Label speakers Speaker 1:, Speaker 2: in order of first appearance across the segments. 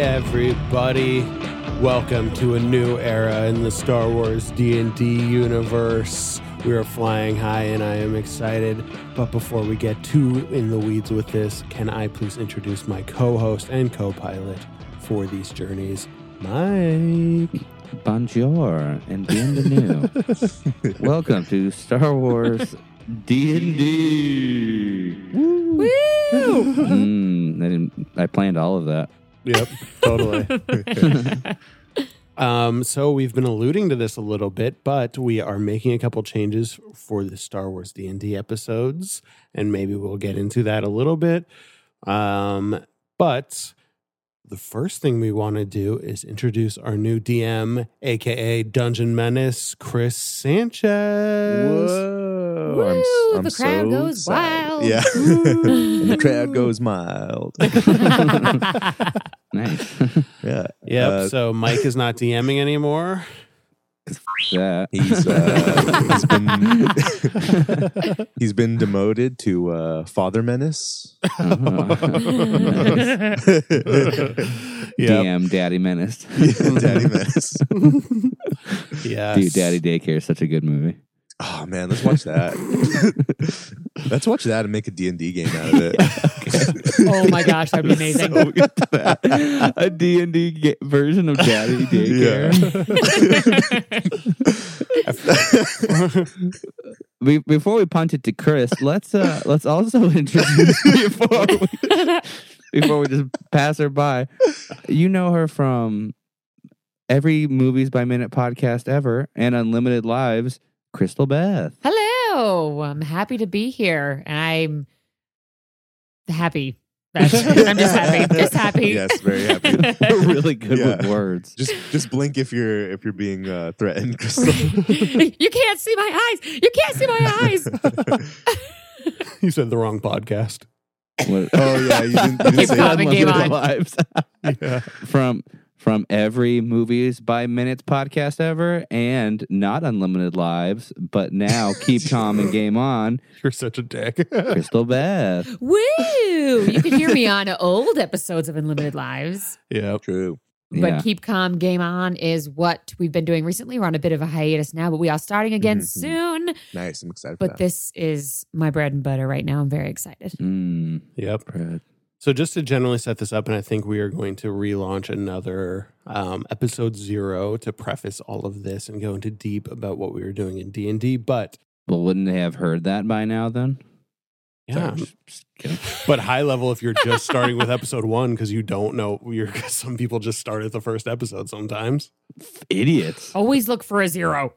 Speaker 1: everybody. Welcome to a new era in the Star Wars D&D universe. We are flying high and I am excited. But before we get too in the weeds with this, can I please introduce my co-host and co-pilot for these journeys, Mike.
Speaker 2: Bonjour and bienvenue. Welcome to Star Wars D&D. Woo! Mm, I, didn't, I planned all of that.
Speaker 1: Yep, totally. um, so we've been alluding to this a little bit, but we are making a couple changes for the Star Wars D and D episodes, and maybe we'll get into that a little bit. Um, but the first thing we want to do is introduce our new DM, aka Dungeon Menace, Chris Sanchez.
Speaker 3: Whoa.
Speaker 4: Woo,
Speaker 3: Oh, I'm s- I'm
Speaker 4: the crowd
Speaker 3: so
Speaker 4: goes
Speaker 3: excited.
Speaker 4: wild.
Speaker 3: Yeah. and the crowd goes mild.
Speaker 2: Nice.
Speaker 3: yeah.
Speaker 1: Yep.
Speaker 3: Uh,
Speaker 1: so Mike is not DMing anymore.
Speaker 2: that.
Speaker 3: he's, uh, he's been he's been demoted to uh, Father Menace.
Speaker 2: Uh-huh.
Speaker 1: Yep.
Speaker 2: Damn, Daddy Menace.
Speaker 3: Daddy Menace.
Speaker 1: Yes.
Speaker 2: Dude, Daddy Daycare is such a good movie.
Speaker 3: Oh man, let's watch that. let's watch that and make a D&D game out of it.
Speaker 4: Oh my gosh, that'd be amazing.
Speaker 2: So good to that. A D&D ga- version of Daddy Daycare. Be- before we punt it to Chris, let's uh, let's also introduce before we, before we just pass her by. You know her from every movies by minute podcast ever and Unlimited Lives. Crystal Beth.
Speaker 4: Hello. I'm happy to be here. And I'm happy. That's- I'm just happy. Just happy.
Speaker 3: Yes, very happy.
Speaker 2: We're really good with
Speaker 3: Yeah.
Speaker 2: words.
Speaker 3: Just just blink if you're if you're being uh, threatened, Crystal.
Speaker 4: you can't see my eyes. You can't see my eyes.
Speaker 1: you said the wrong podcast.
Speaker 2: What-
Speaker 3: Oh yeah, you didn't, you didn't
Speaker 4: Keep
Speaker 3: say
Speaker 4: calm and game
Speaker 2: Unlimited
Speaker 4: on.
Speaker 2: Lives. from from every movies by minutes podcast ever and not unlimited lives but now keep calm and game on
Speaker 1: You're such a dick.
Speaker 2: crystal beth
Speaker 4: Woo! You can hear me on old episodes of Unlimited Lives.
Speaker 1: yep.
Speaker 3: True.
Speaker 4: But
Speaker 2: Yeah.
Speaker 4: Keep Calm Game On is what we've been doing recently. We're on a bit of a hiatus now, but we are starting again
Speaker 3: Mhm.
Speaker 4: soon.
Speaker 3: Nice. I'm excited for
Speaker 4: But
Speaker 3: that.
Speaker 4: this is my bread and butter right now. I'm very excited.
Speaker 5: Hmm,
Speaker 2: Mm,
Speaker 1: Yep.
Speaker 2: Brad.
Speaker 1: So just to generally set this up, and I think we are going to relaunch another um, episode zero to preface all of this and go into deep about what we were doing in D and D. But
Speaker 2: well wouldn't they have heard that by now then Sorry,
Speaker 1: yeah,
Speaker 2: just- just kidding.
Speaker 1: but high level, if you're just starting with episode one because you don't know, you're 'cause some people just start at the first episode sometimes.
Speaker 2: idiots
Speaker 4: Always look for a zero.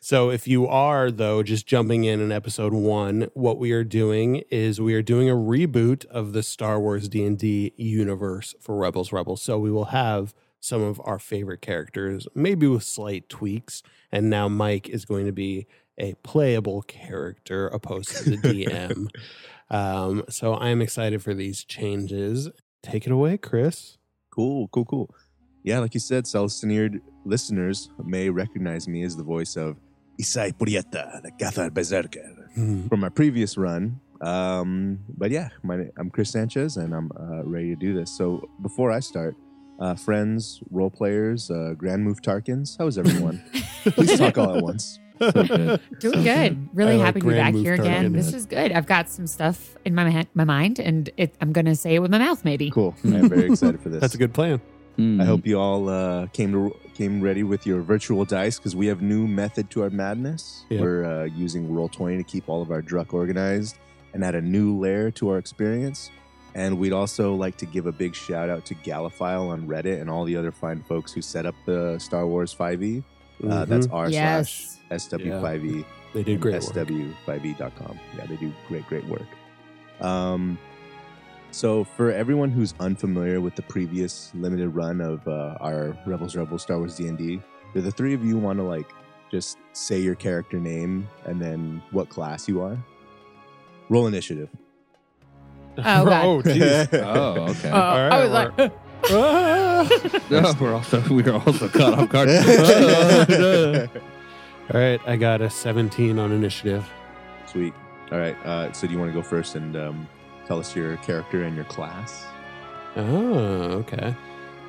Speaker 1: So if you are though just jumping in in episode 1, what we are doing is we are doing a reboot of the Star Wars D&D universe for Rebels Rebels. So we will have some of our favorite characters, maybe with slight tweaks, and now Mike is going to be a playable character opposed to the DM. um, so I am excited for these changes. Take it away, Chris.
Speaker 3: Cool, cool, cool. Yeah, like you said, Celestineered listeners may recognize me as the voice of Isai Purieta, the Cathar Berserker, from my previous run. Um, but yeah, my, I'm Chris Sanchez, and I'm uh, ready to do this. So before I start, uh, friends, role players, uh, Grand Move Tarkins, how is everyone? Please talk all at once.
Speaker 2: so good.
Speaker 4: Doing
Speaker 2: So
Speaker 4: good. Really
Speaker 1: I like
Speaker 4: happy to be
Speaker 1: Grand
Speaker 4: back
Speaker 1: Move
Speaker 4: here again.
Speaker 1: Target.
Speaker 4: This is good. I've got some stuff in my ma- my mind, and it, I'm gonna say it with my mouth, maybe.
Speaker 3: Cool. I'm very excited for this.
Speaker 1: That's a good plan.
Speaker 2: Mm.
Speaker 5: Hmm.
Speaker 3: I hope you all uh, came to, came ready with your virtual dice because we have new method to our madness.
Speaker 1: Yep.
Speaker 3: We're uh, using Roll20 to keep all of our druck organized and add a new layer to our experience. And we'd also like to give a big shout out to Galaphile on Reddit and all the other fine folks who set up the Star Wars 5e. Uh, that's r
Speaker 4: Yes.
Speaker 3: slash SW5e
Speaker 1: Mhm. they did great work.
Speaker 3: sw5e.com. E Yeah, they do great, great work. Um, so, for everyone who's unfamiliar with the previous limited run of uh, our Rebels Rebels Star Wars D&D, do the three of you want to like just say your character name and then what class you are? Roll initiative.
Speaker 4: Oh, God.
Speaker 1: oh, jeez.
Speaker 2: oh okay
Speaker 4: Uh, I was
Speaker 1: Alright,
Speaker 4: like,
Speaker 1: Ah.
Speaker 2: No, we're also we are also caught off guard Uh,
Speaker 1: All right, I got a 17 on initiative.
Speaker 3: Sweet. All right. Uh, so, do you want to go first and um, tell us your character and your class?
Speaker 1: Oh, okay.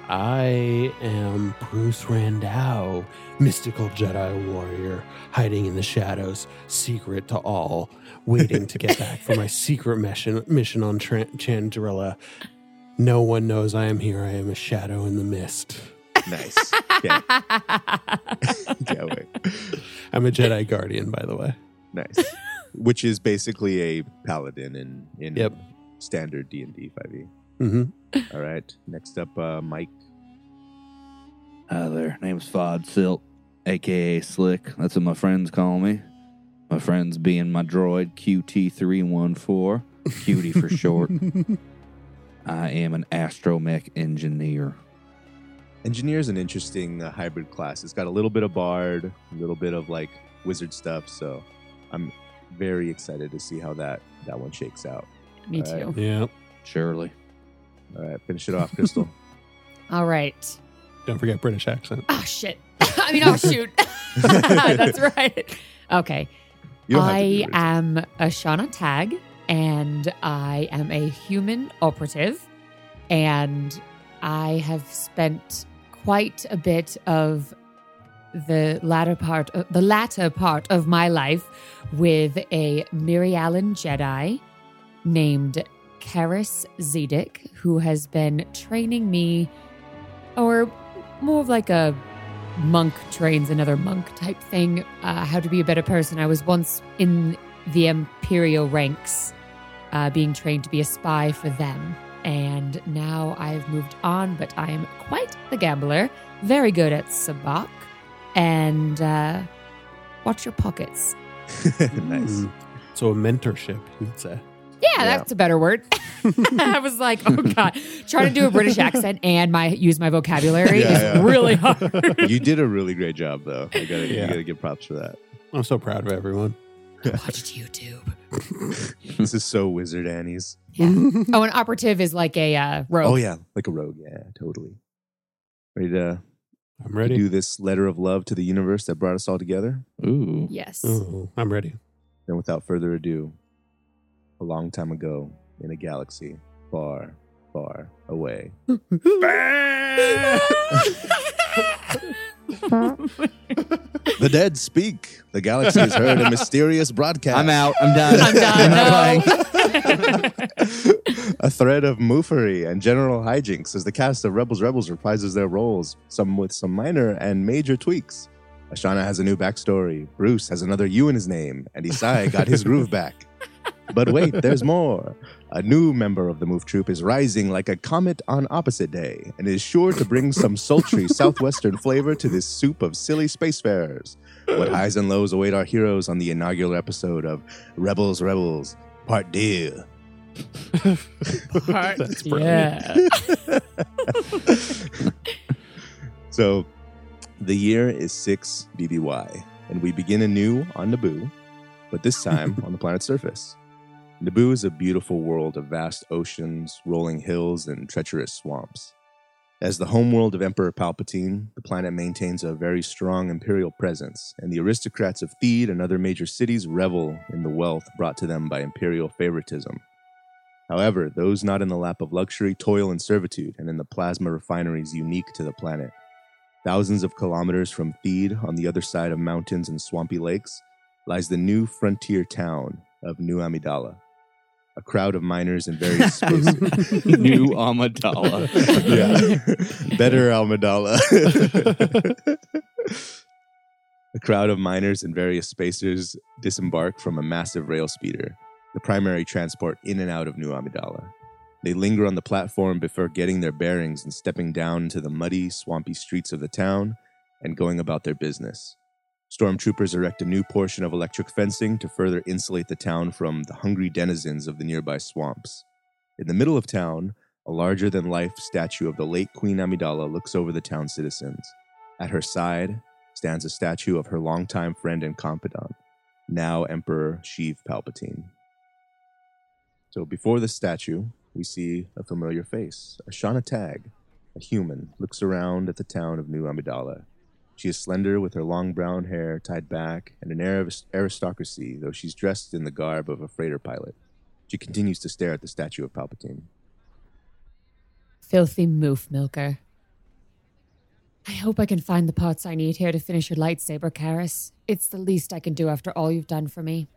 Speaker 1: I am Bruce Randau, mystical Jedi warrior, hiding in the shadows, secret to all, waiting to get back for my secret mission mission on Tran Chandrilla. No one knows I am here. I am a shadow in the mist.
Speaker 3: Nice. Yeah. yeah, wait.
Speaker 1: I'm a Jedi guardian, by the way.
Speaker 3: Nice. Which is basically a paladin in in
Speaker 1: Yep.
Speaker 3: standard D and D five E.
Speaker 1: hmm
Speaker 3: All right. Next up, uh, Mike.
Speaker 5: Hi there. Name's Fod Silt, aka Slick. That's what my friends call me. My friends being my droid QT314, Cutie for short. I am an astromech engineer.
Speaker 3: Engineer is an interesting uh, hybrid class. It's got a little bit of bard, a little bit of like wizard stuff. So I'm very excited to see how that that one shakes out.
Speaker 4: Me
Speaker 3: All right.
Speaker 4: too.
Speaker 1: Yeah.
Speaker 5: Surely.
Speaker 3: All right, finish it off, Crystal.
Speaker 4: All right.
Speaker 1: Don't forget British accent.
Speaker 4: Oh shit. I mean, oh shoot. That's right. Okay.
Speaker 3: You don't have to
Speaker 4: I
Speaker 3: do it.
Speaker 4: am Ashana Tag, and I am a human operative, and I have spent quite a bit of the latter part, of, the latter part of my life, with a Miri Allen Jedi named Karis Zedek, who has been training me, or more of like a monk trains another monk type thing, uh, how to be a better person. I was once in the imperial ranks, uh, being trained to be a spy for them. And now I've moved on, but I am quite the gambler, very good at sabacc, and uh, watch your pockets.
Speaker 3: nice.
Speaker 1: Mm. So a mentorship, you'd say.
Speaker 4: Yeah,
Speaker 3: Yeah.
Speaker 4: that's a better word. I was like, oh god, trying to do a British accent and my use my vocabulary
Speaker 3: Yeah,
Speaker 4: is
Speaker 3: yeah.
Speaker 4: really hard.
Speaker 3: You did a really great job, though. I gotta, you
Speaker 1: Yeah.
Speaker 3: gotta give props for that.
Speaker 1: I'm so proud of everyone.
Speaker 4: Watched YouTube.
Speaker 3: This is so Wizard Annie's.
Speaker 4: Oh, an operative is like a uh, rogue.
Speaker 3: Oh yeah, like a rogue. Yeah, totally. Ready to
Speaker 1: I'm ready.
Speaker 3: do this letter of love to the universe that brought us all together?
Speaker 5: Ooh.
Speaker 4: Yes.
Speaker 1: Oh, I'm ready.
Speaker 3: Then, without further ado, a long time ago in a galaxy far, far away. The dead speak. The galaxy has heard a mysterious broadcast.
Speaker 5: I'm out. I'm done.
Speaker 4: I'm done.
Speaker 5: not
Speaker 4: No.
Speaker 5: playing.
Speaker 3: a thread of moofery and general hijinks as the cast of Rebels Rebels reprises their roles, some with some minor and major tweaks. Ashana has a new backstory, Bruce has another U in his name, and Isai got his groove back. But wait, there's more. A new member of the Move Troop is rising like a comet on opposite day and is sure to bring some sultry southwestern flavor to this soup of silly spacefarers. What highs and lows await our heroes on the inaugural episode of Rebels Rebels Part Deux.
Speaker 1: That's brilliant.
Speaker 4: yeah.
Speaker 3: So the year is 6 BBY, and we begin anew on Naboo, but this time on the planet's surface. Naboo is a beautiful world of vast oceans, rolling hills, and treacherous swamps. As the homeworld of Emperor Palpatine, the planet maintains a very strong imperial presence, and the aristocrats of Theed and other major cities revel in the wealth brought to them by imperial favoritism. However, those not in the lap of luxury toil in servitude and in the plasma refineries unique to the planet. Thousands of kilometers from Theed, on the other side of mountains and swampy lakes, lies the new frontier town of New Amidala. A crowd of miners in various spaces.
Speaker 5: New Amidala.
Speaker 3: yeah. Better Almadala. a crowd of miners and various spacers disembark from a massive rail speeder, the primary transport in and out of New Amidala. They linger on the platform before getting their bearings and stepping down into the muddy, swampy streets of the town and going about their business. Stormtroopers erect a new portion of electric fencing to further insulate the town from the hungry denizens of the nearby swamps. In the middle of town, a larger than life statue of the late Queen Amidala looks over the town's citizens. At her side stands a statue of her longtime friend and confidant, now Emperor Sheev Palpatine. So before the statue, we see a familiar face. Ashana Tag, a human, looks around at the town of New Amidala. She is slender with her long brown hair tied back and an air of aristocracy, though she's dressed in the garb of a freighter pilot. She continues to stare at the statue of Palpatine.
Speaker 4: Filthy moof milker. I hope I can find the parts I need here to finish your lightsaber, Karis. It's the least I can do after all you've done for me.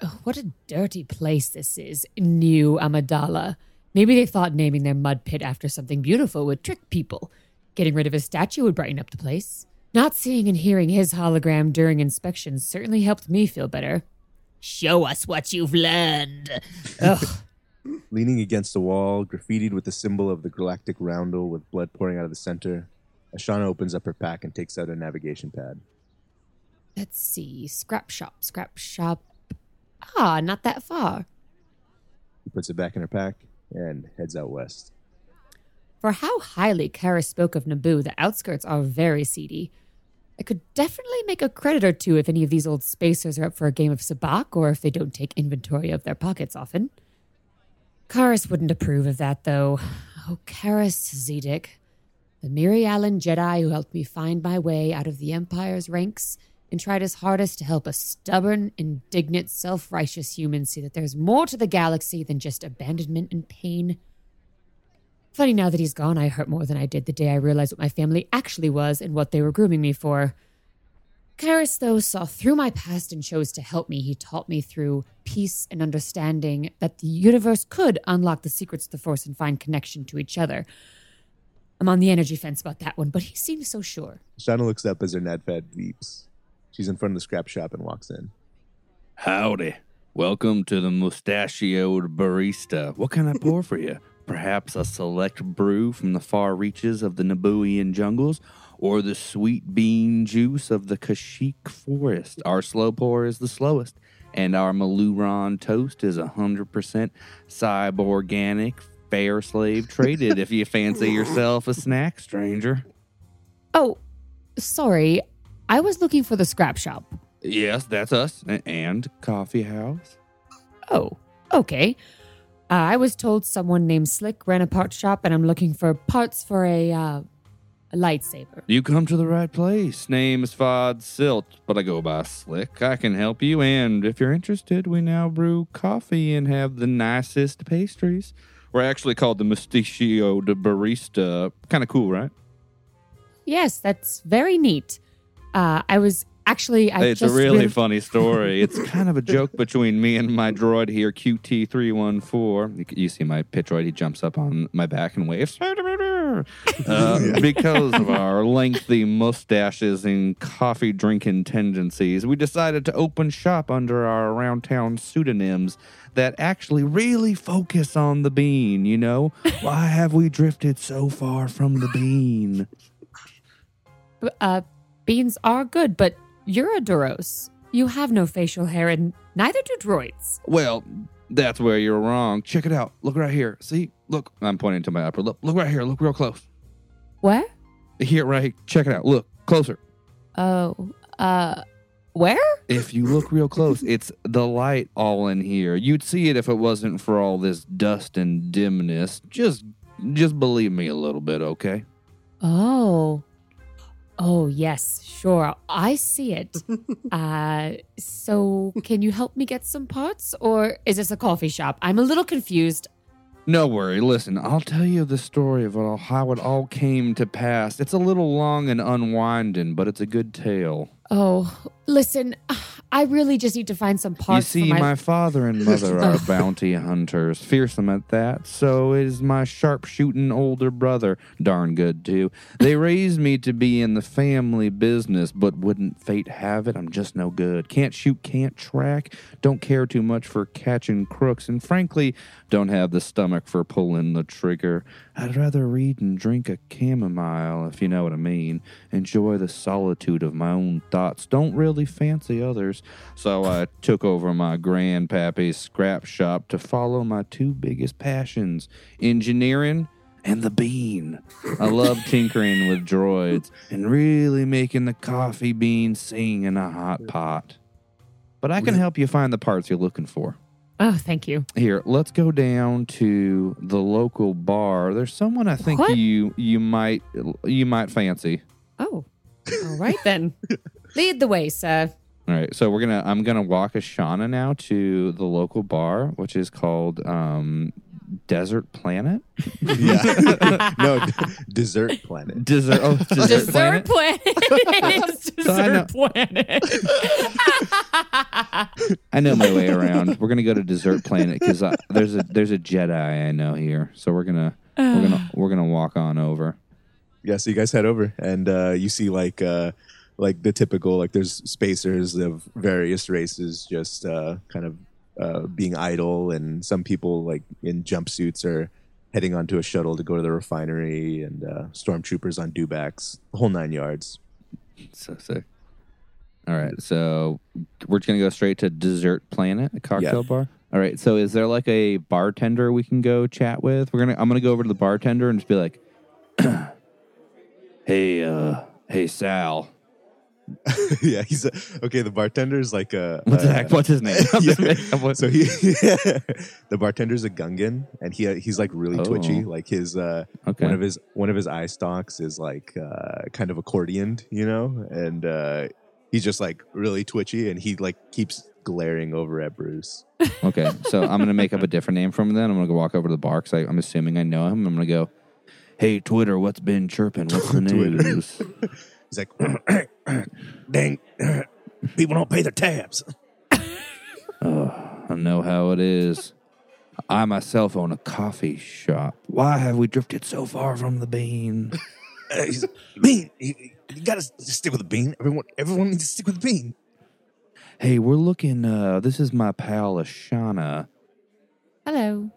Speaker 4: Oh, what a dirty place this is, New Amidala. Maybe they thought naming their mud pit after something beautiful would trick people. Getting rid of his statue would brighten up the place. Not seeing and hearing his hologram during inspections certainly helped me feel better. Show us what you've learned. Ugh.
Speaker 3: Leaning against a wall, graffitied with the symbol of the galactic roundel with blood pouring out of the center, Ashana opens up her pack and takes out a navigation pad.
Speaker 4: Let's see. Scrap shop, scrap shop. Ah, not that far.
Speaker 3: She puts it back in her pack and heads out west.
Speaker 4: For how highly Kara spoke of Naboo, the outskirts are very seedy. I could definitely make a credit or two if any of these old spacers are up for a game of sabacc or if they don't take inventory of their pockets often. Karis wouldn't approve of that, though. Oh, Karis Zedek, the Miri Allen Jedi who helped me find my way out of the Empire's ranks and tried his hardest to help a stubborn, indignant, self righteous human see that there's more to the galaxy than just abandonment and pain. Funny now that he's gone, I hurt more than I did the day I realized what my family actually was and what they were grooming me for. Karis, though, saw through my past and chose to help me. He taught me through peace and understanding that the universe could unlock the secrets of the Force and find connection to each other. I'm on the energy fence about that one, but he seemed so sure.
Speaker 3: Ashana looks up as her NADFAD beeps. She's in front of the scrap shop and walks in.
Speaker 2: Howdy. Welcome to the mustachioed barista. What can I pour for you? Perhaps a select brew from the far reaches of the Nabooian jungles, or the sweet bean juice of the Kashik forest. Our slow pour is the slowest, and our Maluron toast is 100% cyborganic, fair slave traded if you fancy yourself a snack, stranger.
Speaker 4: Oh, sorry. I was looking for the scrap shop.
Speaker 2: Yes, that's us. A- And coffee house.
Speaker 4: Oh, okay. Uh, I was told someone named Slick ran a part shop, and I'm looking for parts for a, uh, a lightsaber.
Speaker 2: You come to the right place. Name is Fod Silt, but I go by Slick. I can help you, and if you're interested, we now brew coffee and have the nicest pastries. We're actually called the Mustachio de Barista. Kind of cool, right?
Speaker 4: Yes, that's very neat. Uh, I was actually. I
Speaker 2: it's a
Speaker 4: just
Speaker 2: really
Speaker 4: real-
Speaker 2: funny story. it's kind of a joke between me and my droid here, QT314. You c- You see my pit droid, he jumps up on my back and waves. Uh, because of our lengthy mustaches and coffee drinking tendencies, we decided to open shop under our around town pseudonyms that actually really focus on the bean, you know? Why have we drifted so far from the bean?
Speaker 4: uh, beans are good, but you're a Duros. You have no facial hair, and neither do droids.
Speaker 2: Well, that's where you're wrong. Check it out. Look right here. See? Look. I'm pointing to my upper lip. Look right here. Look real close.
Speaker 4: Where?
Speaker 2: Here, right. Check it out. Look closer.
Speaker 4: Oh, uh, where?
Speaker 2: If you look real close, it's the light all in here. You'd see it if it wasn't for all this dust and dimness. Just just believe me a little bit, okay?
Speaker 4: Oh. Oh, yes, sure. I see it. uh, so, can you help me get some parts, or is this a coffee shop? I'm a little confused.
Speaker 2: No worry. Listen, I'll tell you the story of it all, how it all came to pass. It's a little long and unwinding, but it's a good tale.
Speaker 4: Oh, listen, I really just need to find some
Speaker 2: You
Speaker 4: parts. for
Speaker 2: see, my... father and mother are
Speaker 4: Ugh.
Speaker 2: bounty hunters, fearsome at that. So is my sharp shooting older brother, darn good too. They raised me to be in the family business, but wouldn't fate have it? I'm just no good. Can't shoot, can't track, don't care too much for catching crooks, and frankly, don't have the stomach for pulling the trigger. I'd rather read and drink a chamomile, if you know what I mean. Enjoy the solitude of my own thoughts. Don't really fancy others. So I took over my grandpappy's scrap shop to follow my two biggest passions engineering and the bean. I love tinkering with droids and really making the coffee bean sing in a hot pot. But I can help you find the parts you're looking for.
Speaker 4: oh, thank you.
Speaker 2: Here, let's go down to the local bar. There's someone I think
Speaker 4: What?
Speaker 2: you you might you might fancy.
Speaker 4: Oh, all right then. Lead the way, sir.
Speaker 2: All right, so we're gonna I'm gonna walk Ashana now to the local bar, which is called um, desert planet?
Speaker 3: yeah. no, d- dessert planet.
Speaker 2: Desert, oh, desert,
Speaker 4: Dessert
Speaker 2: planet?
Speaker 4: planet. It's
Speaker 2: So I know-
Speaker 4: dessert planet.
Speaker 2: I know my way around. We're gonna go to desert planet because there's a there's a Jedi I know here, so we're gonna we're gonna we're gonna walk on over.
Speaker 3: Yeah, so you guys head over and uh, you see like uh, like the typical like there's spacers of various races just uh, kind of uh, being idle, and some people like in jumpsuits are heading onto a shuttle to go to the refinery, and uh, stormtroopers on dewbacks, the whole nine yards.
Speaker 2: So sick. All right, so we're just gonna go straight to Dessert Planet, a cocktail bar. All right, so is there like a bartender we can go chat with? We're gonna I'm gonna go over to the bartender and just be like, "Hey, uh, hey Sal,
Speaker 3: yeah, he's a, okay. The bartender is like a
Speaker 2: what's the
Speaker 3: uh,
Speaker 2: heck? What's his name?"
Speaker 3: yeah. So he, the bartender's a Gungan, and he he's like really
Speaker 2: Oh.
Speaker 3: twitchy. Like his uh,
Speaker 2: okay,
Speaker 3: one of his one of his eye stalks is like uh, kind of accordioned, you know, and uh, he's just like really twitchy, and he like keeps glaring over at Bruce.
Speaker 2: Okay, so I'm gonna make up a different name from then. I'm gonna go walk over to the bar because I'm assuming I know him. I'm gonna go, "Hey Twitter, what's been chirping? What's the
Speaker 3: Twitter.
Speaker 2: news?"
Speaker 3: He's like, dang, people don't pay their tabs.
Speaker 2: oh, I know how it is. I myself own a coffee shop. Why have we drifted so far from the bean?
Speaker 3: He's like, bean, you, you gotta s- stick with the bean. Everyone, everyone needs to stick with the bean.
Speaker 2: Hey, we're looking. uh This is my pal Ashana.
Speaker 4: Hello.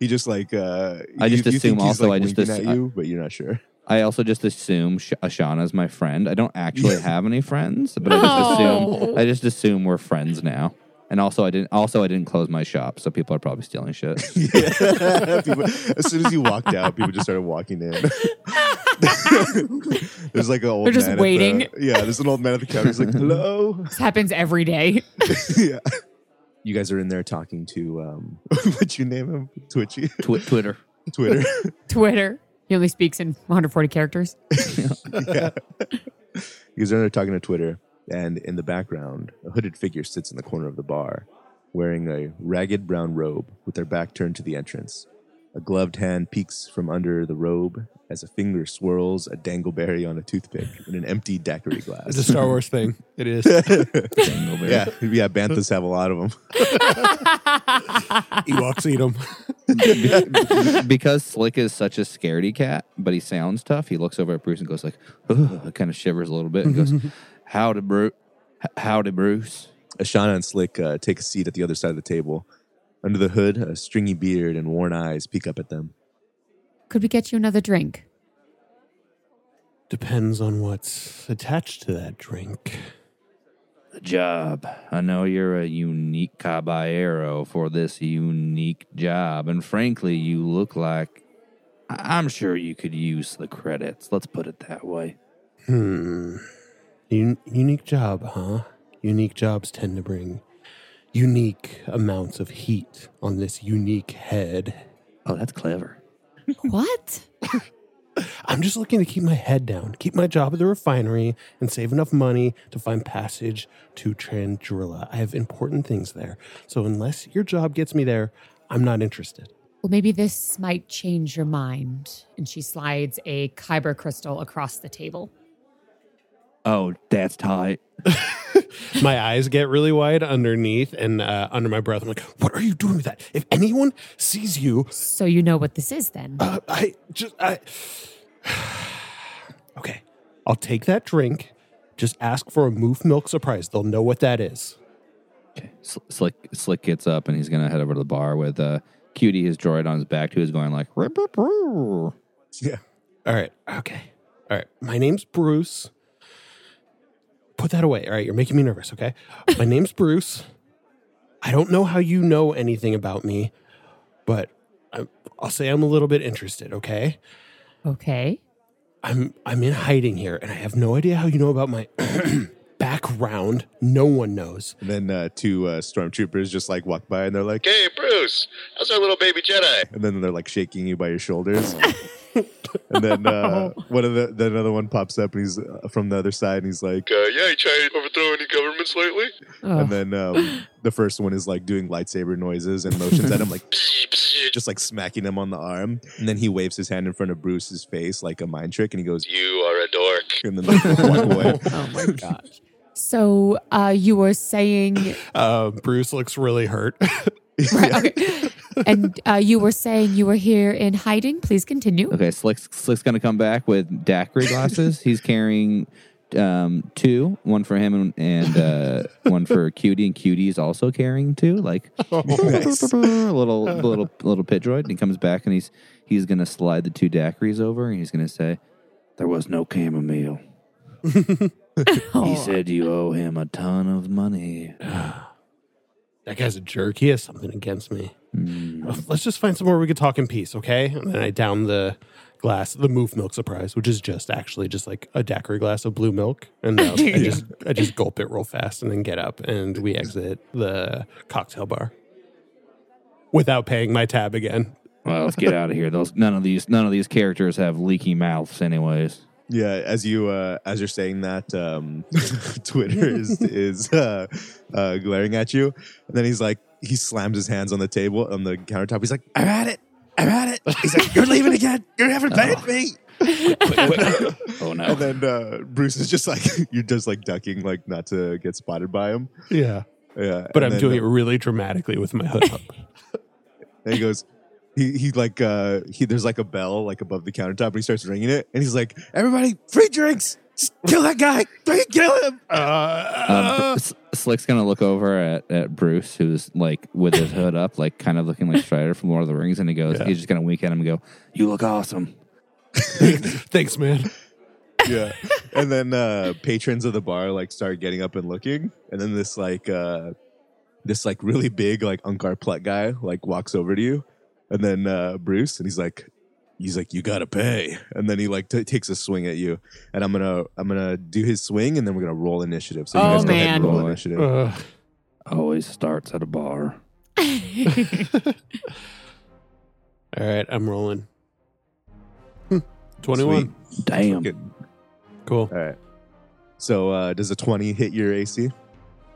Speaker 3: He just like, uh,
Speaker 2: I just
Speaker 3: think
Speaker 2: assume
Speaker 3: he's,
Speaker 2: also,
Speaker 3: like,
Speaker 2: I just
Speaker 3: winking
Speaker 2: assu-
Speaker 3: at you, but you're not sure.
Speaker 2: I also just assume Sh- Ashana's my friend. I don't actually have any friends, but I just
Speaker 4: Oh.
Speaker 2: assume I just assume we're friends now. And also, I didn't. Also, I didn't close my shop, so people are probably stealing shit.
Speaker 3: Yeah. People- as soon as you walked out, people just started walking in. there's like an old
Speaker 4: They're just
Speaker 3: man at
Speaker 4: waiting.
Speaker 3: the- yeah, there's an old man at the counter. He's like, hello.
Speaker 4: This happens every day.
Speaker 3: yeah. You guys are in there talking to um what'd you name him? Twitchy?
Speaker 2: Twi- Twitter.
Speaker 3: Twitter.
Speaker 4: Twitter. He only speaks in 140 characters.
Speaker 3: yeah. You guys are in there talking to Twitter, and in the background, a hooded figure sits in the corner of the bar, wearing a ragged brown robe with their back turned to the entrance. A gloved hand peeks from under the robe as a finger swirls a dangleberry on a toothpick in an empty daiquiri
Speaker 1: It's a
Speaker 3: glass.
Speaker 1: Star Wars thing. It is.
Speaker 3: yeah, yeah, Banthas have a lot of them.
Speaker 1: Ewoks eat them.
Speaker 2: because Slick is such a scaredy cat, but he sounds tough. He looks over at Bruce and goes like, "Ugh," kind of shivers a little bit and goes, "Howdy, Bruce. Howdy, Bruce."
Speaker 3: Ashana and Slick uh, take a seat at the other side of the table. Under the hood, a stringy beard and worn eyes peek up at them.
Speaker 4: Could we get you another drink?
Speaker 1: Depends on what's attached to that drink.
Speaker 2: The job. I know you're a unique caballero for this unique job, and frankly, you look like I- I'm sure you could use the credits. Let's put it that way.
Speaker 1: Hmm. Un- unique job, huh? Unique jobs tend to bring unique amounts of heat on this unique head.
Speaker 2: Oh, that's clever.
Speaker 4: What?
Speaker 1: I'm just looking to keep my head down, keep my job at the refinery, and save enough money to find passage to Trandrilla. I have important things there. So unless your job gets me there, I'm not interested.
Speaker 4: Well, maybe this might change your mind. And she slides a kyber crystal across the table.
Speaker 2: Oh, that's tight.
Speaker 1: my eyes get really wide underneath and uh, under my breath. I'm like, what are you doing with that? If anyone sees you,
Speaker 4: So you know what this is then.
Speaker 1: uh, I just, I. okay. I'll take that drink. Just ask for a moof milk surprise. They'll know what that is.
Speaker 2: Okay. Sl- Slick Slick gets up and he's gonna head over to the bar with uh, Cutie, his droid on his back, who is going like. "Rip, rip, roo."
Speaker 3: Yeah.
Speaker 1: All right. Okay. All right. My name's Bruce. Put that away. All right. You're making me nervous. Okay. My name's Bruce. I don't know how you know anything about me, but I, I'll say I'm a little bit interested. Okay.
Speaker 4: Okay.
Speaker 1: I'm I'm in hiding here, and I have no idea how you know about my background. No one knows.
Speaker 3: And then uh, two uh, stormtroopers just like walk by and they're like,
Speaker 6: Hey, Bruce, how's our little baby Jedi?
Speaker 3: and then they're like shaking you by your shoulders. And then uh, one of the then another one pops up and he's uh, from the other side and he's like, uh, "Yeah, you trying to overthrow any governments lately?"
Speaker 4: Ugh.
Speaker 3: And then um, the first one is like doing lightsaber noises and motions at him, like just like smacking him on the arm. And then he waves his hand in front of Bruce's face like a mind trick, and he goes, "You are a dork." And then like, walk away.
Speaker 1: Oh my gosh.
Speaker 4: so uh, you were saying,
Speaker 1: Uh, Bruce looks really hurt.
Speaker 3: Yeah.
Speaker 4: okay. and uh, you were saying you were here in hiding. Please continue.
Speaker 2: Okay, Slick's, Slick's gonna come back with daiquiri glasses. He's carrying um, two, one for him and, and uh, one for Cutie, and Cutie is also carrying two. Like
Speaker 3: Nice.
Speaker 2: little little little pit droid, and he comes back and he's he's gonna slide the two daiquiris over, and he's gonna say, "There was no chamomile." He
Speaker 4: Oh,
Speaker 2: Uh, said you owe him a ton of money.
Speaker 1: That guy's a jerk. He has something against me.
Speaker 2: Mm.
Speaker 1: Let's just find somewhere we could talk in peace, okay? And then I down the glass, the moof milk surprise, which is just actually just like a daiquiri glass of blue milk, and um, I just I just gulp it real fast and then get up and we exit the cocktail bar without paying my tab again.
Speaker 2: Well, let's get out of here. Those none of these none of these characters have leaky mouths, anyways.
Speaker 3: Yeah, as you uh, as you're saying that, um, Twitter is is uh, uh, glaring at you, and then he's like, he slams his hands on the table on the countertop. He's like, "I've had it, I've had it." He's like, "You're leaving again. You haven't paid me."
Speaker 2: Oh no!
Speaker 3: And then uh, Bruce is just like, you're just like ducking, like not to get spotted by him.
Speaker 1: Yeah.
Speaker 3: Yeah,
Speaker 1: But
Speaker 3: and
Speaker 1: I'm
Speaker 3: then,
Speaker 1: doing it really dramatically with my hood up.
Speaker 3: And uh, he goes, he he like uh, he there's like a bell like above the countertop, and he starts ringing it, and he's like, "Everybody, free drinks." Just kill that guy! Free Kill him!
Speaker 1: Uh,
Speaker 2: Um, S- Slick's gonna look over at, at Bruce, who's like with his hood up, like kind of looking like Strider from Lord of the Rings, and he goes,
Speaker 1: Yeah.
Speaker 2: he's just gonna wink at him and go, "You look awesome."
Speaker 1: Thanks, man.
Speaker 3: yeah and then uh patrons of the bar like start getting up and looking and then this like uh this like really big like unkar plut guy like walks over to you and then uh bruce and he's like he's like you gotta pay and then he like t- takes a swing at you and i'm gonna i'm gonna do his swing and then we're gonna roll initiative so you
Speaker 4: Oh,
Speaker 3: guys go ahead and
Speaker 4: man.
Speaker 3: roll
Speaker 2: Boy.
Speaker 3: initiative
Speaker 1: Uh,
Speaker 2: Always starts at a bar.
Speaker 1: all right, I'm rolling. Hmm, 21.
Speaker 3: Sweet.
Speaker 2: Damn.
Speaker 3: Good.
Speaker 1: Cool.
Speaker 3: all right so uh does a 20 hit your ac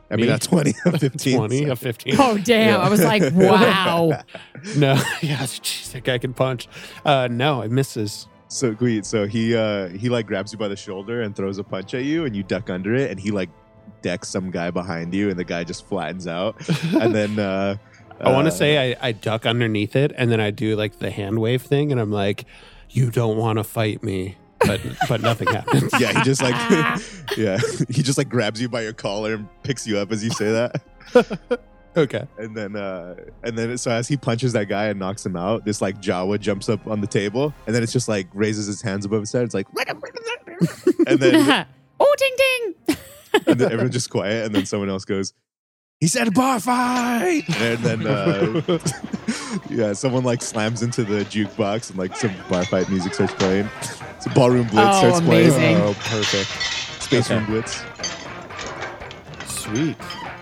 Speaker 3: i
Speaker 1: Me?
Speaker 3: mean not 20 a 15
Speaker 1: 20, a 15.
Speaker 4: oh damn! I was like, wow.
Speaker 1: No, yeah, jeez, that guy can punch. Uh, no, it misses.
Speaker 3: So Gweet, so he uh he like grabs you by the shoulder and throws a punch at you and you duck under it and he like decks some guy behind you and the guy just flattens out and then uh
Speaker 1: I want
Speaker 3: uh,
Speaker 1: to say I, I duck underneath it and then I do like the hand wave thing and I'm like, you don't want to fight me, but but nothing happens.
Speaker 3: yeah he just like yeah he just like grabs you by your collar and picks you up as you say that
Speaker 1: Okay.
Speaker 3: and then uh and then so as he punches that guy and knocks him out this like Jawa jumps up on the table and then it's just like raises his hands above his head it's like and then
Speaker 4: oh ding ding!
Speaker 3: and then everyone's just quiet, and then someone else goes, "He said a bar fight," and then uh, yeah, someone like slams into the jukebox, and like some bar fight music starts playing. So ballroom blitz
Speaker 4: Oh,
Speaker 3: starts playing.
Speaker 4: amazing.
Speaker 3: Oh, perfect! Space
Speaker 1: Okay.
Speaker 3: room blitz.
Speaker 1: Sweet.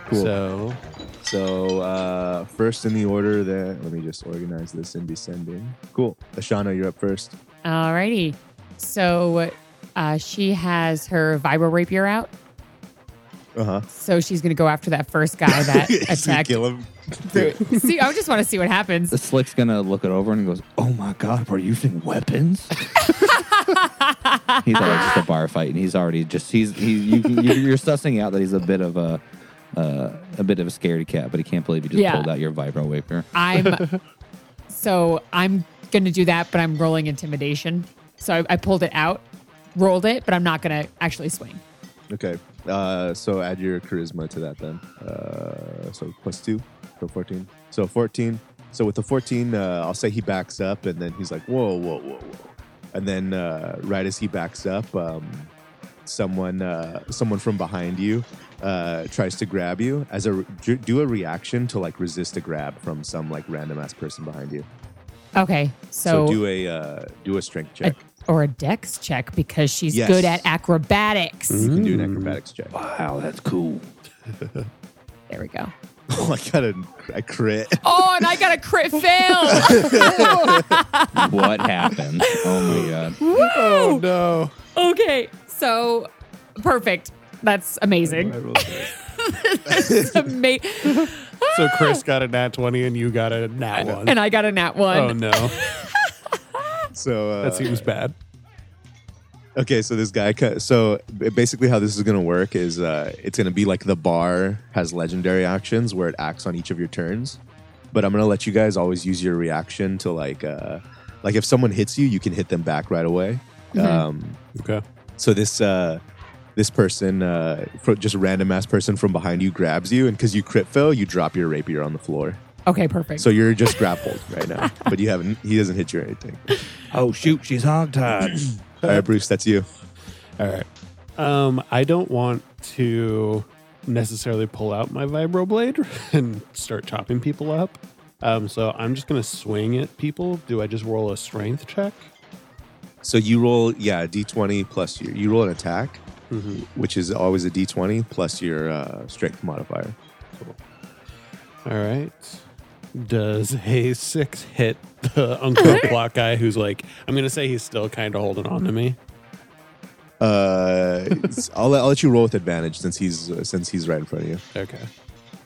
Speaker 3: Cool.
Speaker 1: So
Speaker 3: So uh, first in the order, that let me just organize this in descending. Cool, Ashana, you're up first.
Speaker 4: Alrighty. So uh, she has her vibro rapier out,
Speaker 3: Uh huh.
Speaker 4: so she's gonna go after that first guy that attacked.
Speaker 3: kill him.
Speaker 4: through- see, I just want to see what happens.
Speaker 2: Slick's gonna look it over and goes, "Oh my god, we're using weapons." he's already just a bar fight, and he's already just he's he you, can- you you're sussing out that he's a bit of a uh, a bit of a scaredy cat, but he can't believe you just
Speaker 4: Yeah.
Speaker 2: pulled out your vibro wafer.
Speaker 4: I'm so I'm gonna do that, but I'm rolling intimidation. So I, I pulled it out, rolled it, but I'm not gonna actually swing.
Speaker 3: Okay. Uh, so add your charisma to that then. Uh, so plus two, so 14. So 14. So with the 14, uh, I'll say he backs up and then he's like, whoa, whoa, whoa, whoa. And then uh, right as he backs up, um, someone uh, someone from behind you uh, tries to grab you as a do a reaction to like resist a grab from some like random ass person behind you.
Speaker 4: Okay, so,
Speaker 3: So, do a uh, do a strength
Speaker 4: a-
Speaker 3: check.
Speaker 4: or a dex check because she's
Speaker 3: Yes. Mm-hmm.
Speaker 4: good at acrobatics.
Speaker 3: you can do an acrobatics check.
Speaker 2: Wow, that's cool.
Speaker 4: There we go.
Speaker 3: Oh, I got a, a crit.
Speaker 4: Oh, and I got a crit fail.
Speaker 2: what happened? Oh my god.
Speaker 4: Woo!
Speaker 3: Oh, no.
Speaker 4: Okay, so perfect. That's amazing. That's ama-
Speaker 1: So Chris got a nat 20 and you got a nat one.
Speaker 4: and I got a nat one.
Speaker 1: Oh, no.
Speaker 3: So uh,
Speaker 1: That seems bad.
Speaker 3: Okay, so this guy. cut- So basically, how this is gonna work is uh, it's gonna be like the bar has legendary actions where it acts on each of your turns, but I'm gonna let you guys always use your reaction to like, uh, like if someone hits you, you can hit them back right away.
Speaker 4: Mhm.
Speaker 3: Um,
Speaker 1: Okay.
Speaker 3: so this uh, this person, uh, fro- just a random ass person from behind you grabs you, and because you crit fail, you drop your rapier on the floor.
Speaker 4: Okay, perfect.
Speaker 3: So you're just grappled right now, but you haven't. He doesn't hit you or anything.
Speaker 2: Oh shoot, she's hogtied.
Speaker 3: All right, Bruce, that's you.
Speaker 1: All right. Um, I don't want to necessarily pull out my vibroblade and start chopping people up. Um, so I'm just gonna swing at people. Do I just roll a strength check?
Speaker 3: So you roll, yeah, d20 plus your. You roll an attack.
Speaker 1: Mm-hmm.
Speaker 3: which is always a d20 plus your uh, strength modifier.
Speaker 1: All right. Does a six hit the Uncle Block guy who's like, I'm gonna say he's still kind of holding on to me.
Speaker 3: Uh, it's- I'll, let, I'll let you roll with advantage since he's uh, since he's right in front of you.
Speaker 1: Okay.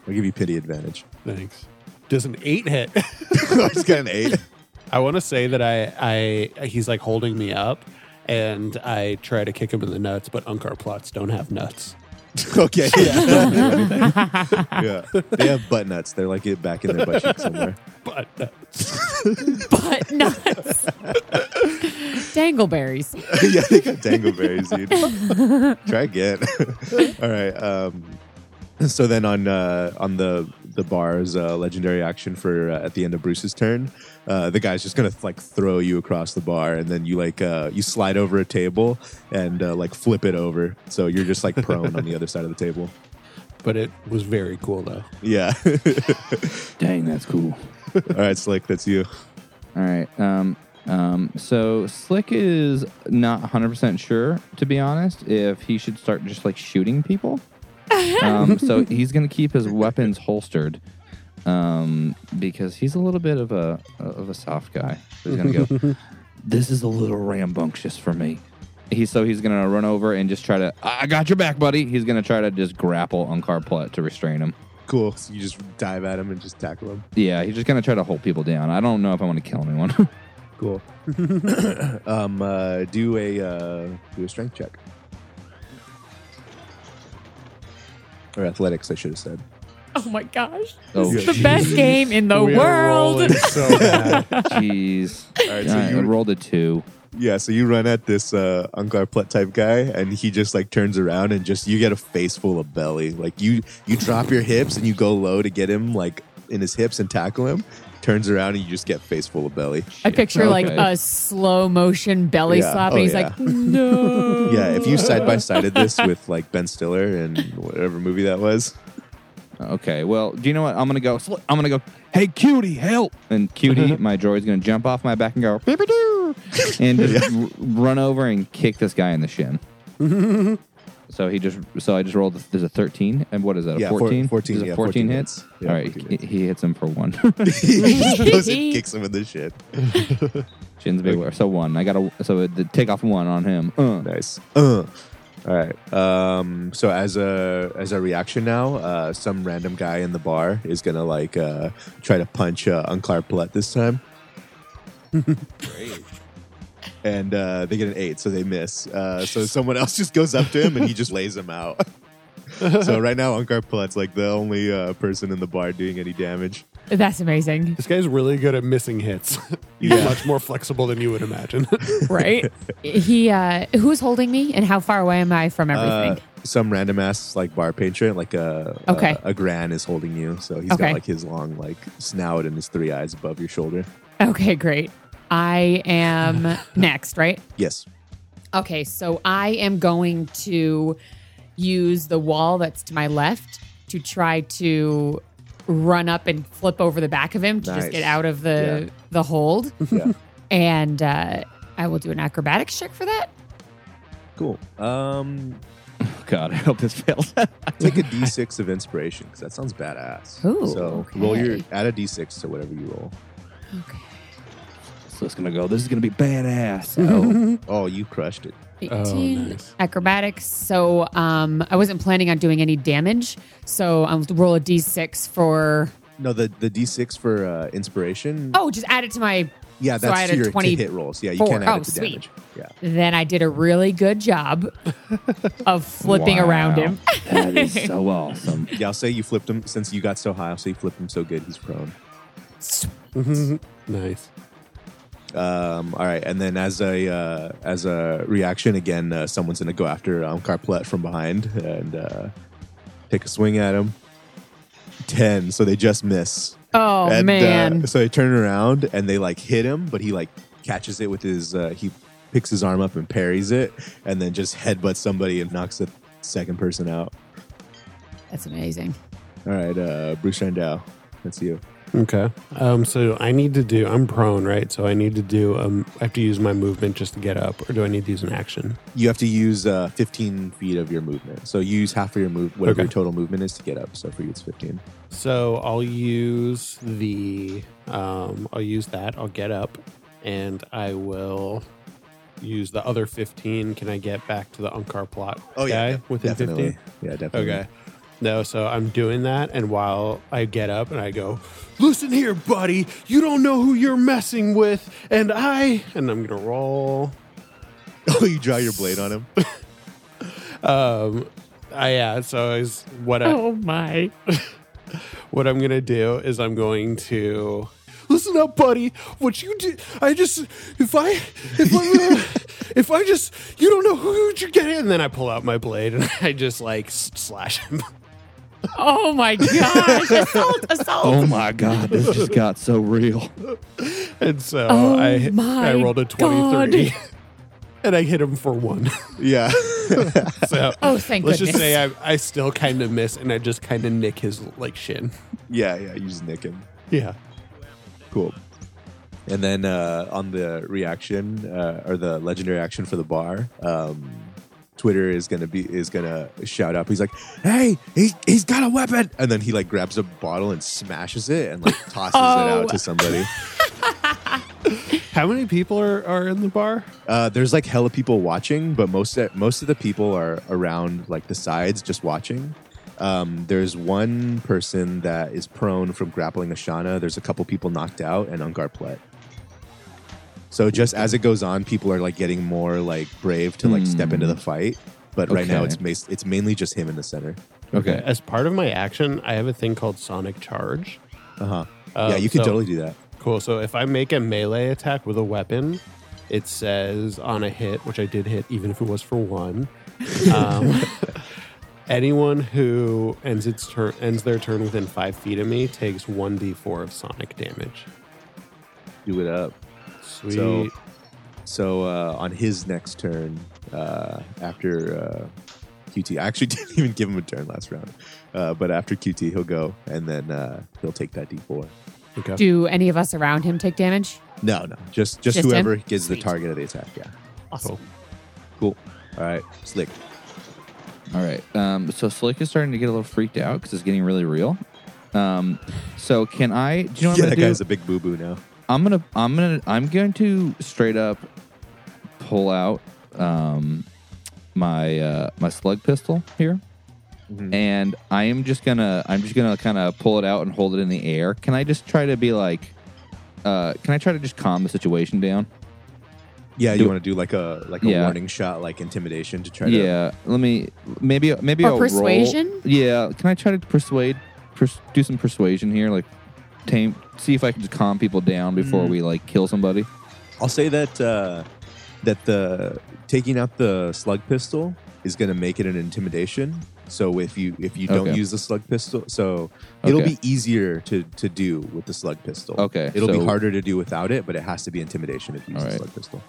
Speaker 3: I'll give you pity advantage.
Speaker 1: Thanks. Does an eight hit?
Speaker 3: I just got an eight.
Speaker 1: I want to say that I, I, he's like holding me up, and I try to kick him in the nuts, but Unkar plots don't have nuts.
Speaker 3: okay, yeah. yeah, they have butt nuts. They're like it back in their butt cheeks somewhere.
Speaker 1: But
Speaker 4: but nuts. Dangleberries.
Speaker 3: yeah, they got dangleberries, dude. Try again. All right. Um, so then on uh, on the the bar's uh, legendary action for uh, at the end of Bruce's turn, uh, the guy's just gonna like throw you across the bar, and then you like uh, you slide over a table and uh, like flip it over, so you're just like prone on the other side of the table.
Speaker 1: but it was very cool though.
Speaker 3: Yeah.
Speaker 2: Dang, that's cool.
Speaker 3: All right, Slick, that's you.
Speaker 2: All right. Um, um, so Slick is not 100% sure, to be honest, if he should start just like shooting people. Um, so he's going to keep his weapons holstered um, because he's a little bit of a of a soft guy. He's going to go, this is a little rambunctious for me. He, so he's going to run over and just try to, I I got your back, buddy. He's going to try to just grapple on Carplet to restrain him.
Speaker 3: Cool. So you just dive at him and just tackle him.
Speaker 2: Yeah, he's just going to try to hold people down. I don't know if I want to kill anyone.
Speaker 3: Cool. um, uh, do a uh, do a strength check or athletics. I should have said.
Speaker 4: Oh my gosh.
Speaker 2: oh,
Speaker 3: Yeah.
Speaker 4: The best game in the
Speaker 1: We are rolling
Speaker 4: world.
Speaker 1: so bad.
Speaker 2: Jeez.
Speaker 3: All right,
Speaker 2: All right,
Speaker 3: so
Speaker 2: I
Speaker 3: you,
Speaker 2: rolled a two.
Speaker 3: yeah, so you run at this uh, Uncle Plet type guy, and he just like turns around and just you get a face full of belly. Like you you drop your hips and you go low to get him like in his hips and tackle him. Turns around and you just get face full of belly.
Speaker 4: I picture like
Speaker 2: Okay.
Speaker 4: a slow motion belly
Speaker 3: Yeah.
Speaker 4: slap, and
Speaker 3: Oh,
Speaker 4: he's
Speaker 3: yeah.
Speaker 4: like, no.
Speaker 3: Yeah, if you side by sided this with like Ben Stiller and whatever movie that was.
Speaker 2: Okay, well, do you know what? I'm gonna go. sli- I'm gonna go. Hey, cutie, help! And cutie, my droid's gonna jump off my back and go, "Beep, doo," and just r- run over and kick this guy in the shin. so he just. So I just rolled. There's a 13, and what is that? A
Speaker 3: Yeah, four-
Speaker 2: 14.
Speaker 3: 14,
Speaker 2: There's a
Speaker 3: yeah,
Speaker 2: 14,
Speaker 3: 14
Speaker 2: hits.
Speaker 3: hits. Yeah,
Speaker 2: All right,
Speaker 3: 14
Speaker 2: he, he hits him for one.
Speaker 3: he just goes and kicks him in the shit.
Speaker 2: Shins beware. So one. I got to So the take off one on him. Uh.
Speaker 3: Nice. Uh. All right. Um, so as a as a reaction now, uh, some random guy in the bar is gonna like uh, try to punch uh, Unclar Paulette this time. And uh, they get an eight, so they miss. Uh, so someone else just goes up to him and he just lays him out. so right now, Unkar Palette's like the only uh, person in the bar doing any damage.
Speaker 4: That's amazing,
Speaker 1: This guy's really good at missing hits. He's
Speaker 3: Yeah.
Speaker 1: much more flexible than you would imagine.
Speaker 4: right? he, uh, who's holding me, and how far away am I from everything?
Speaker 3: Uh, some random ass like bar patron, like a
Speaker 4: Okay.
Speaker 3: a, a gran is holding you, so he's
Speaker 4: Okay.
Speaker 3: got like his long like snout and his three eyes above your shoulder.
Speaker 4: okay, great. I am next, right?
Speaker 3: Yes,
Speaker 4: Okay, so I am going to use the wall that's to my left to try to run up and flip over the back of him to
Speaker 3: Nice.
Speaker 4: just get out of the the hold.
Speaker 3: Yeah.
Speaker 4: and uh, I will do an acrobatics check for that.
Speaker 3: cool. Um,
Speaker 2: God, I hope this fails.
Speaker 3: Take a d6 of inspiration because that sounds badass.
Speaker 4: Ooh,
Speaker 3: so roll your
Speaker 4: okay.
Speaker 3: add a d6 to whatever you roll.
Speaker 2: so it's gonna go. This is gonna be badass. Oh,
Speaker 3: Oh, you crushed it.
Speaker 4: 18
Speaker 1: nice.
Speaker 4: acrobatics. So um, I wasn't planning on doing any damage. So I'll roll a d6 for.
Speaker 3: No, the, the d6 for uh, inspiration.
Speaker 4: Oh, just add it to my.
Speaker 3: yeah,
Speaker 4: so I
Speaker 3: that's
Speaker 4: had
Speaker 3: to
Speaker 4: a
Speaker 3: your to
Speaker 4: 20
Speaker 3: hit rolls. Yeah, you
Speaker 4: four.
Speaker 3: can't add
Speaker 4: Oh,
Speaker 3: it to
Speaker 4: sweet.
Speaker 3: damage. Yeah,
Speaker 4: Then I did a really good job of flipping around
Speaker 2: Wow.
Speaker 4: him.
Speaker 2: that is so awesome.
Speaker 3: yeah. I'll say you flipped him since you got so high. I'll say you flipped him so good he's prone.
Speaker 1: nice.
Speaker 3: Um, all right, and then as a uh, as a reaction, again, uh, someone's gonna go after um, Carplet from behind and uh, take a swing at him. Ten, so they just miss.
Speaker 4: Oh,
Speaker 3: and,
Speaker 4: man.
Speaker 3: Uh, so they turn around and they like hit him, but he like catches it with his uh, he picks his arm up and parries it, and then just headbutts somebody and knocks the second person out.
Speaker 4: That's amazing.
Speaker 3: All right, uh, Bruce Randall, that's you.
Speaker 1: Okay. Um, so I need to do. I'm prone, right? So I need to do. Um, I have to use my movement just to get up, or do I need to use an action?
Speaker 3: You have to use uh, 15 feet of your movement, so you use half of your move, whatever
Speaker 1: Okay.
Speaker 3: your total movement is, to get up. So for you, it's 15.
Speaker 1: So I'll use the. Um, I'll use that. I'll get up, and I will use the other 15. Can I get back to the Unkar plot?
Speaker 3: Oh, yeah,
Speaker 1: guy within
Speaker 3: definitely.
Speaker 1: 15.
Speaker 3: Yeah,
Speaker 4: Mm-hmm.
Speaker 3: definitely.
Speaker 1: Okay. No, so I'm doing that, and while I get up and I go, listen here, buddy, you don't know who you're messing with, and I, and I'm gonna roll.
Speaker 3: Oh, you draw your blade on him.
Speaker 1: Um, I, yeah, so is what I,
Speaker 4: Oh, my.
Speaker 1: what I'm gonna do is I'm going to listen up, buddy. What you do? I just if I if I if I just you don't know who you get in, then I pull out my blade and I just like s- slash him.
Speaker 4: Oh, my gosh. assault, assault.
Speaker 2: Oh my God, this just got so real.
Speaker 1: And so
Speaker 4: Oh
Speaker 1: I
Speaker 4: my
Speaker 1: I rolled a twenty three, and I hit him for one.
Speaker 3: yeah.
Speaker 1: So
Speaker 4: Oh, thank
Speaker 1: let's just
Speaker 4: goodness.
Speaker 1: say uh, I I still kind of miss, and I just kind of nick his like shin.
Speaker 3: yeah, yeah. You just nick him.
Speaker 1: Yeah.
Speaker 3: Cool. And then uh, on the reaction uh, or the legendary action for the bar, um, Twitter is gonna be is gonna shout up. He's like, "Hey, he he's got a weapon!" And then he like grabs a bottle and smashes it and like tosses it
Speaker 4: Oh.
Speaker 3: out to somebody.
Speaker 1: How many people are are in the bar?
Speaker 3: Uh, there's like hella people watching, but most most of the people are around like the sides just watching. Um, there's one person that is prone from grappling Ashana. There's a couple people knocked out and Ungar Plet. So just as it goes on, people are like getting more like brave to like step into the fight. But right now,
Speaker 2: Okay.
Speaker 3: it's mas- it's mainly just him in the center.
Speaker 2: Okay.
Speaker 1: As part of my action, I have a thing called Sonic Charge.
Speaker 3: Uh huh.
Speaker 1: Um,
Speaker 3: yeah, you could
Speaker 1: so-
Speaker 3: totally do that.
Speaker 1: Cool. So if I make a melee attack with a weapon, it says on a hit, which I did hit, even if it was for one. Um, anyone who ends its turn ends their turn within five feet of me takes one d4 of sonic damage.
Speaker 3: Do it up.
Speaker 1: Sweet.
Speaker 3: So- So uh, on his next turn, uh, after uh, QT, I actually didn't even give him a turn last round, uh, but after QT, he'll go and then uh, he'll take that D4.
Speaker 1: okay.
Speaker 4: Do any of us around him take damage?
Speaker 3: No, no, just just,
Speaker 4: Just him?
Speaker 3: whoever gets the
Speaker 4: Sweet.
Speaker 3: target of the attack. Yeah,
Speaker 1: Cool.
Speaker 3: cool. All right, slick.
Speaker 2: All right. Um, so Slick is starting to get a little freaked out because it's getting really real. Um, so can I? Do you know what
Speaker 3: yeah,
Speaker 2: I'm gonna
Speaker 3: that
Speaker 2: do?
Speaker 3: guy's a big boo boo now.
Speaker 2: I'm gonna I'm gonna I'm going to straight up pull out um my uh my slug pistol here.
Speaker 3: Mhm.
Speaker 2: And I am just gonna I'm just gonna kinda pull it out and hold it in the air. Can I just try to be like uh can I try to just calm the situation down?
Speaker 3: Yeah,
Speaker 2: Do-
Speaker 3: you want to do like a like a
Speaker 2: Yeah.
Speaker 3: warning shot, like intimidation to try to.
Speaker 2: yeah. Let me maybe maybe
Speaker 4: Or
Speaker 2: I'll roll-
Speaker 4: persuasion?
Speaker 2: Yeah. Can I try to persuade pers- do some persuasion here, like tame see if I can just calm people down
Speaker 3: Mm.
Speaker 2: before we like kill somebody?
Speaker 3: I'll say that uh, that the taking out the slug pistol is going to make it an intimidation. So if you if you don't
Speaker 2: Okay.
Speaker 3: use the slug pistol, so it'll
Speaker 2: Okay.
Speaker 3: be easier to to do with the slug pistol.
Speaker 2: Okay,
Speaker 3: it'll be
Speaker 2: so-
Speaker 3: harder to do without it, but it has to be intimidation if you use
Speaker 2: All
Speaker 3: the
Speaker 2: right.
Speaker 3: slug pistol.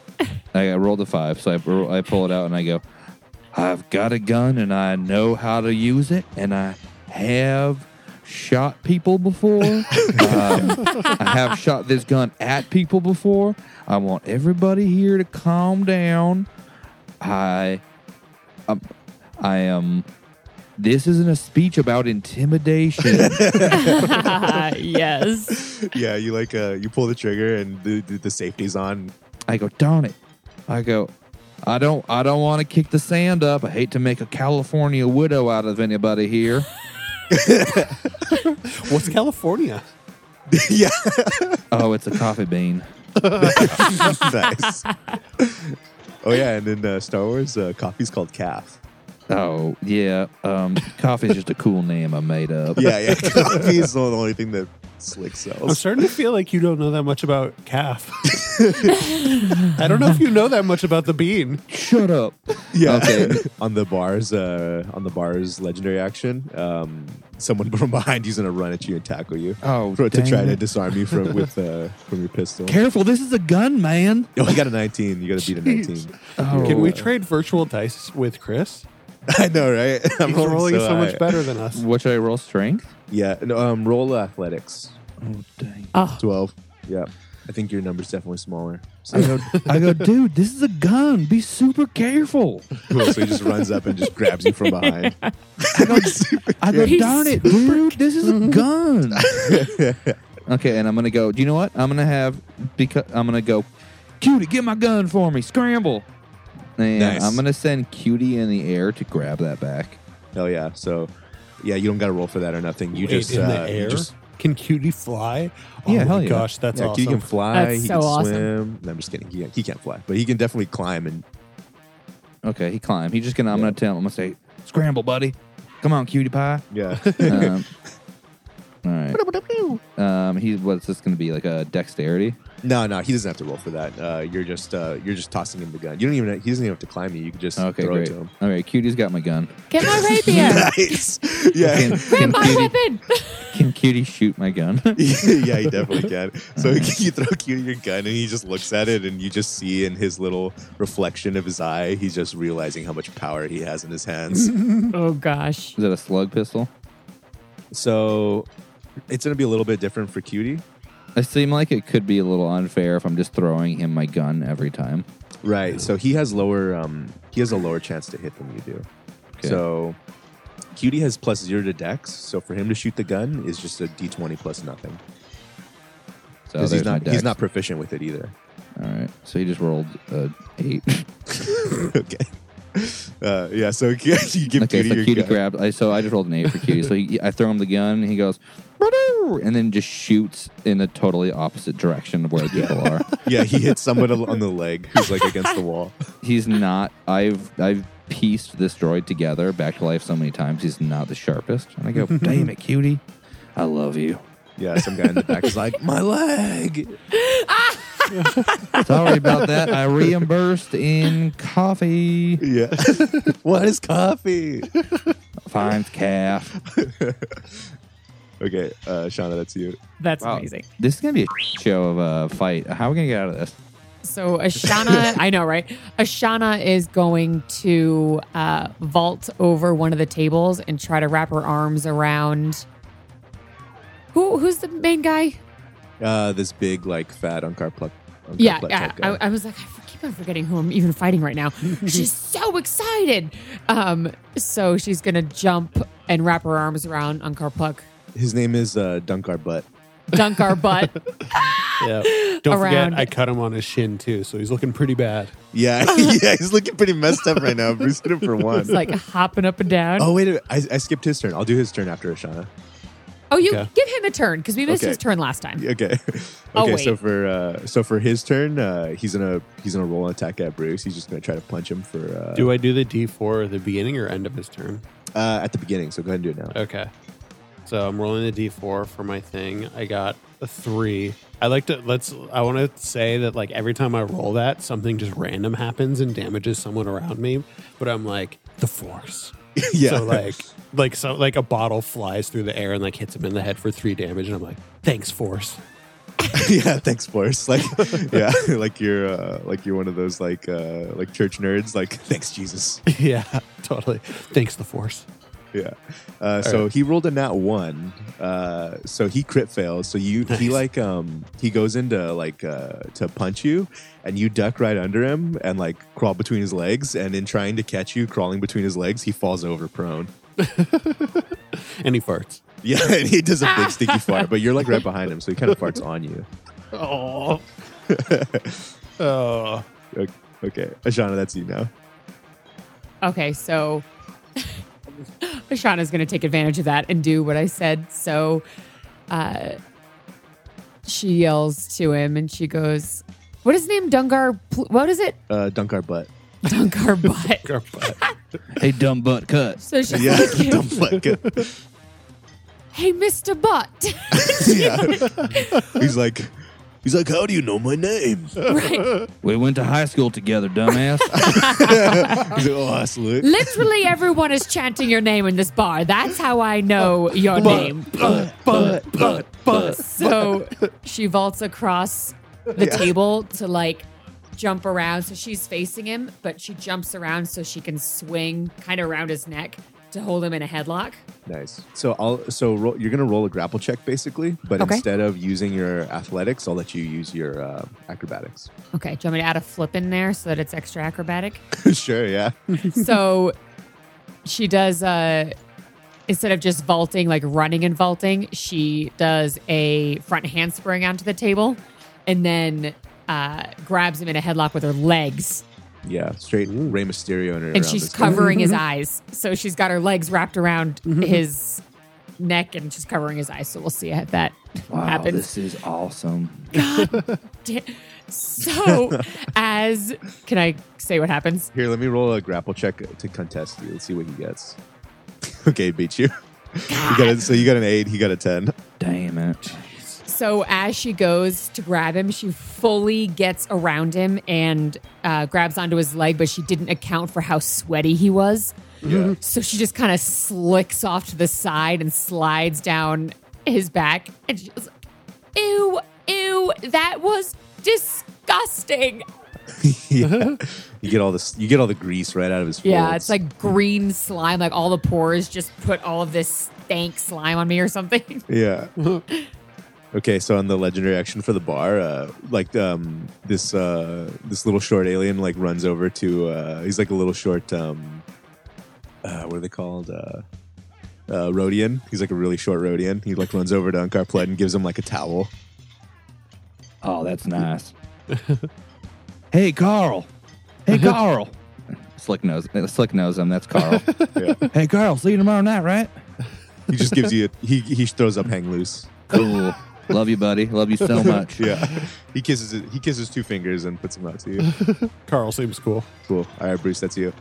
Speaker 2: I I rolled a five, so I, ro- I pull it out and I go, I've got a gun and I know how to use it, and I have shot people before. um, I have shot this gun at people before. I want everybody here to calm down. I, I'm, um, I am. This isn't a speech about intimidation.
Speaker 4: Uh, yes.
Speaker 3: yeah, you like uh, you pull the trigger and the, the, the safety's on.
Speaker 2: I go, darn it. I go, I don't, I don't want to kick the sand up. I hate to make a California widow out of anybody here.
Speaker 1: What's California?
Speaker 3: yeah,
Speaker 2: oh, it's a coffee bean.
Speaker 3: nice. Oh yeah, and in uh, Star Wars, uh, coffee's called calf.
Speaker 2: Oh yeah, um, coffee's just a cool name I made up.
Speaker 3: Yeah, yeah, coffee is the only thing that slick
Speaker 1: I'm
Speaker 3: sells.
Speaker 1: starting to feel like you don't know that much about calf. I don't know if you know that much about the bean.
Speaker 2: Shut up.
Speaker 3: Yeah,
Speaker 2: Okay.
Speaker 3: on the bars, uh, on the bars, legendary action. Um, someone from behind you's gonna run at you and tackle you.
Speaker 2: Oh,
Speaker 3: For, to
Speaker 2: dang
Speaker 3: try to
Speaker 2: it.
Speaker 3: disarm you from with uh, from your pistol.
Speaker 2: Careful, this is a gun, man.
Speaker 3: Oh, you got a 19. You got to beat a 19.
Speaker 2: Oh,
Speaker 1: Can we trade virtual dice with Chris?
Speaker 3: I know, right? I'm
Speaker 1: He's rolling so,
Speaker 3: high.
Speaker 1: much better than us.
Speaker 2: What should I roll? Strength.
Speaker 3: Yeah, no, um, roll athletics.
Speaker 2: Oh dang.
Speaker 4: Oh,
Speaker 3: 12. Yeah. I think your number's definitely smaller. So,
Speaker 2: I go, I go, dude. This is a gun. Be super careful.
Speaker 3: so he just runs up and just grabs you from behind.
Speaker 2: I go,
Speaker 4: He's
Speaker 2: darn it, dude. This is a gun.
Speaker 3: Mm-hmm.
Speaker 2: okay, and I'm gonna go. Do you know what? I'm gonna have because I'm gonna go. Cutie, get my gun for me. Scramble. And
Speaker 3: Nice.
Speaker 2: I'm gonna send Cutie in the air to grab that back.
Speaker 3: Hell yeah. So, yeah, you don't got to roll for that or nothing. You
Speaker 1: Wait,
Speaker 3: just.
Speaker 1: in
Speaker 3: uh,
Speaker 1: the
Speaker 3: you
Speaker 1: air.
Speaker 3: just-
Speaker 1: Can Cutie fly? Oh
Speaker 2: Yeah,
Speaker 1: my
Speaker 2: hell yeah.
Speaker 1: gosh, that's
Speaker 3: yeah,
Speaker 1: awesome.
Speaker 3: He can fly.
Speaker 4: That's
Speaker 3: he
Speaker 4: so
Speaker 3: can
Speaker 4: awesome.
Speaker 3: swim. No, I'm just kidding. He, can't- he can't fly, but he can definitely climb. And
Speaker 2: Okay, he climbed. He's just gonna. I'm
Speaker 3: Yeah.
Speaker 2: gonna tell him. I'm gonna say, scramble, buddy. Come on, Cutie Pie.
Speaker 3: yeah.
Speaker 2: Um, all right. Um, he what's this gonna be like a dexterity?
Speaker 3: no, no, he doesn't have to roll for that. Uh, you're just uh, you're just tossing him the gun. You don't even. He doesn't even have to climb you. You can just
Speaker 2: Okay,
Speaker 3: throw
Speaker 2: great.
Speaker 3: it to him.
Speaker 2: All right, Cutie's got my gun.
Speaker 4: get my rapier.
Speaker 3: Nice. Yeah.
Speaker 2: Can,
Speaker 4: Grab
Speaker 2: can,
Speaker 4: my
Speaker 2: Cutie,
Speaker 4: weapon.
Speaker 2: can Cutie shoot my gun?
Speaker 3: yeah, he definitely can. So you throw Q your gun, and he just looks at it, and you just see in his little reflection of his eye, he's just realizing how much power he has in his hands.
Speaker 4: oh gosh.
Speaker 2: Is that a slug pistol?
Speaker 3: so it's gonna be a little bit different for Cutie,
Speaker 2: It seemed like it could be a little unfair if I'm just throwing him my gun every time.
Speaker 3: right? So he has lower, um, he has a lower chance to hit than you do.
Speaker 2: Okay.
Speaker 3: So Cutie has plus zero to Dex, so for him to shoot the gun is just a D twenty plus nothing
Speaker 2: So
Speaker 3: because he's
Speaker 2: there's my
Speaker 3: not he's
Speaker 2: dex.
Speaker 3: not proficient with it either.
Speaker 2: All right. So he just rolled uh, eight.
Speaker 3: okay. Uh, yeah, so you give
Speaker 2: okay.
Speaker 3: Cutie
Speaker 2: so
Speaker 3: your
Speaker 2: Cutie
Speaker 3: gun.
Speaker 2: grabbed. I, so I just rolled an eight for Cutie. so he, I throw him the gun. and He goes, "Ba-doo," and then just shoots in a totally opposite direction of where people are.
Speaker 3: yeah, he hits someone on the leg who's like against the wall.
Speaker 2: He's not. I've I've pieced this droid together back to life so many times. He's not the sharpest. And I go, damn it, Cutie, I love you.
Speaker 3: Yeah, some guy in the back is like, my leg.
Speaker 2: Sorry about that. I reimbursed in coffee.
Speaker 3: Yeah. what is coffee?
Speaker 2: Finds calf.
Speaker 3: Okay, uh, Shauna, that's you.
Speaker 4: That's
Speaker 2: Wow.
Speaker 4: amazing.
Speaker 2: This is gonna be a show of a fight. How are we gonna get out of this?
Speaker 4: So Ashana, I know, right? Ashana is going to uh, vault over one of the tables and try to wrap her arms around. Who who's the main guy?
Speaker 3: Uh, this big, like, fat Unkar pluck. Unkar
Speaker 4: Yeah,
Speaker 3: Pluck
Speaker 4: yeah.
Speaker 3: type guy.
Speaker 4: I, I was like, I keep on forgetting who I'm even fighting right now. she's so excited. Um, so she's gonna jump and wrap her arms around Unkar Puck,
Speaker 3: His name is uh, Dunkar Butt.
Speaker 4: dunk our butt.
Speaker 1: Yeah. Don't
Speaker 4: Around-
Speaker 1: forget, I cut him on his shin too, so he's looking pretty bad.
Speaker 3: Yeah, yeah, he's looking pretty messed up right now. Bruce hit him for one.
Speaker 4: It's like hopping up and down.
Speaker 3: oh,
Speaker 4: Oh,
Speaker 3: wait a minute. I, I skipped his turn. I'll do his turn after Ashana.
Speaker 4: Oh, you
Speaker 1: okay.
Speaker 4: give him a turn because we missed
Speaker 3: Okay.
Speaker 4: his turn last time.
Speaker 3: Okay.
Speaker 4: Oh,
Speaker 3: okay, so
Speaker 4: wait.
Speaker 3: for uh, so for his turn, uh, he's gonna he's gonna roll an attack at Bruce. He's just gonna try to punch him for uh,
Speaker 1: Do I do the D4 at the beginning or end of his turn?
Speaker 3: uh, at the beginning. So go ahead and do it now.
Speaker 1: Okay. So I'm rolling the D4 for my thing. I got a three. I like to let's. I want to say that like every time I roll that, something just random happens and damages someone around me. But I'm like the force.
Speaker 3: yeah,
Speaker 1: So like like so like a bottle flies through the air and like hits him in the head for three damage, and I'm like, thanks force.
Speaker 3: yeah, thanks, Force. Like, yeah, like you're uh, like you're one of those like uh, like church nerds. Like, thanks, Jesus.
Speaker 1: yeah, totally. Thanks the force.
Speaker 3: yeah. Uh, so he rolled a nat one. Uh, so he crit fails. So you he
Speaker 1: Nice.
Speaker 3: like um he goes into like uh, to punch you, and you duck right under him and like crawl between his legs. And in trying to catch you, crawling between his legs, he falls over prone.
Speaker 1: and he farts.
Speaker 3: Yeah, and he does a big stinky fart, but you're like right behind him, so he kind of farts on you.
Speaker 1: Oh. oh.
Speaker 3: Okay, Ashana, that's you now.
Speaker 4: Okay, so Ashana's going to take advantage of that and do what I said. So uh, she yells to him and she goes, What is his name? Dungar. Pl- What is it?
Speaker 3: Uh, dunk our butt.
Speaker 4: Dungar butt.
Speaker 5: Hey, dumb butt cut.
Speaker 4: So she's
Speaker 3: Yeah,
Speaker 4: like,
Speaker 3: dunk butt.
Speaker 4: Hey, Mr. Butt.
Speaker 3: yeah. He's like, he's like, how do you know my name? he's like,
Speaker 4: right.
Speaker 5: We went to high school together, dumbass.
Speaker 3: oh, that's lit.
Speaker 4: Literally everyone is chanting your name in this bar. That's how I know your name.
Speaker 5: butt, butt, butt.
Speaker 4: So she vaults across the table to like jump around. So she's facing him, but she jumps around so she can swing kind of around his neck to hold him in a headlock.
Speaker 3: Nice. So I'll so roll, you're gonna roll a grapple check basically, but
Speaker 4: Okay.
Speaker 3: instead of using your athletics, I'll let you use your uh, acrobatics.
Speaker 4: Okay, do you want me to add a flip in there so that it's extra acrobatic?
Speaker 3: sure. Yeah.
Speaker 4: so she does uh instead of just vaulting like running and vaulting she does a front handspring onto the table and then uh grabs him in a headlock with her legs
Speaker 3: Yeah. Straight Rey Mysterio in her.
Speaker 4: and she's covering his eyes so she's got her legs wrapped around his neck and she's covering his eyes so we'll see if that
Speaker 5: Wow,
Speaker 4: happens
Speaker 5: this is awesome.
Speaker 4: Da- so as can i say what happens
Speaker 3: Here, let me roll a grapple check to contest you. Let's see what he gets. okay, beat you. you got a, so you got an eight. He got a ten.
Speaker 5: Damn it.
Speaker 4: So as she goes to grab him, she fully gets around him and uh, grabs onto his leg, but she didn't account for how sweaty he was.
Speaker 3: Yeah.
Speaker 4: So she just kind of slicks off to the side and slides down his back, and she was like, "Ew, ew, that was disgusting."
Speaker 3: yeah. You get all this. You get all the grease right out of his.
Speaker 4: Yeah,
Speaker 3: folds.
Speaker 4: it's like green slime, like all the pores just put all of this stank slime on me or something.
Speaker 3: Yeah. okay, so on the legendary action for the bar, uh, like um, this uh, this little short alien like runs over to uh, he's like a little short um, uh, what are they called? Uh, uh, Rodian. He's like a really short Rodian. He like runs over to Unkar Pled and gives him like a towel.
Speaker 5: Oh, that's nice. hey, Carl. Hey, Carl. Slick knows. Slick knows him. That's Carl.
Speaker 3: Yeah.
Speaker 5: hey, Carl. See you tomorrow night, right?
Speaker 3: he just gives you a, he he throws up hang loose.
Speaker 5: Cool. Love you, buddy. Love you so much.
Speaker 3: Yeah, he kisses it- he kisses two fingers and puts them out to you.
Speaker 1: Carl seems cool.
Speaker 3: Cool. All right, Bruce, that's you.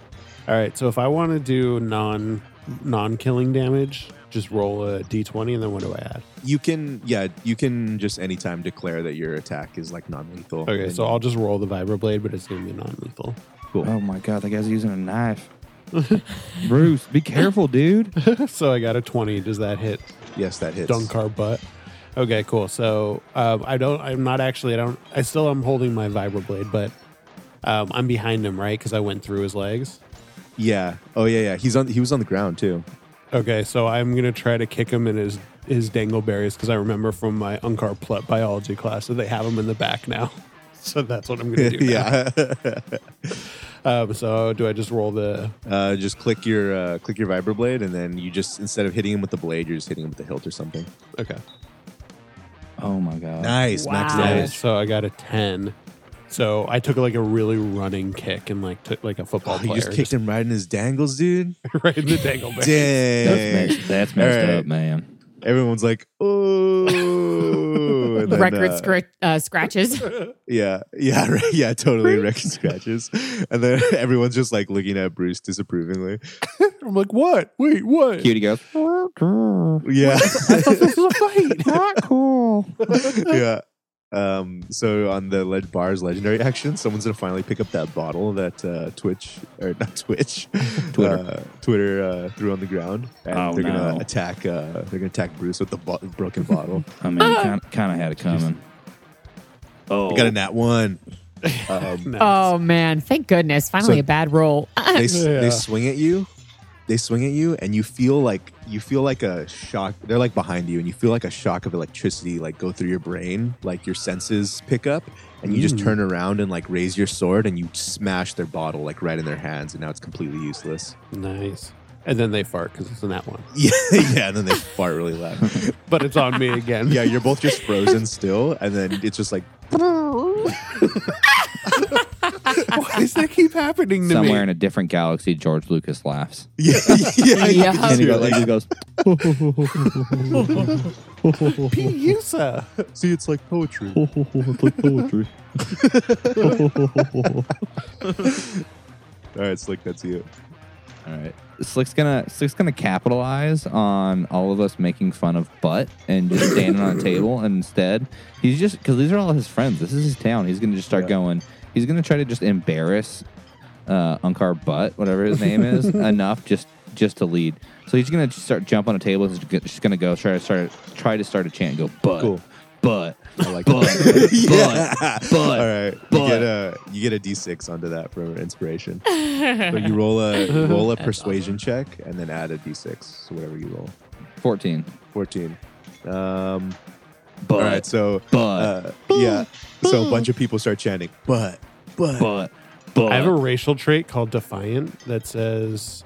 Speaker 1: All right, so if I want to do non non killing damage, just roll a d20 and then what do I add?
Speaker 3: You can yeah you can just anytime declare that your attack is like non lethal.
Speaker 1: Okay, so I'll just roll the vibroblade, but it's going to be non lethal.
Speaker 5: Oh my god, that guy's using a knife. Bruce, be careful, dude.
Speaker 1: so I got a 20. Does that hit
Speaker 3: yes that hits.
Speaker 1: dunk our butt? Okay, cool. So um, I don't, I'm not actually, I don't, I still am holding my vibroblade, but um, I'm behind him, right? Because I went through his legs.
Speaker 3: Yeah. Oh yeah, yeah. He's on. He was on the ground too.
Speaker 1: Okay, so I'm gonna try to kick him in his his dangleberries because I remember from my Unkar Plut biology class that they have him in the back now. So that's what I'm gonna do. now.
Speaker 3: yeah.
Speaker 1: Um, so do I just roll the?
Speaker 3: uh, just click your uh, click your vibroblade, and then you just instead of hitting him with the blade, you're just hitting him with the hilt or something.
Speaker 1: Okay.
Speaker 5: Oh my god.
Speaker 3: Nice,
Speaker 4: Wow.
Speaker 1: Yeah,
Speaker 4: Ouch.
Speaker 1: so I got a ten. So I took like a really running kick and like took like a football
Speaker 3: Oh, you
Speaker 1: player
Speaker 3: just kicked him right in his dangles, dude.
Speaker 1: right in the dangleberry.
Speaker 3: Dang.
Speaker 5: That's messed, that's messed
Speaker 3: All right.
Speaker 5: up, man.
Speaker 3: Everyone's like, oh. And then,
Speaker 4: Record
Speaker 3: uh,
Speaker 4: scr- uh, scratches.
Speaker 3: Yeah, yeah, right, yeah. Totally record scratches, and then everyone's just like looking at Bruce disapprovingly.
Speaker 1: I'm like, what? Wait, what?
Speaker 5: Cutie goes.
Speaker 3: Yeah.
Speaker 5: this is a fight. Not cool.
Speaker 3: yeah. Um, so on the lead bar's legendary action, someone's gonna finally pick up that bottle that uh, Twitch or not Twitch,
Speaker 5: Twitter.
Speaker 3: uh, Twitter uh, threw on the ground, and
Speaker 5: Oh,
Speaker 3: they're gonna
Speaker 5: no.
Speaker 3: attack. Uh, they're gonna attack Bruce with the bo- broken bottle.
Speaker 5: I mean, kind of had it coming.
Speaker 3: I got a nat one. Um,
Speaker 1: Nice.
Speaker 4: Oh man! Thank goodness! Finally,
Speaker 3: So-
Speaker 4: a bad roll.
Speaker 3: they s
Speaker 1: Yeah.
Speaker 3: they swing at you. they swing at you and you feel like you feel like a shock they're like behind you and you feel like a shock of electricity like go through your brain like your senses pick up and you just
Speaker 1: Mm.
Speaker 3: turn around and like raise your sword and you smash their bottle like right in their hands and now it's completely useless
Speaker 1: Nice. And then they fart because it's in that one.
Speaker 3: yeah yeah and then they fart really loud
Speaker 1: But it's on me again.
Speaker 3: yeah you're both just frozen still and then it's just like
Speaker 1: Why does that keep happening to
Speaker 2: Somewhere in
Speaker 1: me?
Speaker 2: a different galaxy, George Lucas laughs.
Speaker 3: yeah yeah,
Speaker 4: Yeah.
Speaker 3: yeah.
Speaker 2: And he
Speaker 3: You're
Speaker 2: goes,
Speaker 3: like,
Speaker 2: he goes
Speaker 1: Pete Yusa.
Speaker 3: see it's like poetry all right slick that's you
Speaker 2: All right. Slick's gonna Slick's gonna capitalize on all of us making fun of butt and just standing on a table. And instead, he's just because these are all his friends. This is his town. He's gonna just start
Speaker 3: Yeah.
Speaker 2: going. He's gonna try to just embarrass uh, Unkar Butt, whatever his name is, enough just just to lead. So he's gonna just start jump on a table. He's g- just gonna go try to start try to start a chant. Go butt,
Speaker 3: Cool.
Speaker 2: butt,
Speaker 3: I like
Speaker 2: butt,
Speaker 3: that.
Speaker 2: butt. but-
Speaker 3: All right.
Speaker 2: but-
Speaker 3: you get a you get a d6 onto that for inspiration. so you roll a you roll a persuasion check and then add a d6. So whatever you roll,
Speaker 2: Fourteen.
Speaker 3: fourteen. Um,
Speaker 2: But
Speaker 3: all right. So
Speaker 2: but
Speaker 3: uh, yeah. So a bunch of people start chanting, but but.
Speaker 2: but but
Speaker 1: I have a racial trait called Defiant that says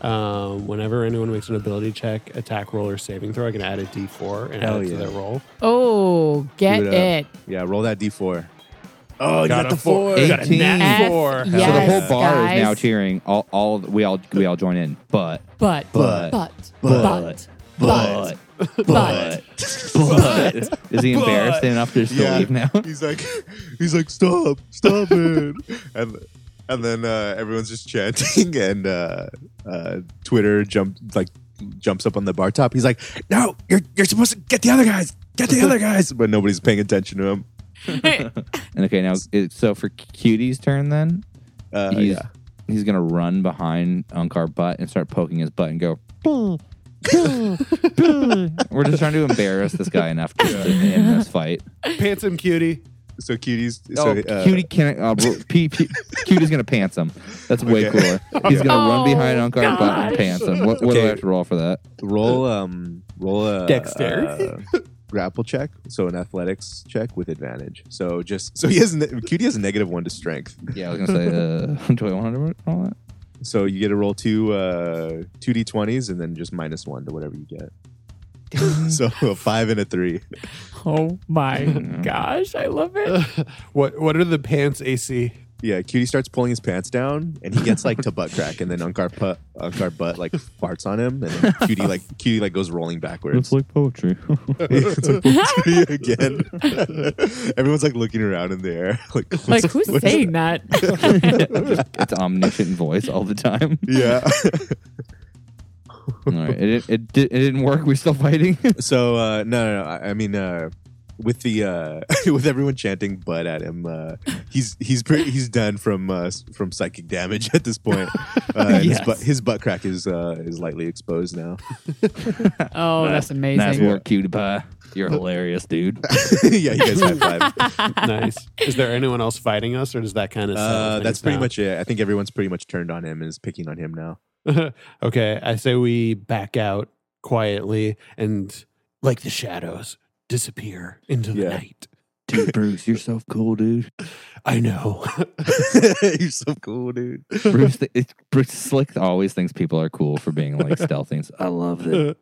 Speaker 1: um, whenever anyone makes an ability check, attack roll, or saving throw, I can add a d4 and
Speaker 3: Hell
Speaker 1: add it to
Speaker 3: yeah.
Speaker 1: their roll.
Speaker 4: Oh, get
Speaker 3: Give it up.
Speaker 4: it.
Speaker 3: Yeah. Roll that d4. Oh, you
Speaker 1: Got
Speaker 3: got,
Speaker 1: a
Speaker 3: the four.
Speaker 1: four.
Speaker 2: Got a nat
Speaker 4: F-
Speaker 1: four.
Speaker 4: yes,
Speaker 2: so the whole bar
Speaker 4: guys.
Speaker 2: is now cheering. All, all we all we all join in. But
Speaker 4: But,
Speaker 2: But.
Speaker 4: but, but,
Speaker 2: But.
Speaker 4: but,
Speaker 2: but
Speaker 4: but,
Speaker 2: but is he embarrassed enough to still
Speaker 3: Yeah.
Speaker 2: leave now?
Speaker 3: He's like, he's like, stop, stop it, and and then uh, everyone's just chanting, and uh, uh, Twitter jump like jumps up on the bar top. He's like, no, you're you're supposed to get the other guys, get the other guys, but nobody's paying attention to him.
Speaker 2: And okay, now it, so for Cutie's turn, then
Speaker 3: Uh,
Speaker 2: he's
Speaker 3: yeah,
Speaker 2: he's gonna run behind Unkar butt and start poking his butt and go. "Boo, boo, boo." We're just trying to embarrass this guy enough to to end this fight.
Speaker 1: Pants him, cutie.
Speaker 3: so cuties,
Speaker 2: oh,
Speaker 3: so, uh,
Speaker 2: Cutie can't. Uh, ro- P, P, Cutie's gonna pants him. That's way
Speaker 3: Okay.
Speaker 2: cooler. He's gonna run behind
Speaker 4: Oh,
Speaker 2: Unkar butt and
Speaker 4: gosh.
Speaker 2: pants him. What, what do
Speaker 3: Okay.
Speaker 2: I have to roll for that?
Speaker 3: roll um roll a
Speaker 1: Dexterity.
Speaker 3: uh, grapple check, so an athletics check with advantage. So just so he has ne- cutie has a negative one to strength.
Speaker 2: Yeah, I was gonna say, uh, do I want to roll that?
Speaker 3: So you get to roll two uh two d twenties and then just minus one to whatever you get. so a five and a three.
Speaker 4: Oh my gosh, I love it.
Speaker 1: what What are the pants AC?
Speaker 3: Yeah, Cutie starts pulling his pants down and he gets like to butt crack and then Unkar put Unkar butt like farts on him and then Cutie like Cutie like goes rolling backwards.
Speaker 2: like poetry.
Speaker 3: It's like, "Cutie again. Everyone's like looking around in the air. Like,
Speaker 4: Like,
Speaker 3: what's-
Speaker 4: who's
Speaker 3: what's
Speaker 4: saying that?
Speaker 2: it's omniscient voice all the time.
Speaker 3: Yeah.
Speaker 2: All right, it, it, it, di- it didn't work. We're still fighting.
Speaker 3: So uh, no, no, no. I, I mean, uh, with the uh, with everyone chanting "butt" at him, uh, he's he's pretty, he's done from uh, s- from psychic damage at this point. Uh, and his,
Speaker 2: Yes.
Speaker 3: butt, his butt crack is uh, is lightly exposed now.
Speaker 4: Oh, that's
Speaker 2: nice
Speaker 4: amazing.
Speaker 2: work, cutie pie. uh, You're hilarious, dude.
Speaker 3: yeah, you guys high five.
Speaker 1: nice. Is there anyone else fighting us, or does that kind of?
Speaker 3: Uh, that's pretty much it. I think everyone's pretty much turned on him and is picking on him now.
Speaker 1: much. okay, I say we back out quietly and, like the shadows, disappear into the
Speaker 3: Yeah.
Speaker 1: night.
Speaker 2: Dude, Bruce, you're so cool, dude.
Speaker 1: I know.
Speaker 3: You're so cool, dude.
Speaker 2: Bruce, th- it's, Bruce Slick always thinks people are cool for being like stealthy. and s- I love it.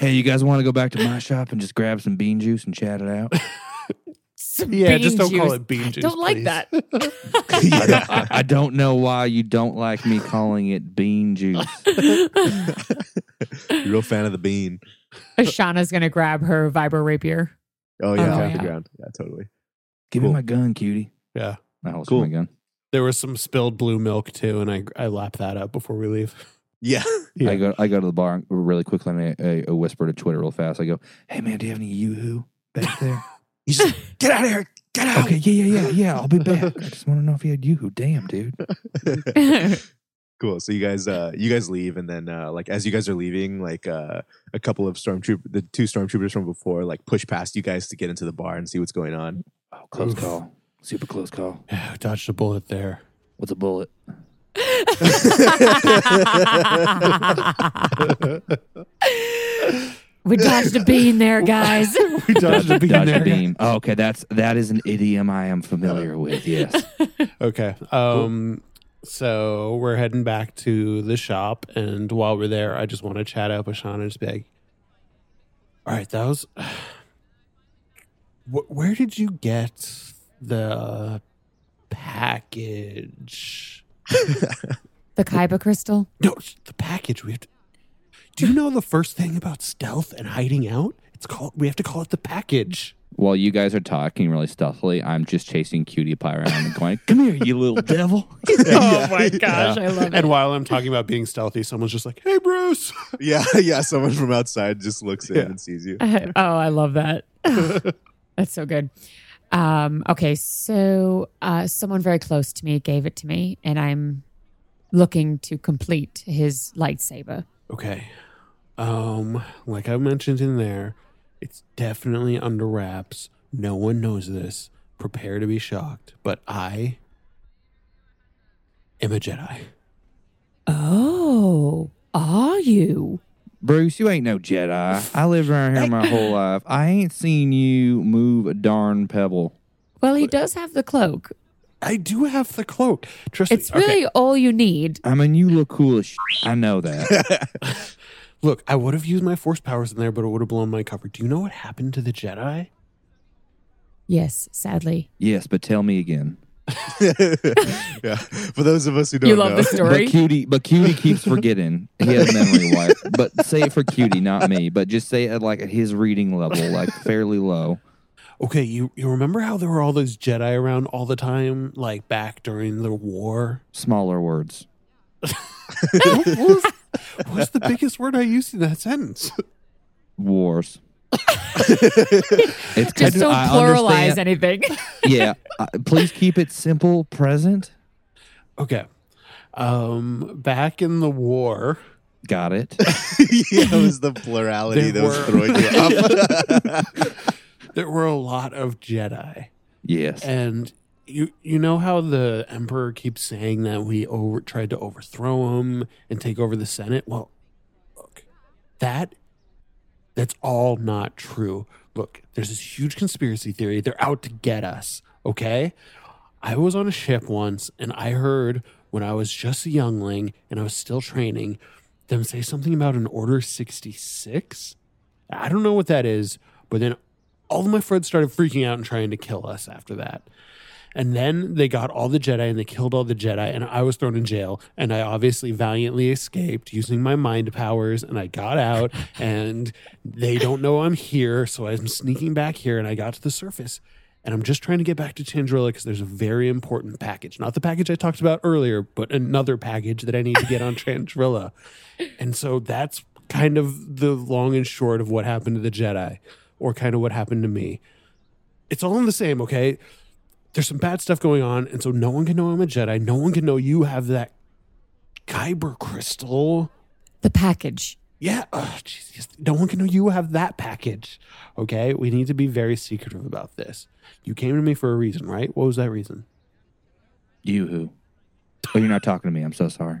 Speaker 2: Hey, you guys want to go back to my shop and just grab some bean juice and chat it out?
Speaker 4: Some
Speaker 1: yeah,
Speaker 4: bean
Speaker 1: just don't call
Speaker 4: juice.
Speaker 1: it bean
Speaker 4: I
Speaker 1: juice.
Speaker 4: Don't like
Speaker 1: please.
Speaker 4: that.
Speaker 2: I, don't, I, I don't know why you don't like me calling it bean juice.
Speaker 3: You're a real fan of the bean.
Speaker 4: Ashana's gonna grab her vibro rapier.
Speaker 3: Oh yeah,
Speaker 4: Oh,
Speaker 3: off the
Speaker 4: yeah.
Speaker 3: ground. Yeah, totally.
Speaker 2: Give
Speaker 3: Cool.
Speaker 2: me my gun, cutie.
Speaker 1: Yeah.
Speaker 2: I hold
Speaker 3: Cool.
Speaker 2: my gun.
Speaker 1: There was some spilled blue milk too, and I I lap that up before we leave.
Speaker 3: Yeah.
Speaker 1: Yeah.
Speaker 2: I go I go to the bar really quickly and I, I, I whisper to Twitter real fast. I go, Hey man, do you have any yoo-hoo back there?
Speaker 3: He's just get out of here. Get out.
Speaker 2: okay, Oh, yeah, yeah, yeah, yeah. I'll be back. I just want to know if you had yoo-hoo. Damn, dude.
Speaker 3: cool so you guys uh you guys leave and then uh like as you guys are leaving like uh a couple of stormtroop the two stormtroopers from before like push past you guys to get into the bar and see what's going on
Speaker 2: Oh, close
Speaker 1: Oof.
Speaker 2: call. Super close call.
Speaker 1: Dodged a bullet there.
Speaker 2: What's a bullet?
Speaker 4: we dodged a bean there, guys.
Speaker 1: We dodged a bean
Speaker 2: Dodge a
Speaker 1: there.
Speaker 2: beam. Uh, Oh, okay, that's that is an idiom I am familiar with. Yes.
Speaker 1: Okay. Um so we're heading back to the shop and while we're there, I just want to chat up with Sean and just be like, All right, that was Wh- where did you get the package?
Speaker 4: the Kaiba crystal.
Speaker 1: No, sh- the package. We have to Do you know the first thing about stealth and hiding out? It's called we have to call it the package.
Speaker 2: While you guys are talking really stealthily, I'm just chasing Cutie Pie around and going, "Come here, you little devil!"
Speaker 4: Oh my gosh, I love
Speaker 1: And while I'm talking about being stealthy, someone's just like, "Hey, Bruce."
Speaker 3: Yeah, yeah. Someone from outside just looks in
Speaker 1: Yeah.
Speaker 3: and sees you.
Speaker 4: oh, I love that. That's so good. Um, okay, so uh, someone very close to me gave it to me, and I'm looking to complete his lightsaber.
Speaker 1: Okay. Um, like I mentioned in there, it's definitely under wraps. No one knows this. Prepare to be shocked, but I am a Jedi.
Speaker 4: Oh, are you?
Speaker 2: Bruce, you ain't no Jedi. I lived around here my whole life. I ain't seen you move a darn pebble.
Speaker 4: Well, he does have the cloak.
Speaker 1: I do have the cloak. Trust
Speaker 4: It's
Speaker 1: me. Okay,
Speaker 4: really all you need.
Speaker 2: I mean, you look cool as shit. I know that.
Speaker 1: Look, I would have used my force powers in there, but it would have blown my cover. Do you know what happened to the Jedi?
Speaker 4: Yes, sadly.
Speaker 2: yes, but tell me again.
Speaker 3: yeah. For those of us who don't
Speaker 4: you love
Speaker 3: know,
Speaker 4: the story?
Speaker 2: But cutie, but cutie keeps forgetting. He has memory wipe. But say it for cutie, not me. But just say it like at his reading level, like fairly low.
Speaker 1: Okay, you, you remember how there were all those Jedi around all the time, like back during the war?
Speaker 2: Smaller words.
Speaker 1: what, was, what was the biggest word I used in that sentence?
Speaker 2: Wars. it's
Speaker 4: Just
Speaker 2: I do-
Speaker 4: don't
Speaker 2: I
Speaker 4: pluralize
Speaker 2: understand-
Speaker 4: anything.
Speaker 2: Yeah. Uh, please keep it simple. Present.
Speaker 1: Okay. Um, back in the war,
Speaker 2: Got it.
Speaker 3: yeah, it was the plurality
Speaker 1: There
Speaker 3: that was
Speaker 1: were-
Speaker 3: throwing you up.
Speaker 1: there were a lot of Jedi,
Speaker 2: Yes.
Speaker 1: and you you know how the Emperor keeps saying that we over tried to overthrow him and take over the Senate. Well, look, that that's all not true. Look, there's this huge conspiracy theory. They're out to get us. Okay. I was on a ship once and I heard when I was just a youngling and I was still training them say something about an Order 66. I don't know what that is, but then all of my friends started freaking out and trying to kill us after that. And then they got all the Jedi and they killed all the Jedi, and I was thrown in jail. And I obviously valiantly escaped using my mind powers, and I got out, and they don't know I'm here. So I'm sneaking back here, and I got to the surface. And I'm just trying to get back to Tandrilla because there's a very important package. Not the package I talked about earlier, but another package that I need to get on Tandrilla. And so that's kind of the long and short of what happened to the Jedi, or kind of what happened to me. It's all in the same, okay? There's some bad stuff going on, and so no one can know I'm a Jedi. No one can know you have that Kyber crystal.
Speaker 4: the package.
Speaker 1: Yeah, ugh, jeez, yes, no one can know you have that package. Okay, we need to be very secretive about this. You came to me for a reason, right? What was that reason?
Speaker 2: You who? Oh, you're not talking to me. I'm so sorry.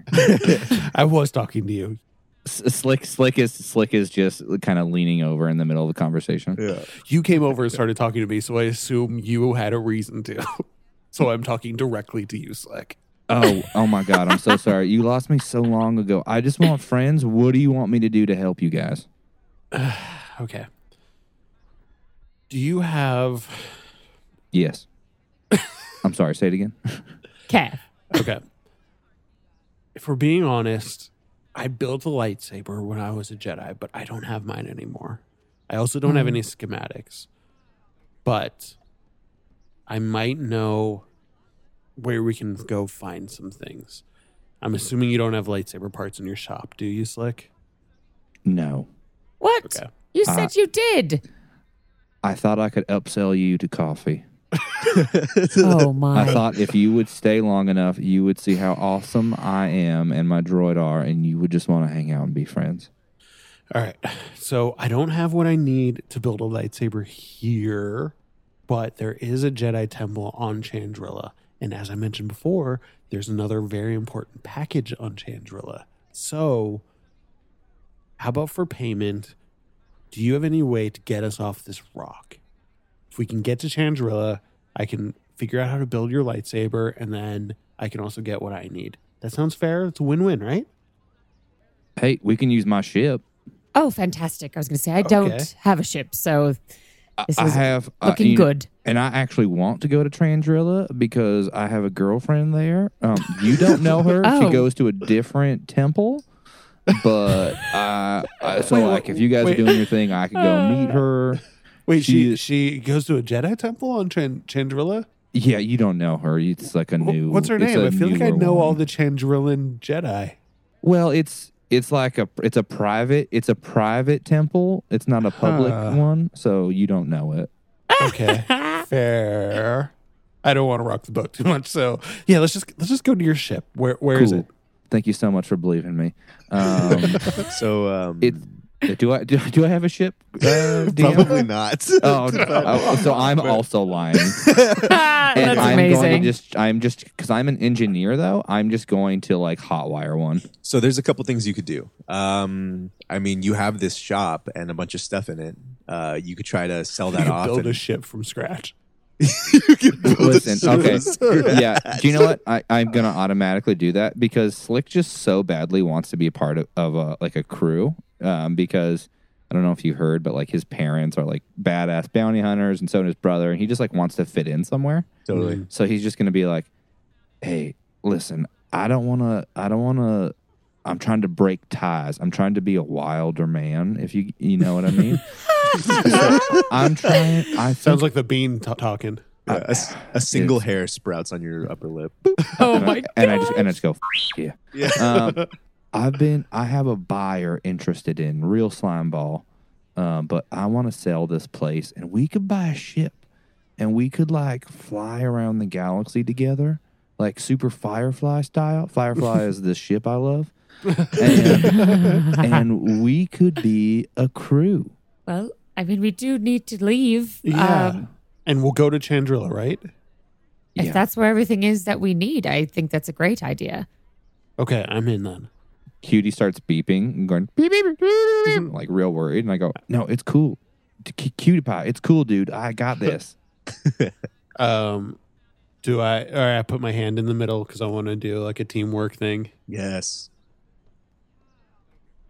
Speaker 1: I was talking to you.
Speaker 2: S- Slick, slick is slick is just kind of leaning over in the middle of the conversation.
Speaker 3: yeah.
Speaker 1: You came over and started talking to me, so I assume you had a reason to. so I'm talking directly to you, Slick.
Speaker 2: Oh, oh my God! I'm so sorry. You lost me so long ago. I just want friends. What do you want me to do to help you guys?
Speaker 1: Okay. Do you have
Speaker 2: Yes. I'm sorry. Say it again.
Speaker 4: Okay.
Speaker 1: Okay. if we're being honest, I built a lightsaber when I was a Jedi, but I don't have mine anymore. I also don't have any schematics. But I might know where we can go find some things. I'm assuming you don't have lightsaber parts in your shop, do you, Slick?
Speaker 2: No.
Speaker 4: What?
Speaker 1: Okay.
Speaker 4: You said you did.
Speaker 2: I thought I could upsell you to coffee.
Speaker 4: Oh
Speaker 2: I
Speaker 4: my.
Speaker 2: thought if you would stay long enough, you would see how awesome I am and my droid are, and you would just want to hang out and be friends.
Speaker 1: All right. So I don't have what I need to build a lightsaber here, but there is a Jedi temple on Chandrilla. And as I mentioned before, there's another very important package on Chandrilla. So, how about for payment? Do you have any way to get us off this rock? If we can get to Chandrilla, I can figure out how to build your lightsaber, and then I can also get what I need. That sounds fair. It's a win-win, right?
Speaker 2: Hey, we can use my ship.
Speaker 4: Oh, fantastic. I was going to say, I don't
Speaker 1: Okay.
Speaker 4: have a ship, so
Speaker 2: I-
Speaker 4: This
Speaker 2: I
Speaker 4: is
Speaker 2: have uh,
Speaker 4: looking
Speaker 2: you know,
Speaker 4: good.
Speaker 2: and I actually want to go to Trandrilla because I have a girlfriend there. Um, you don't know her;
Speaker 4: Oh.
Speaker 2: she goes to a different temple. But I, I so
Speaker 1: Wait,
Speaker 2: like,
Speaker 1: wait,
Speaker 2: if you guys
Speaker 1: wait.
Speaker 2: are doing your thing, I could
Speaker 4: Uh.
Speaker 2: go meet her.
Speaker 1: Wait, she
Speaker 2: She-
Speaker 1: she goes to a Jedi temple on Chan- Chandrilla.
Speaker 2: Yeah, you don't know her. It's like a
Speaker 1: Wh-
Speaker 2: new.
Speaker 1: What's her
Speaker 2: it's
Speaker 1: name?
Speaker 2: a
Speaker 1: I feel like I
Speaker 2: newer
Speaker 1: know all
Speaker 2: one.
Speaker 1: the Chandrillan Jedi.
Speaker 2: Well, it's it's like a it's a private it's a private temple. It's not a public
Speaker 1: Huh.
Speaker 2: one, so you don't know it.
Speaker 1: Okay, fair. I don't want to rock the boat too much, so yeah, let's just let's just go to your ship. Where where is it?
Speaker 2: Thank you so much for believing me. Um,
Speaker 3: So um,
Speaker 2: it do I do, do I have a ship? Uh, DM?
Speaker 3: probably not.
Speaker 2: Oh, oh, so I'm also lying. and
Speaker 4: that's
Speaker 2: I'm going
Speaker 4: amazing.
Speaker 2: to just I'm just because I'm an engineer though. I'm just going to like hotwire one.
Speaker 3: So there's a couple things you could do. Um, I mean, you have this shop and a bunch of stuff in it. Uh, you could try to sell that
Speaker 1: you
Speaker 3: off.
Speaker 1: build a
Speaker 3: and-
Speaker 1: ship from scratch.
Speaker 3: you could build a
Speaker 2: Listen,
Speaker 3: shop.
Speaker 2: okay. yeah. Do you know what? I, I'm gonna automatically do that because Slick just so badly wants to be a part of, of a like a crew. Um, because I don't know if you heard, but like his parents are like badass bounty hunters, and so is his brother, and he just like wants to fit in somewhere.
Speaker 3: Totally.
Speaker 2: So he's just gonna be like, "Hey, listen, I don't wanna, I don't wanna. I'm trying to break ties. I'm trying to be a wilder man. If you, you know what I mean. So I'm trying. I think,
Speaker 1: Sounds like the bean t- talking.
Speaker 3: Yeah, a s- a, single hair sprouts on your upper lip.
Speaker 4: oh my God.
Speaker 2: and I just and I just go, F- yeah.
Speaker 3: Yeah.
Speaker 2: Um, I've been, I have a buyer interested in real slime ball, um, but I want to sell this place, and we could buy a ship, and we could like fly around the galaxy together, like super Firefly style. Firefly is the ship I love, and, and we could be a crew.
Speaker 4: well, I mean, we do need to leave.
Speaker 1: Yeah,
Speaker 4: Um,
Speaker 1: and we'll go to Chandrilla, right?
Speaker 4: if
Speaker 2: Yeah.
Speaker 4: that's where everything is that we need, I think that's a great idea.
Speaker 1: Okay, I'm in then.
Speaker 2: Cutie starts beeping and going beep, beep, beep, beep, beep, like real worried, and I go, "No, it's cool, C- Cutie Pie, it's cool, dude. I got this."
Speaker 1: Um, do I? All right, I put my hand in the middle because I want to do like a teamwork thing.
Speaker 3: Yes.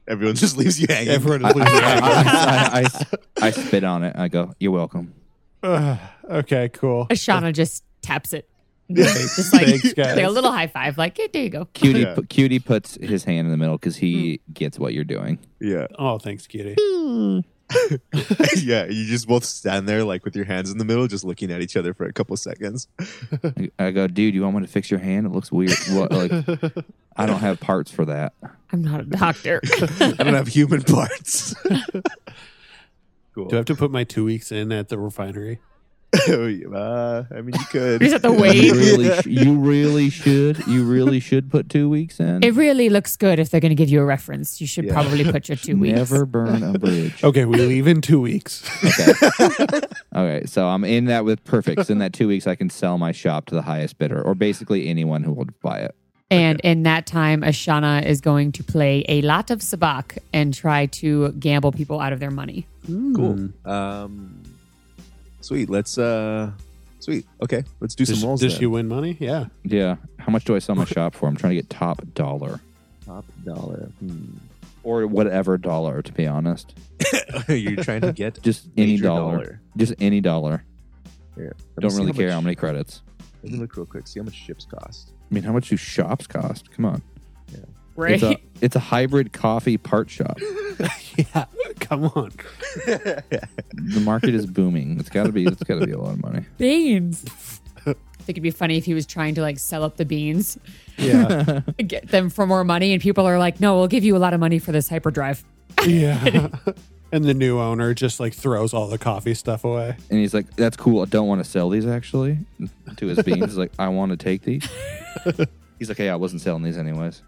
Speaker 3: Everyone just leaves you hanging.
Speaker 1: Everyone
Speaker 2: I,
Speaker 1: is losing.
Speaker 2: I- I- I- I- I spit on it. I go, "You're welcome."
Speaker 1: Ugh, okay, cool.
Speaker 4: Ashana just taps it.
Speaker 3: Yeah.
Speaker 4: Just like,
Speaker 1: Thanks, guys.
Speaker 4: like a little high five, like, yeah, there you go.
Speaker 2: Cutie,
Speaker 3: Yeah.
Speaker 2: pu- Cutie puts his hand in the middle because he gets what you're doing.
Speaker 3: yeah.
Speaker 1: Oh, thanks, cutie.
Speaker 3: yeah. You just both stand there, like with your hands in the middle, just looking at each other for a couple seconds.
Speaker 2: I- I go, "Dude, you want me to fix your hand? It looks weird. What, like, I don't have parts for that."
Speaker 4: I'm not a doctor.
Speaker 3: I don't have human parts. cool.
Speaker 1: Do I have to put my two weeks in at the refinery?
Speaker 3: uh, I mean, you could.
Speaker 4: You just have to
Speaker 2: You
Speaker 4: wait.
Speaker 2: really, sh- you really should. You really should put two weeks in.
Speaker 4: It really looks good if they're going to give you a reference. You should
Speaker 3: Yeah.
Speaker 4: probably put your two weeks.
Speaker 2: Never burn a bridge.
Speaker 1: Okay, we leave in two weeks.
Speaker 2: Okay. All right. So I'm in that with perfect. So in that two weeks, I can sell my shop to the highest bidder or basically anyone who will buy it.
Speaker 4: And in that time, Ashana is going to play a lot of sabak and try to gamble people out of their money.
Speaker 1: cool.
Speaker 3: Um, sweet. Let's. uh Sweet. Okay. Let's do
Speaker 1: Does,
Speaker 3: some rolls.
Speaker 1: does
Speaker 3: then.
Speaker 1: she win money? Yeah.
Speaker 2: Yeah. How much do I sell my shop for? I'm trying to get top dollar
Speaker 3: top dollar? Hmm.
Speaker 2: or whatever dollar, to be honest.
Speaker 3: You're trying to get
Speaker 2: Just any
Speaker 3: major
Speaker 2: dollar. Just any dollar.
Speaker 3: Here, let me
Speaker 2: Don't
Speaker 3: see
Speaker 2: really
Speaker 3: how
Speaker 2: care
Speaker 3: much-
Speaker 2: how many credits.
Speaker 3: Let me look real quick. See how much ships cost.
Speaker 2: I mean, how much do shops cost? Come on.
Speaker 4: Right?
Speaker 2: It's, a, it's a hybrid coffee part shop.
Speaker 1: Yeah. Come on.
Speaker 2: the market is booming. It's got to be. It's got to be a lot of money.
Speaker 4: beans. I think it'd be funny if he was trying to like sell up the beans,
Speaker 1: Yeah.
Speaker 4: get them for more money, and people are like, no, we'll give you a lot of money for this hyperdrive.
Speaker 1: yeah. and the new owner just like throws all the coffee stuff away.
Speaker 2: And he's like, "That's cool. I don't want to sell these actually." To his beans, he's like, "I want to take these." He's like, "Hey, I wasn't selling these anyways."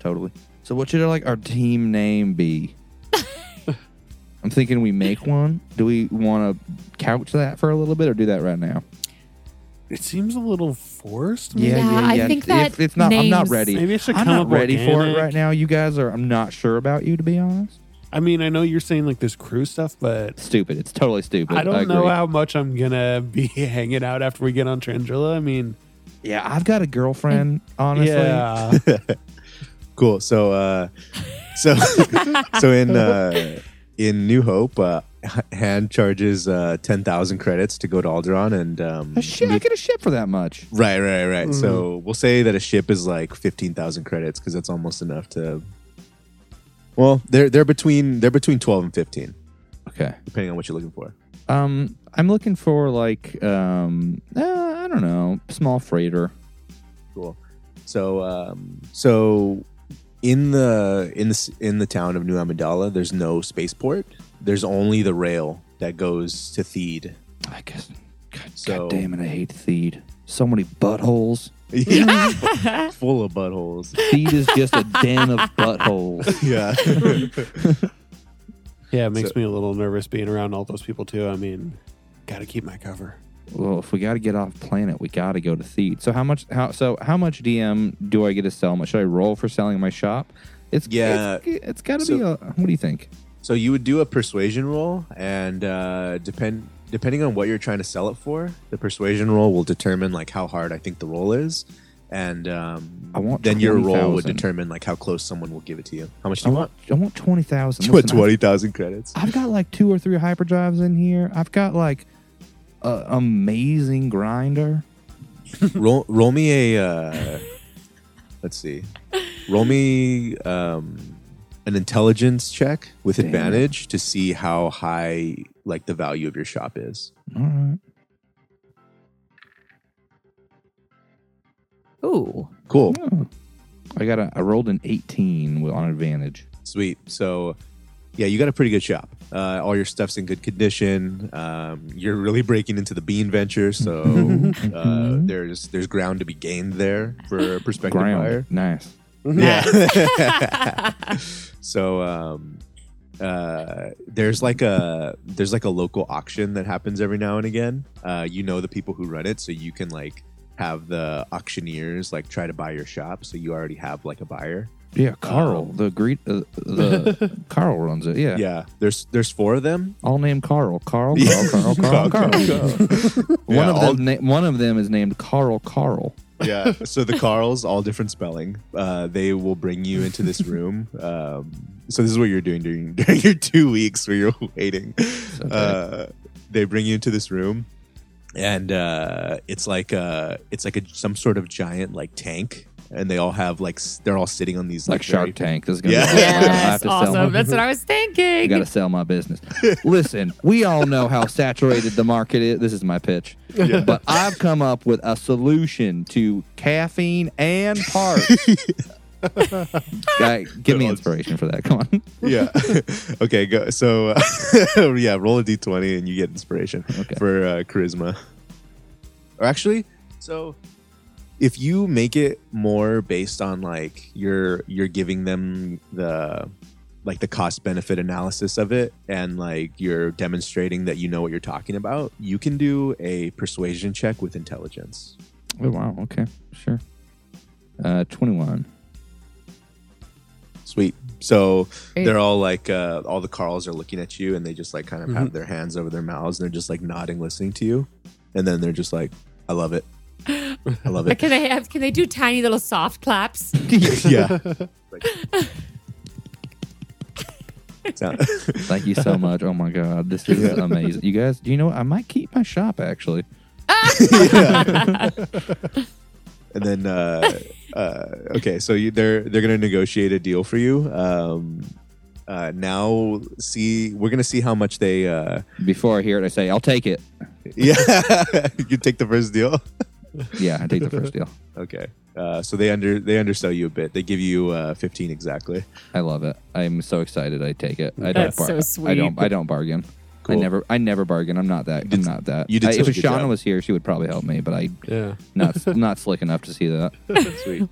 Speaker 2: totally. So, what should our, like our team name be? I'm thinking we make one. Do we want to couch that for a little bit, or do that right now?
Speaker 1: It seems a little forced.
Speaker 4: Yeah, I think that
Speaker 2: If it's not. I'm not
Speaker 4: names-
Speaker 2: ready.
Speaker 1: Maybe it should
Speaker 2: I'm
Speaker 1: come
Speaker 2: not
Speaker 1: up
Speaker 2: ready for it
Speaker 1: organic.
Speaker 2: right now. You guys are. I'm not sure about you, to be honest.
Speaker 1: I mean, I know you're saying like this crew stuff, but
Speaker 2: Stupid. It's totally stupid.
Speaker 1: I don't
Speaker 2: agree.
Speaker 1: know how much I'm gonna be hanging out after we get on Trandrilla. I mean,
Speaker 2: Yeah, I've got a girlfriend. Honestly,
Speaker 1: Mm. yeah,
Speaker 3: cool. So, uh, so, so in uh, in New Hope, uh, Han charges uh, ten thousand credits to go to Alderaan, and um,
Speaker 2: a ship, I get a ship for that much.
Speaker 3: right, right, right. So we'll say that a ship is like fifteen thousand credits because that's almost enough to. Well, they're they're between they're between twelve and fifteen,
Speaker 2: Okay.
Speaker 3: depending on what you're looking for.
Speaker 2: Um, I'm looking for like um, uh, I don't know, small freighter.
Speaker 3: Cool. So, um, so in the in the s- in the town of New Amidala, there's no spaceport. There's only the rail that goes to Theed.
Speaker 2: I guess. God,
Speaker 3: So-
Speaker 2: God damn it! I hate Theed. So many buttholes.
Speaker 3: Yeah, full of buttholes.
Speaker 2: Theed is just a den of buttholes.
Speaker 3: Yeah.
Speaker 1: yeah. It makes me a little nervous being around all those people too. I mean, gotta keep my cover.
Speaker 2: Well, if we got to get off planet, we got to go to Theed. So how much? How so? How much DM do I get to sell? Should I roll for selling my shop? It's
Speaker 3: Yeah.
Speaker 2: It's, it's got to be.
Speaker 3: So-
Speaker 2: A, what do you think?
Speaker 3: so you would do a persuasion roll, and uh, depend depending on what you're trying to sell it for, the persuasion roll will determine like how hard I think the roll is, and um,
Speaker 2: I want
Speaker 3: then your roll would
Speaker 2: 20,000.
Speaker 3: determine like how close someone will give it to you. How much do
Speaker 2: I
Speaker 3: you
Speaker 2: want. I want twenty thousand.
Speaker 3: You want twenty thousand credits?
Speaker 2: I've got like two or three hyperdrives in here. I've got like a amazing grinder.
Speaker 3: roll, roll me a. Uh, let's see. Roll me um, an intelligence check with
Speaker 2: Damn it.
Speaker 3: advantage to see how high like the value of your shop is.
Speaker 2: All right.
Speaker 4: Ooh.
Speaker 3: Cool,
Speaker 2: Oh. I got a. I rolled an eighteen with- on advantage.
Speaker 3: sweet. So, yeah, you got a pretty good shop. Uh, all your stuff's in good condition. Um, you're really breaking into the bean venture, so uh, there's there's ground to be gained there for a prospective
Speaker 2: Ground.
Speaker 3: buyer.
Speaker 2: Nice.
Speaker 3: Yeah. so um uh there's like a there's like a local auction that happens every now and again. Uh you know the people who run it so you can like have the auctioneers like try to buy your shop so you already have like a buyer.
Speaker 2: Yeah, Carl.
Speaker 3: Um,
Speaker 2: the greet. Uh, the Carl runs it. Yeah.
Speaker 3: Yeah, there's there's four of them.
Speaker 2: I'll name Carl. Carl.
Speaker 3: Yeah.
Speaker 2: Carl. Carl. Carl. Carl. One
Speaker 3: Yeah,
Speaker 2: of
Speaker 3: all-
Speaker 2: them. Na- one of them is named Carl. Carl.
Speaker 3: yeah so the carls all different spelling uh, they will bring you into this room um, so this is what you're doing during during your two weeks where you're waiting uh, they bring you into this room and uh, it's like uh it's like a some sort of giant like tank and they all have like s- they're all sitting on these
Speaker 2: Like
Speaker 3: very-
Speaker 2: Shark Tank. This is gonna
Speaker 3: Yeah.
Speaker 2: be
Speaker 3: Yes,
Speaker 2: I have
Speaker 4: That's
Speaker 2: to sell my-
Speaker 4: awesome. That's what I was
Speaker 2: I
Speaker 4: thinking.
Speaker 2: gotta sell my business. Listen, we all know how saturated the market is. This is my pitch, but I've come up with a solution to caffeine and parts. Guy, give me inspiration for that. Come on.
Speaker 3: yeah okay go so uh, yeah roll a d20 and you get inspiration
Speaker 2: Okay.
Speaker 3: for uh, charisma or actually so if you make it more based on like you're you're giving them the like the cost benefit analysis of it and like you're demonstrating that you know what you're talking about you can do a persuasion check with intelligence
Speaker 2: Oh wow. Okay. Sure. Uh, twenty-one.
Speaker 3: sweet so
Speaker 4: Hey.
Speaker 3: they're all like uh, all the carls are looking at you and they just like kind of have their hands over their mouths and they're just like nodding listening to you and then they're just like i love it i love
Speaker 4: But
Speaker 3: it
Speaker 4: can they have? Can they do tiny little soft claps?
Speaker 3: yeah Sound-
Speaker 2: Thank you so much. Oh my god, this is
Speaker 3: Yeah.
Speaker 2: amazing. You guys, do you know what? I might keep my shop actually.
Speaker 3: and then uh, uh, okay so you, they're they're gonna negotiate a deal for you um, uh, now see we're gonna see how much they uh,
Speaker 2: Before I hear it, I say I'll take it.
Speaker 3: yeah you take the first deal
Speaker 2: Yeah, I take the first deal.
Speaker 3: okay uh, so they under they undersell you a bit they give you uh, 15 exactly
Speaker 2: I love it. I'm so excited. I take it. I don't
Speaker 4: That's so
Speaker 2: bargain. I
Speaker 4: sweet.
Speaker 2: don't. I don't bargain. I
Speaker 3: Cool.
Speaker 2: never. I never bargain. I'm not that. I'm not that.
Speaker 3: you did
Speaker 2: I, if
Speaker 3: such a good
Speaker 2: Shauna
Speaker 3: job.
Speaker 2: was here, she would probably help me. But I
Speaker 1: Yeah.
Speaker 2: not not slick enough to see that.
Speaker 3: sweet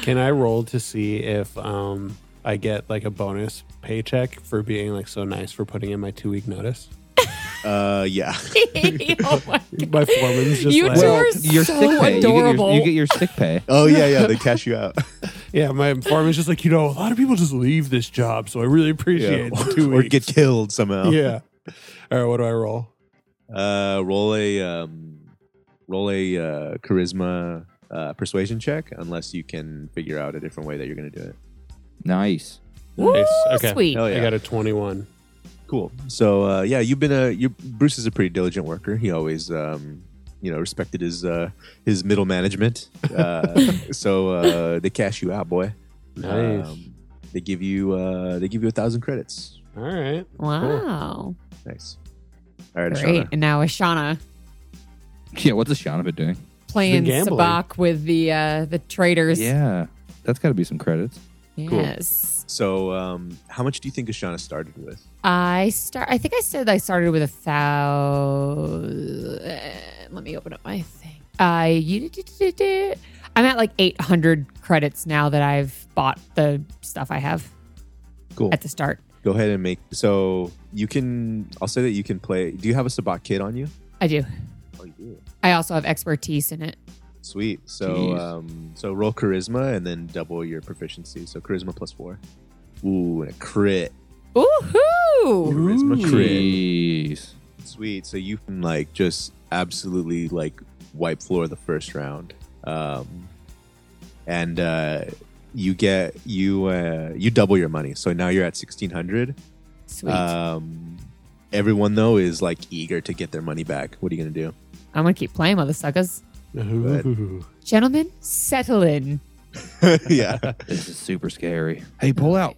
Speaker 1: Can I roll to see if um I get like a bonus paycheck for being like so nice for putting in my two week notice?
Speaker 3: Uh, yeah.
Speaker 4: oh my God.
Speaker 1: My foreman's just
Speaker 4: You
Speaker 1: like,
Speaker 4: two
Speaker 1: well,
Speaker 4: are
Speaker 5: your
Speaker 4: so
Speaker 5: sick pay.
Speaker 4: adorable.
Speaker 5: You get your, you get your sick pay.
Speaker 3: Oh yeah, yeah. They cash you out.
Speaker 1: yeah, my foreman's just like, you know, a lot of people just leave this job, so I really
Speaker 3: yeah.
Speaker 1: appreciate it. Two
Speaker 3: or
Speaker 1: weeks.
Speaker 3: get killed somehow.
Speaker 1: yeah. All right, what do I roll?
Speaker 3: Uh, roll a um, roll a uh, charisma uh, persuasion check unless you can figure out a different way that you're going to do it.
Speaker 5: Nice.
Speaker 4: Woo,
Speaker 1: Nice. Okay.
Speaker 4: Sweet.
Speaker 3: Hell
Speaker 1: I
Speaker 3: Oh, yeah.
Speaker 1: got a 21.
Speaker 3: Cool. So uh, yeah, you've been a you Bruce is a pretty diligent worker. He always um, you know respected his uh, his middle management. Uh, so uh, they cash you out, boy.
Speaker 1: Nice.
Speaker 3: Um, they give you uh, they give you a thousand credits.
Speaker 1: All right.
Speaker 4: Wow.
Speaker 3: Nice. All right,
Speaker 4: Great.
Speaker 3: Ashana.
Speaker 4: And now Ashana
Speaker 5: Yeah, what's the Sean of it doing?
Speaker 4: playing
Speaker 1: gambling.
Speaker 4: Sabak with the uh, the traders.
Speaker 5: Yeah, that's got to be some credits.
Speaker 3: cool.
Speaker 4: Yes.
Speaker 3: So um, how much do you think Ashana started with?
Speaker 4: I start. I think I said I started with a thousand. Let me open up my thing. I you- I'm at like 800 credits now that I've bought the stuff I have
Speaker 3: Cool.
Speaker 4: at the start.
Speaker 3: Go ahead and make. So you can. I'll say that you can play. Do you have a Sabat kit on you?
Speaker 4: I do.
Speaker 3: Oh, you do.
Speaker 4: I also have expertise in it.
Speaker 3: Sweet. So
Speaker 5: Jeez.
Speaker 3: um, so roll charisma and then double your proficiency. So charisma plus four. Ooh, and a crit.
Speaker 4: Woohoo!
Speaker 3: Charisma crit.
Speaker 5: Jeez.
Speaker 3: Sweet. So you can like just absolutely like wipe floor the first round. Um, and uh, you get you uh, you double your money. So now you're at sixteen hundred.
Speaker 4: Sweet.
Speaker 3: Um, everyone though is like eager to get their money back. What are you gonna do?
Speaker 4: I'm gonna keep playing, mother suckers.
Speaker 1: Ooh.
Speaker 4: Gentlemen, settle in.
Speaker 3: yeah.
Speaker 5: This is super scary. Hey, pull out.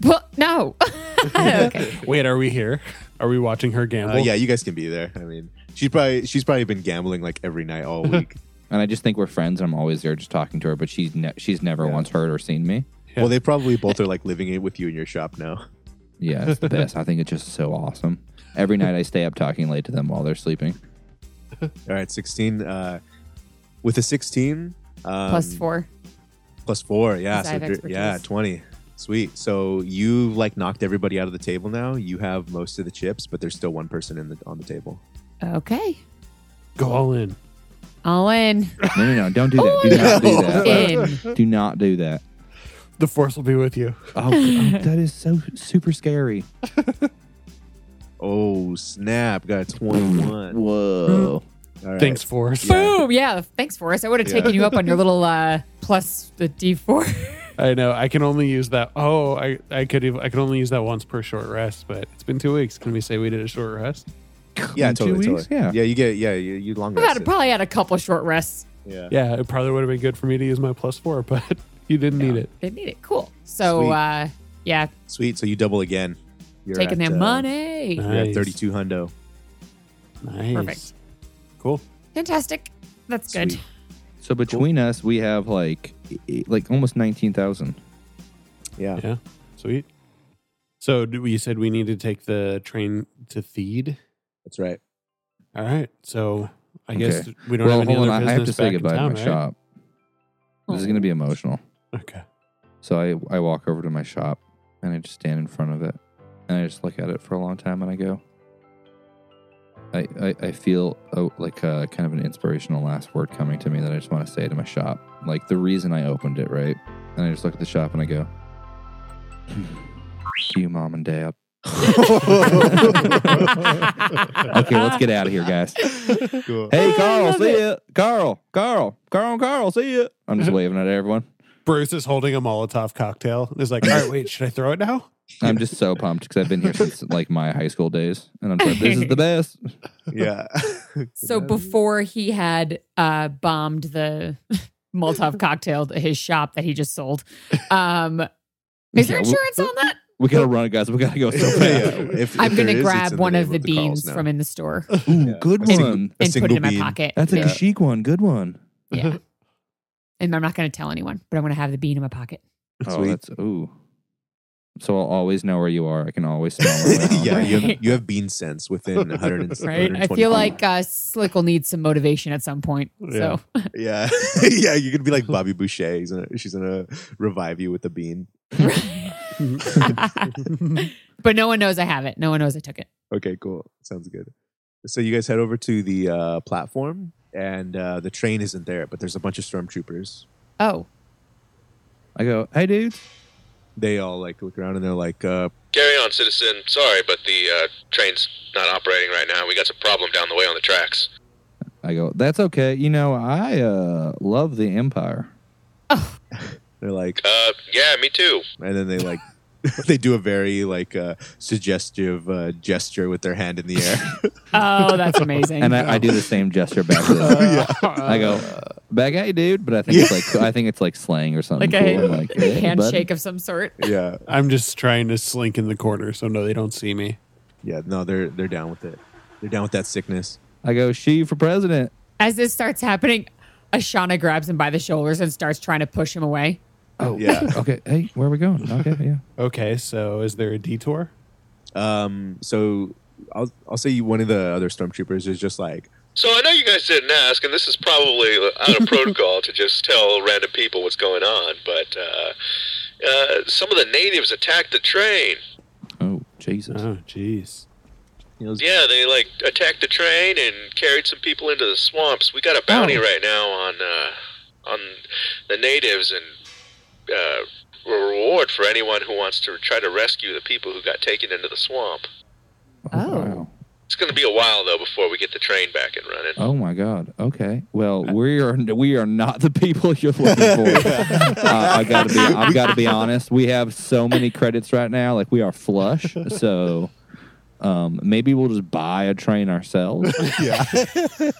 Speaker 4: But no. okay.
Speaker 1: Wait, are we here? Are we watching her
Speaker 3: Uh,
Speaker 1: gamble?
Speaker 3: yeah, you guys can be there. I mean, she's probably she's probably been gambling like every night all week.
Speaker 5: And I just think we're friends, and I'm always there just talking to her, but she's ne- she's never once heard or seen me.
Speaker 1: Yeah.
Speaker 3: Well, they probably both are like living it with you in your shop now.
Speaker 5: Yeah, it's the best. I think it's just so awesome. Every night I stay up talking late to them while they're sleeping.
Speaker 3: All right, sixteen. Uh, with a sixteen um,
Speaker 4: Plus four.
Speaker 3: plus four, yeah,
Speaker 4: Because I
Speaker 3: so
Speaker 4: have
Speaker 3: dr- yeah,
Speaker 4: expertise.
Speaker 3: twenty. Sweet. So you like knocked everybody out of the table now. You have most of the chips, but there's still one person in the on the table.
Speaker 4: Okay.
Speaker 1: Go all in.
Speaker 4: All in.
Speaker 5: No, no, no. Don't do that.
Speaker 4: Oh,
Speaker 5: Do not do
Speaker 3: no.
Speaker 5: that.
Speaker 4: in.
Speaker 5: Do not do that.
Speaker 1: The force will be with you.
Speaker 5: Oh, oh, that is so super scary.
Speaker 3: Oh snap! Got a twenty-one.
Speaker 5: Whoa.
Speaker 3: All right.
Speaker 1: Thanks, force.
Speaker 4: Boom. Yeah. Thanks, Forrest. I would have
Speaker 3: Yeah.
Speaker 4: taken you up on your little uh, plus the D4.
Speaker 1: I know. I can only use that. Oh, I, I could ev- I can only use that once per short rest, but it's been two weeks. Can we say we did a short rest?
Speaker 3: Yeah,
Speaker 5: In two
Speaker 3: totally,
Speaker 5: weeks?
Speaker 3: totally.
Speaker 5: Yeah.
Speaker 3: yeah. You get yeah. You, you long
Speaker 4: I've had,
Speaker 3: rested.
Speaker 4: probably had a couple short rests.
Speaker 3: Yeah.
Speaker 1: Yeah, it probably would have been good for me to use my plus four, but you didn't need it.
Speaker 4: They need it. Cool. So,
Speaker 3: Sweet.
Speaker 4: uh, yeah,
Speaker 3: Sweet. So you double again. You're
Speaker 4: taking
Speaker 3: at,
Speaker 4: their
Speaker 3: uh,
Speaker 4: money.
Speaker 1: Nice.
Speaker 3: You're at thirty-two hundo.
Speaker 1: Nice.
Speaker 4: Perfect.
Speaker 1: Cool.
Speaker 4: Fantastic. That's good.
Speaker 3: Sweet.
Speaker 5: So between us, we have like e- like almost nineteen thousand.
Speaker 3: Yeah.
Speaker 1: Yeah. Sweet. So do we- you said we need to take the train to Theed.
Speaker 3: That's right.
Speaker 1: All right. So I guess we don't
Speaker 5: Well,
Speaker 1: have any
Speaker 5: hold
Speaker 1: other
Speaker 5: on. I
Speaker 1: business
Speaker 5: have to say
Speaker 1: back in
Speaker 5: goodbye to
Speaker 1: town,
Speaker 5: my
Speaker 1: right?
Speaker 5: shop. This is gonna be emotional.
Speaker 1: Okay.
Speaker 5: So I I walk over to my shop and I just stand in front of it and I just look at it for a long time and I go. I I, I feel oh, like a, kind of an inspirational last word coming to me that I just want to say to my shop, like the reason I opened it, right? And I just look at the shop and I go, "See you, mom and dad." Okay, let's get out of here, guys.
Speaker 3: Cool.
Speaker 5: Hey, Carl, see ya. Carl, Carl, Carl, and Carl, see ya. I'm just waving at everyone.
Speaker 1: Bruce is holding a Molotov cocktail. He's like, all right, wait, should I throw it now?
Speaker 5: I'm just so pumped because I've been here since like my high school days, and I'm just like, this is the best.
Speaker 3: yeah.
Speaker 4: So before he had uh, bombed the Molotov cocktail at his shop that he just sold, um, is there
Speaker 5: Yeah, we-
Speaker 4: insurance on that?
Speaker 5: We gotta run, guys. We gotta go so
Speaker 3: Yeah,
Speaker 5: fast.
Speaker 3: if- if
Speaker 4: I'm
Speaker 3: there
Speaker 4: gonna
Speaker 3: is, it's
Speaker 4: grab
Speaker 3: in
Speaker 4: one
Speaker 3: name
Speaker 4: of the,
Speaker 3: Carls
Speaker 4: beans
Speaker 3: now.
Speaker 4: from in the store
Speaker 5: Ooh, good
Speaker 3: A single- a
Speaker 5: one.
Speaker 4: and put it
Speaker 3: single
Speaker 4: in my
Speaker 3: bean.
Speaker 4: pocket.
Speaker 5: That's a
Speaker 3: Yeah.
Speaker 5: chic one. Good one.
Speaker 4: yeah. And I'm not going to tell anyone, but I'm going to have the bean in my pocket.
Speaker 5: Oh,
Speaker 3: Sweet.
Speaker 5: that's ooh. So I'll always know where you are. I can always smell my way home.
Speaker 3: yeah, you have, you have bean sense within 100 and,
Speaker 4: Right? I
Speaker 3: 120
Speaker 4: feel like uh, Slick will need some motivation at some point. So
Speaker 3: yeah, yeah. You're gonna be like Bobby Boucher. He's gonna, she's gonna revive you with a bean.
Speaker 4: but no one knows I have it. No one knows I took it.
Speaker 3: Okay, cool. Sounds good. So you guys head over to the uh, platform, and uh, the train isn't there, but there's a bunch of stormtroopers.
Speaker 4: Oh,
Speaker 5: I go, hey, dudes.
Speaker 3: They all like look around and they're like, uh,
Speaker 6: Carry on, citizen. Sorry, but the uh, train's not operating right now. We got some problem down the way on the tracks.
Speaker 5: I go, that's okay. You know, I uh, love the Empire.
Speaker 3: they're like,
Speaker 6: Uh, yeah, me too.
Speaker 3: and then they like, they do a very like uh, suggestive uh, gesture with their hand in the air.
Speaker 4: oh, that's amazing.
Speaker 5: And I, I do the same gesture back to them. I go, back at you, dude. But I think it's like I think it's like slang or something.
Speaker 4: like a,
Speaker 5: cool. I'm like, "Hey, buddy."
Speaker 4: handshake of some sort.
Speaker 3: yeah,
Speaker 1: I'm just trying to slink in the corner so no, they don't see me.
Speaker 3: yeah. No, they're they're down with it. They're down with that sickness.
Speaker 5: I go, she for president.
Speaker 4: As this starts happening, Ashana grabs him by the shoulders and starts trying to push him away.
Speaker 5: Oh
Speaker 3: Yeah.
Speaker 5: Okay. Hey, where are we going? Okay. Yeah.
Speaker 1: Okay, so is there a detour?
Speaker 3: Um, so I'll I'll say you one of the other stormtroopers is just like,
Speaker 6: So I know you guys didn't ask, and this is probably out of protocol to just tell random people what's going on, but uh, uh, some of the natives attacked the train.
Speaker 5: Oh Jesus.
Speaker 1: Oh, jeez.
Speaker 3: you know,
Speaker 6: Yeah, they like attacked the train and carried some people into the swamps. We got a bounty
Speaker 4: Oh.
Speaker 6: right now on uh, on the natives and uh, a reward for anyone who wants to try to rescue the people who got taken into the swamp.
Speaker 4: Oh.
Speaker 5: Wow.
Speaker 6: It's going to be a while though before we get the train back and running.
Speaker 5: Oh my God. Okay. Well, we are we are not the people you're looking for. uh, I gotta be. I've got to be honest. We have so many credits right now. Like we are flush. So. Um, maybe we'll just buy a train ourselves.
Speaker 4: We're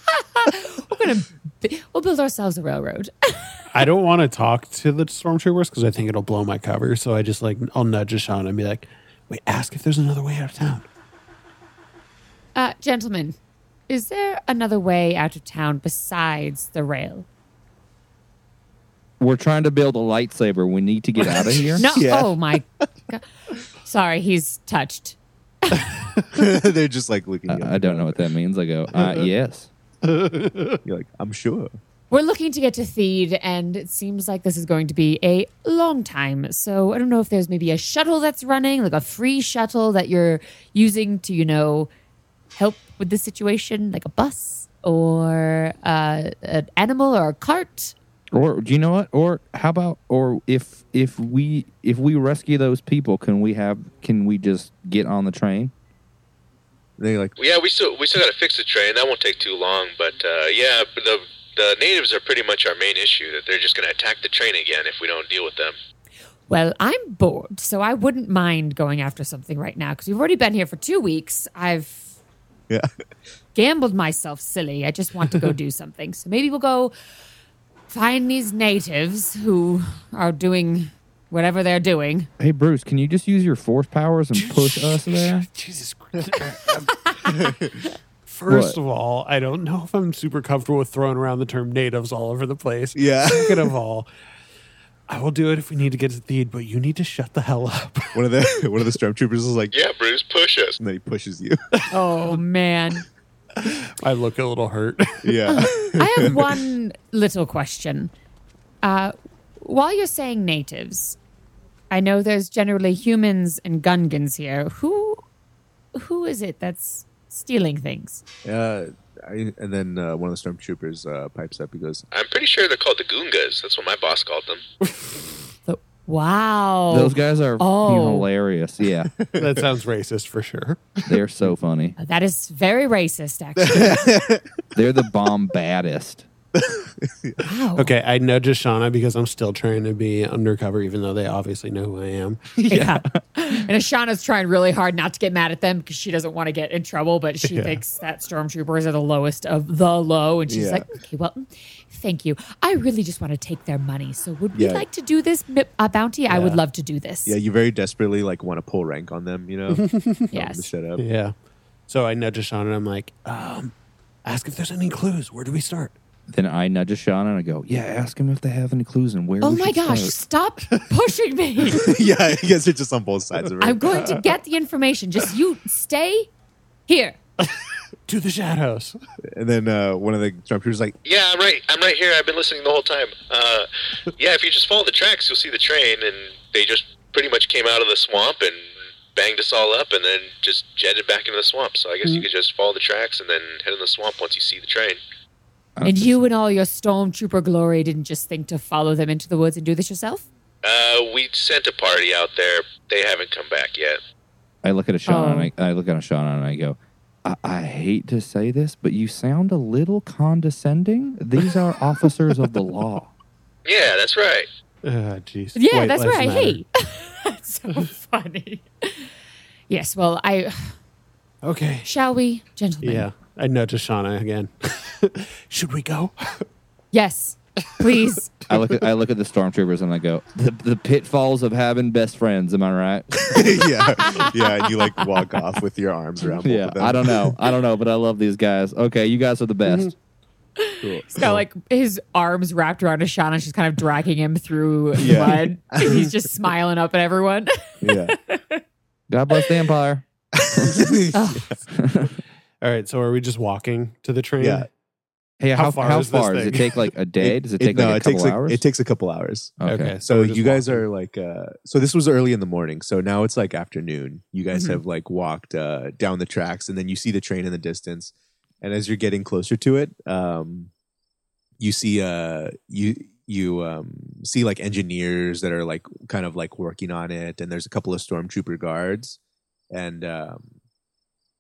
Speaker 4: gonna b- we'll build ourselves a railroad.
Speaker 1: I don't want to talk to the stormtroopers because I think it'll blow my cover. So I just like I'll nudge Ashana and be like, "Wait, ask if there's another way out of town."
Speaker 4: Uh, gentlemen, is there another way out of town besides the rail?
Speaker 5: We're trying to build a lightsaber. We need to get out of here.
Speaker 4: No.
Speaker 3: Yeah.
Speaker 4: Oh my. God. Sorry, he's touched.
Speaker 3: they're just like looking. at
Speaker 5: I, I don't know what that means. I go, uh,
Speaker 4: Uh-huh.
Speaker 5: yes.
Speaker 3: You're like, I'm sure.
Speaker 4: We're looking to get to Theed, and it seems like this is going to be a long time. So I don't know if there's maybe a shuttle that's running, like a free shuttle that you're using to, you know, help with the situation, like a bus or uh, an animal or a cart.
Speaker 5: Or do you know what? Or how about or if if we if we rescue those people, can we have can we just get on the train?
Speaker 3: They're like,
Speaker 6: Yeah, we still we still got to fix the train. That won't take too long, but uh, yeah, but the the natives are pretty much our main issue. That they're just going to attack the train again if we don't deal with them.
Speaker 4: Well, I'm bored, so I wouldn't mind going after something right now because we've already been here for two weeks. I've
Speaker 3: yeah.
Speaker 4: gambled myself silly. I just want to go do something. So maybe we'll go find these natives who are doing whatever they're doing.
Speaker 5: Hey Bruce, can you just use your force powers and push us there?
Speaker 1: Jesus Christ. First
Speaker 5: What?
Speaker 1: of all, I don't know if I'm super comfortable with throwing around the term natives all over the place.
Speaker 3: Yeah.
Speaker 1: Second of all, I will do it if we need to get to Theed, but you need to shut the hell up.
Speaker 3: One of the one of the stormtroopers is like,
Speaker 6: Yeah, Bruce, push us.
Speaker 3: and then he pushes you.
Speaker 4: Oh man.
Speaker 1: I look a little hurt.
Speaker 3: yeah.
Speaker 4: I have one little question. Uh, while you're saying natives, I know there's generally humans and Gungans here. Who who is it that's stealing things?
Speaker 3: Uh, I, and then uh, one of the stormtroopers uh, pipes up. He goes,
Speaker 6: I'm pretty sure they're called the Goongas. That's what my boss called them.
Speaker 4: The- wow.
Speaker 5: Those guys are
Speaker 4: Oh.
Speaker 5: hilarious. Yeah,
Speaker 1: that sounds racist for sure.
Speaker 5: they're so funny.
Speaker 4: that is very racist, actually.
Speaker 5: They're the bomb baddest.
Speaker 4: Wow.
Speaker 1: Okay, I nudge Ashana because I'm still trying to be undercover, even though they obviously know who I am.
Speaker 4: Yeah. and Ashana's trying really hard not to get mad at them because she doesn't want to get in trouble, but she thinks that stormtroopers are the lowest of the low. And she's
Speaker 3: Yeah.
Speaker 4: like, okay, well, thank you. I really just want to take their money. So would we
Speaker 3: Yeah.
Speaker 4: like to do this mi- uh, bounty? I would
Speaker 1: Yeah.
Speaker 4: love to do this.
Speaker 3: "Yeah, you very desperately like want to pull rank on them, you know? Tell them to
Speaker 4: yes.
Speaker 3: Shut up.
Speaker 1: Yeah. So I nudge Ashana and I'm like, um, ask if there's any clues. Where do we start?
Speaker 5: Then I nudge Ashana and I go, yeah, ask him if they have any clues and where.
Speaker 4: Oh
Speaker 5: we
Speaker 4: my
Speaker 5: should
Speaker 4: gosh,
Speaker 5: start."
Speaker 4: stop pushing me.
Speaker 3: yeah, I guess it's just on both sides of it.
Speaker 4: I'm going to get the information. Just you stay here.
Speaker 1: To the shadows.
Speaker 3: and then uh, one of the stormtroopers is like,
Speaker 6: Yeah, I'm right. I'm right here. I've been listening the whole time. Uh, yeah, if you just follow the tracks, you'll see the train, and they just pretty much came out of the swamp and banged us all up and then just jetted back into the swamp. So I guess you could just follow the tracks and then head in the swamp once you see the train.
Speaker 4: And you and all your stormtrooper glory didn't just think to follow them into the woods and do this yourself?
Speaker 6: Uh, we sent a party out there. They haven't come back yet.
Speaker 2: I look at Ashana
Speaker 4: Oh.
Speaker 2: and I, I look at Ashana and I go, I, I hate to say this, but you sound a little condescending. These are officers of the law.
Speaker 6: Yeah, that's right.
Speaker 1: Ah, jeez.
Speaker 4: Yeah,
Speaker 1: White
Speaker 4: that's
Speaker 1: lives
Speaker 4: right.
Speaker 1: matter.
Speaker 4: Hey. that's so funny. Yes, well, I
Speaker 1: Okay.
Speaker 4: shall we, gentlemen?
Speaker 1: Yeah. I know to Shauna again. Should we go?
Speaker 4: Yes. Please.
Speaker 2: I look at I look at the stormtroopers and I go, the, the pitfalls of having best friends. Am I right?
Speaker 3: yeah, yeah. And you like walk off with your arms around. both
Speaker 2: yeah.
Speaker 3: of them.
Speaker 2: I don't know. I don't know, but I love these guys. Okay, you guys are the
Speaker 4: Mm-hmm.
Speaker 2: best.
Speaker 4: He's got like his arms wrapped around Ashana. She's kind of dragging him through the
Speaker 3: Yeah.
Speaker 4: mud. And he's just smiling up at everyone.
Speaker 3: Yeah.
Speaker 2: God bless the empire.
Speaker 1: All right. So are we just walking to the train?
Speaker 3: Yeah.
Speaker 2: Hey,
Speaker 1: How
Speaker 2: how, how
Speaker 1: far
Speaker 2: far,
Speaker 1: is this
Speaker 2: does
Speaker 1: thing?
Speaker 2: it take? Like a day? Does it take like a
Speaker 3: it
Speaker 2: couple
Speaker 3: takes like,
Speaker 2: hours?
Speaker 3: It takes a couple hours.
Speaker 1: Okay.
Speaker 3: So
Speaker 1: we're just
Speaker 3: you guys
Speaker 1: walking.
Speaker 3: are like, uh, so this was early in the morning. So now it's like afternoon. You guys
Speaker 1: Mm-hmm.
Speaker 4: Mhm.
Speaker 3: have like walked uh, down the tracks, and then you see the train in the distance. And as you're getting closer to it, um, you see uh, you you um, see like engineers that are like kind of like working on it, and there's a couple of stormtrooper guards, and um,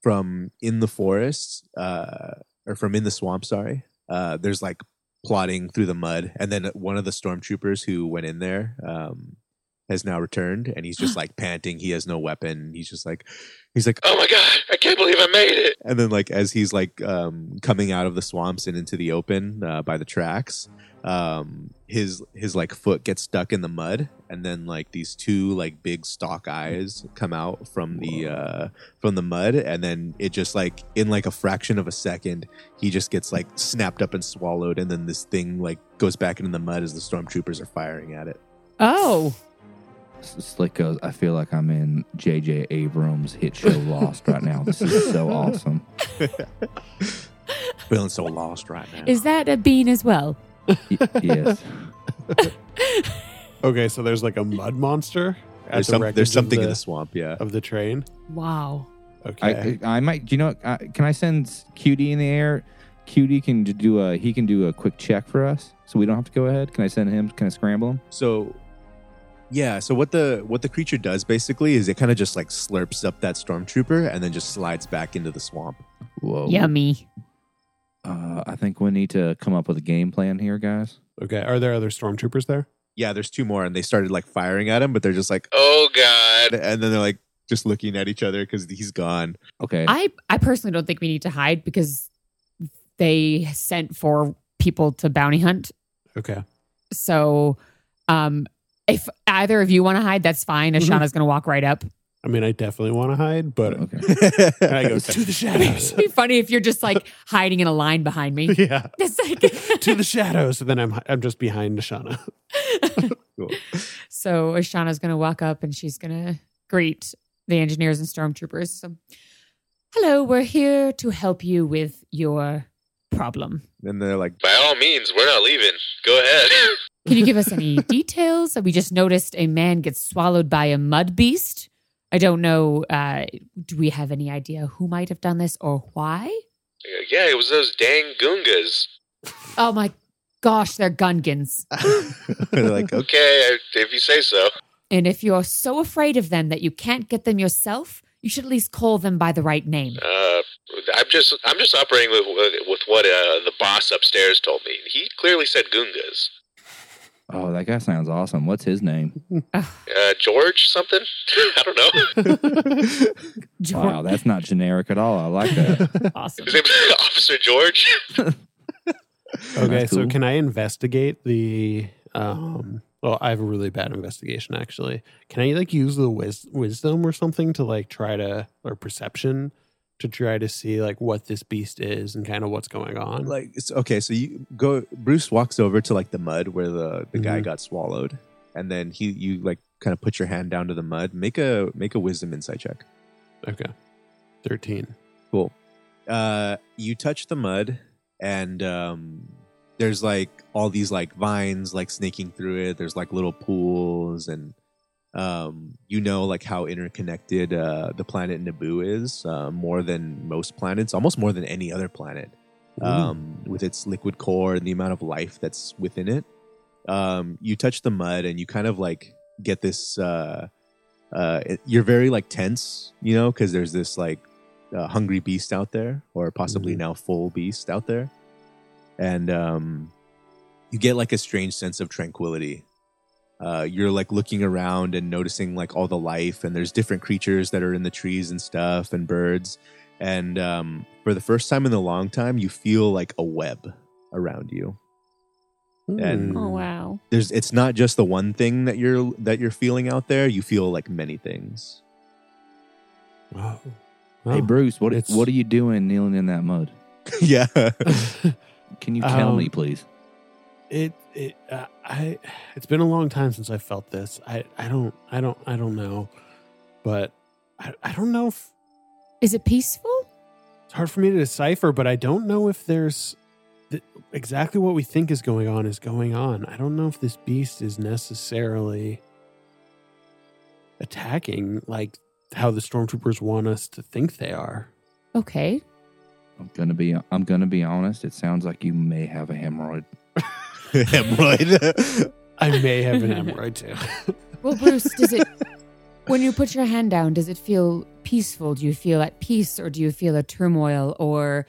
Speaker 3: from in the forest uh, or from in the swamp. Sorry, uh, there's like plodding through the mud, and then one of the stormtroopers who went in there um, has now returned, and he's just like panting. He has no weapon. He's just like, he's like,
Speaker 6: Oh my god, I can't believe I made it.
Speaker 3: and then like as he's like um, coming out of the swamps and into the open uh, by the tracks, um, his his like foot gets stuck in the mud, and then like these two like big stalk eyes come out from the uh, from the mud, and then it just like in like a fraction of a second, he just gets like snapped up and swallowed, and then this thing like goes back into the mud as the stormtroopers are firing at it.
Speaker 4: Oh.
Speaker 2: S- Slick goes, I feel like I'm in JJ Abrams' hit show Lost right now. This is so awesome.
Speaker 3: Feeling so lost right now.
Speaker 4: Is that a bean as well?
Speaker 2: Y- yes.
Speaker 1: Okay. So there's like a mud monster. at
Speaker 3: there's,
Speaker 1: the
Speaker 3: some,
Speaker 1: wreckage
Speaker 3: there's
Speaker 1: of
Speaker 3: something in
Speaker 1: the-
Speaker 3: the swamp? Yeah.
Speaker 1: of the train.
Speaker 4: Wow.
Speaker 1: Okay.
Speaker 2: I, I might, do you know, what? I, can I send Cutie in the air? Cutie can d- do a, he can do a quick check for us so we don't have to go ahead. Can I send him? Can I scramble him?
Speaker 3: So yeah, so what the what the creature does basically is it kind of just like slurps up that stormtrooper and then just slides back into the swamp.
Speaker 4: Oh.
Speaker 2: Whoa.
Speaker 4: Yummy.
Speaker 2: Uh, I think we need to come up with a game plan here, guys.
Speaker 1: okay. Are there other stormtroopers there?
Speaker 3: Yeah, there's two more and they started like firing at him, but they're just like
Speaker 6: Oh god.
Speaker 3: and then they're like just looking at each other cuz he's gone.
Speaker 2: Okay.
Speaker 4: I, I personally don't think we need to hide because they sent for people to bounty hunt.
Speaker 1: Okay.
Speaker 4: So um if either of you want to hide, that's fine. Ashana's gonna walk right up.
Speaker 1: I mean, I definitely want to hide, but
Speaker 2: okay.
Speaker 1: I go to the shadows.
Speaker 4: It'd be funny if you're just like hiding in a line behind me.
Speaker 1: yeah.
Speaker 4: It's
Speaker 1: to
Speaker 4: like
Speaker 1: the shadows, and then I'm I'm just behind Nishana.
Speaker 3: Cool.
Speaker 4: So Ashana's gonna walk up and she's gonna greet the engineers and stormtroopers. So, Hello, we're here to help you with your problem.
Speaker 3: Then they're like
Speaker 6: By all means, we're not leaving. Go ahead.
Speaker 4: Can you give us any details? We just noticed a man gets swallowed by a mud beast. I don't know. Uh, do we have any idea who might have done this or why?
Speaker 6: yeah, it was those dang Goongas.
Speaker 4: Oh my gosh, they're Gungans.
Speaker 3: they're like okay.
Speaker 6: Okay, if you say so.
Speaker 4: And if you're so afraid of them that you can't get them yourself, you should at least call them by the right name.
Speaker 6: Uh, I'm just I'm just operating with with what uh, the boss upstairs told me. He clearly said Goongas.
Speaker 2: Oh, that guy sounds awesome. What's his name?
Speaker 6: Uh, George something? I don't know.
Speaker 4: George.
Speaker 2: Wow, that's not generic at all. I like that.
Speaker 4: awesome.
Speaker 6: His name is Officer George.
Speaker 1: Okay,
Speaker 2: That's
Speaker 1: so
Speaker 2: cool.
Speaker 1: can I investigate the? Um, well, I have a really bad investigation actually. Can I like use the wis- wisdom or something to like try to or perception to try to see like what this beast is and kind of what's going on?
Speaker 3: like it's okay so you go bruce walks over to like the mud where the, the guy
Speaker 1: Mhm.
Speaker 3: got swallowed and then he you like kind of put your hand down to the mud make a make a wisdom insight check
Speaker 1: okay, thirteen.
Speaker 3: Cool. Uh, you touch the mud, and um, there's like all these like vines like snaking through it. There's like little pools and um, you know like how interconnected uh, the planet Naboo is, uh, more than most planets, almost more than any other planet,
Speaker 1: Mm.
Speaker 3: um, with its liquid core and the amount of life that's within it. Um, you touch the mud and you kind of like get this. Uh, uh, it- you're very like tense, you know, because there's this like uh, hungry beast out there, or possibly now full beast out there, and um, you get like a strange sense of tranquility uh, you're like looking around and noticing like all the life and there's different creatures that are in the trees and stuff and birds and um, for the first time in a long time you feel like a web around you And-
Speaker 4: Oh wow.
Speaker 3: there's it's not just the one thing that you're that you're feeling out there you feel like many things
Speaker 1: Wow.
Speaker 2: Hey, Bruce, what
Speaker 1: It's-
Speaker 2: what are you doing kneeling in that mud?
Speaker 3: yeah
Speaker 2: Can you tell
Speaker 1: Um,
Speaker 2: me, please?
Speaker 1: it it uh, I it's been a long time since I felt this. I I don't I don't I don't know, but I I don't know if
Speaker 4: Is it peaceful?
Speaker 1: it's hard for me to decipher. But I don't know if there's th- exactly what we think is going on is going on. I don't know if this beast is necessarily attacking like how the stormtroopers want us to think they are.
Speaker 4: Okay.
Speaker 2: I'm gonna be I'm gonna be honest. It sounds like you may have a hemorrhoid.
Speaker 3: hemorrhoid
Speaker 1: I may have an hemorrhoid too.
Speaker 4: Well, Bruce, does it when you put your hand down, does it feel peaceful? Do you feel at peace or do you feel a turmoil or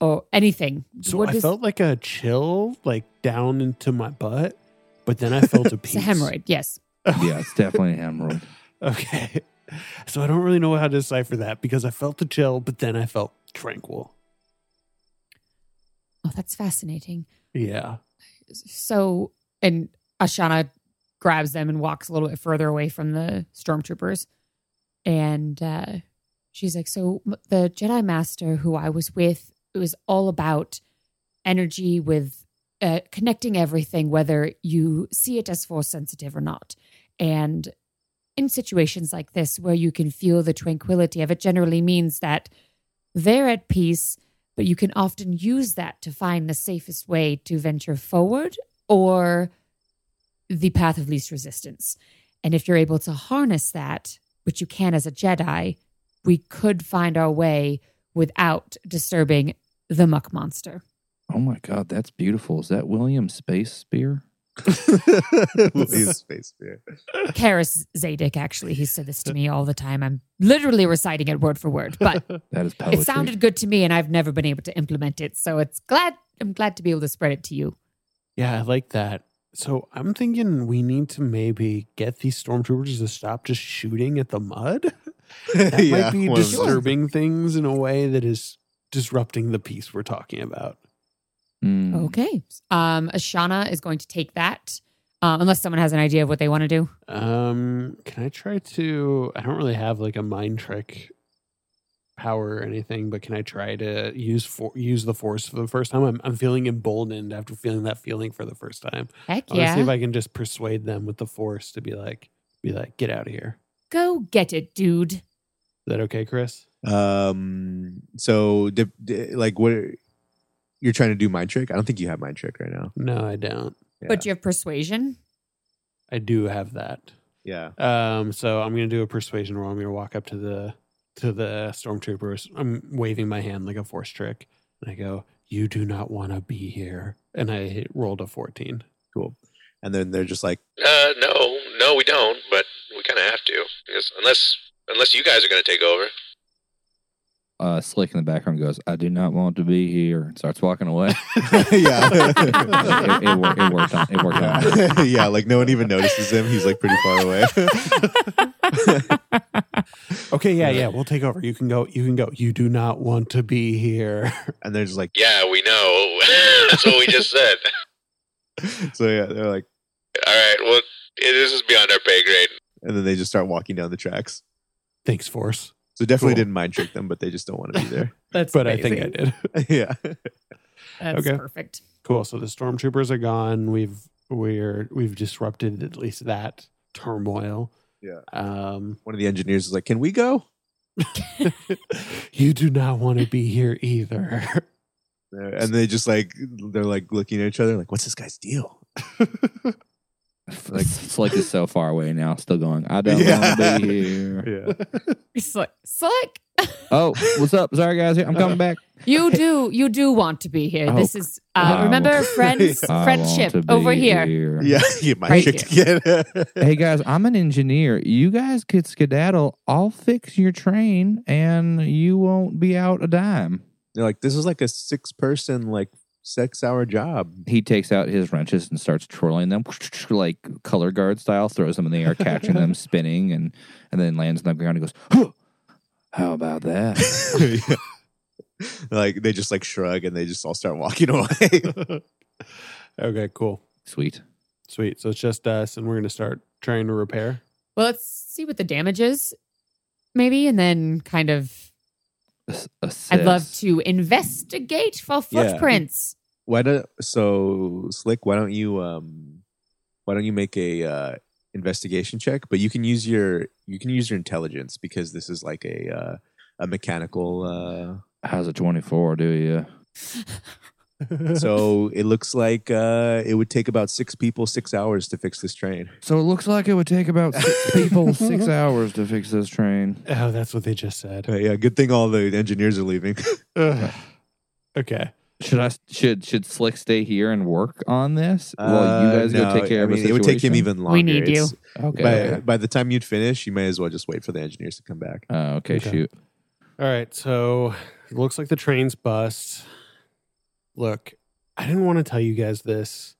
Speaker 4: or anything?
Speaker 1: So
Speaker 4: What
Speaker 1: I
Speaker 4: does-
Speaker 1: felt like a chill, like down into my butt, but then I felt a
Speaker 4: it's
Speaker 1: piece.
Speaker 4: a hemorrhoid, yes.
Speaker 2: Yeah, it's definitely a hemorrhoid.
Speaker 1: Okay. So I don't really know how to decipher that because I felt the chill, but then I felt tranquil.
Speaker 4: Oh, that's fascinating.
Speaker 1: Yeah.
Speaker 4: So and Ashana grabs them and walks a little bit further away from the stormtroopers. And uh, she's like, So m- the Jedi Master who I was with, it was all about energy with uh, connecting everything, whether you see it as force sensitive or not. And in situations like this, where you can feel the tranquility of it, generally means that they're at peace, but you can often use that to find the safest way to venture forward or the path of least resistance. And if you're able to harness that, which you can as a Jedi, we could find our way without disturbing the muck monster.
Speaker 2: Oh my god, that's beautiful. Is that William Space Spear?
Speaker 3: His face yeah.
Speaker 4: Karis Zadek, actually, he said this to me all the time. I'm literally reciting it word for word, but
Speaker 2: That is poetry.
Speaker 4: it sounded good to me, and I've never been able to implement it. So it's glad I'm glad to be able to spread it to you.
Speaker 1: Yeah, I like that. So I'm thinking we need to maybe get these stormtroopers to stop just shooting at the mud. That
Speaker 3: Yeah,
Speaker 1: might be
Speaker 3: one of those.
Speaker 1: disturbing things in a way that is disrupting the peace we're talking about.
Speaker 2: Mm.
Speaker 4: Okay. Um, Ashana is going to take that, um, unless someone has an idea of what they want to do.
Speaker 1: Um, can I try to? I don't really have like a mind trick power or anything, but can I try to use for use the force for the first time? I'm I'm feeling emboldened after feeling that feeling for the first time.
Speaker 4: Heck
Speaker 1: I want to see
Speaker 4: yeah.
Speaker 1: if I can just persuade them with the force to be like, be like, get out of here.
Speaker 4: Go get it, dude.
Speaker 1: Is that okay, Chris?
Speaker 3: um so d- d- like what you're trying to do mind trick i don't think you have mind trick right now
Speaker 1: No, I don't.
Speaker 4: But you have persuasion.
Speaker 1: I do have that.
Speaker 3: yeah
Speaker 1: Um, so I'm gonna do a persuasion roll. I'm gonna walk up to the to the stormtroopers. I'm waving my hand like a force trick, and I go, "You do not want to be here." And I rolled a 14.
Speaker 3: cool and then they're just like
Speaker 6: Uh, no, no, we don't. But we kind of have to, because unless unless you guys are going to take over.
Speaker 2: Uh, Slick in the background goes, "I do not want to be here," and starts walking away.
Speaker 3: yeah
Speaker 2: it, it, wor- it worked. On, it worked. On.
Speaker 3: yeah. yeah, like no one even notices him. He's like pretty far away.
Speaker 1: Okay, yeah, yeah, we'll take over. You can go. You can go. You do not want to be here.
Speaker 3: and they're just like,
Speaker 6: Yeah, we know. That's what we just said.
Speaker 3: so yeah, they're like,
Speaker 6: All right. Well, it, this is beyond our pay grade.
Speaker 3: and then they just start walking down the tracks.
Speaker 1: Thanks, force.
Speaker 3: So definitely
Speaker 1: Cool.
Speaker 3: didn't mind trick them, but they just don't want to be there.
Speaker 4: That's
Speaker 1: But I think I did.
Speaker 3: yeah.
Speaker 4: That's
Speaker 1: Okay.
Speaker 4: perfect.
Speaker 1: Cool. So the stormtroopers are gone. We've we're we've disrupted at least that turmoil.
Speaker 3: Yeah.
Speaker 1: Um.
Speaker 3: One of the engineers is like, can we go?
Speaker 1: you do not want to be here either.
Speaker 3: And they just like, they're like looking at each other, like, what's this guy's deal?
Speaker 2: Like Slick is so far away now, still going. I don't want
Speaker 3: Yeah.
Speaker 2: to be here.
Speaker 3: Yeah.
Speaker 4: It's like, Slick,
Speaker 2: Oh, what's up? Sorry guys, I'm coming back.
Speaker 4: you do you do want to be here.
Speaker 2: Oh,
Speaker 4: this is uh,
Speaker 2: I
Speaker 4: remember
Speaker 2: want-
Speaker 4: friends
Speaker 2: I
Speaker 4: friendship
Speaker 2: want to
Speaker 4: over
Speaker 2: be
Speaker 4: here.
Speaker 3: Yeah. You might
Speaker 4: Right
Speaker 3: kicked again.
Speaker 2: Hey guys, I'm an engineer. You guys could skedaddle. I'll fix your train, and you won't be out a dime.
Speaker 3: They're like, this is like a six person, like six hour job.
Speaker 2: He takes out his wrenches and starts twirling them, like color guard style. Throws them in the air, catching them, spinning, and and then lands on the ground. and goes, "Huh, "How about that?"
Speaker 3: Yeah. Like they just like shrug and they just all start walking away.
Speaker 1: okay, cool.
Speaker 2: Sweet.
Speaker 1: Sweet. So it's just us, and we're going to start trying to repair.
Speaker 4: Well, let's see what the damage is, maybe, and then kind of
Speaker 2: Ass- assist.
Speaker 4: I'd love to investigate for
Speaker 3: Yeah.
Speaker 4: footprints.
Speaker 3: why don't so slick? Why don't you um, why don't you make a uh, investigation check? But you can use your you can use your intelligence because this is like a uh, a mechanical. Uh,
Speaker 2: How's a twenty-four? Do you?
Speaker 3: so it looks like uh, it would take about six people six hours to fix this train.
Speaker 2: So it looks like it would take about six people six hours to fix this train.
Speaker 1: Oh, that's what they just said.
Speaker 3: Uh, yeah, good thing all the engineers are leaving.
Speaker 1: Ugh. okay.
Speaker 2: Should I? Should should Slick stay here and work on this? Well, you
Speaker 3: Uh,
Speaker 2: guys go
Speaker 3: no,
Speaker 2: take care of
Speaker 3: I
Speaker 2: the
Speaker 3: mean, It would take
Speaker 2: situation?
Speaker 3: him even longer.
Speaker 4: need you.
Speaker 3: It's-
Speaker 2: Okay.
Speaker 3: by,
Speaker 2: okay.
Speaker 3: by the time you'd finish, you may as well just wait for the engineers to come back.
Speaker 2: Oh, okay,
Speaker 1: Okay.
Speaker 2: Shoot.
Speaker 1: All right. So it looks like the train's bust. Look, I didn't want to tell you guys this.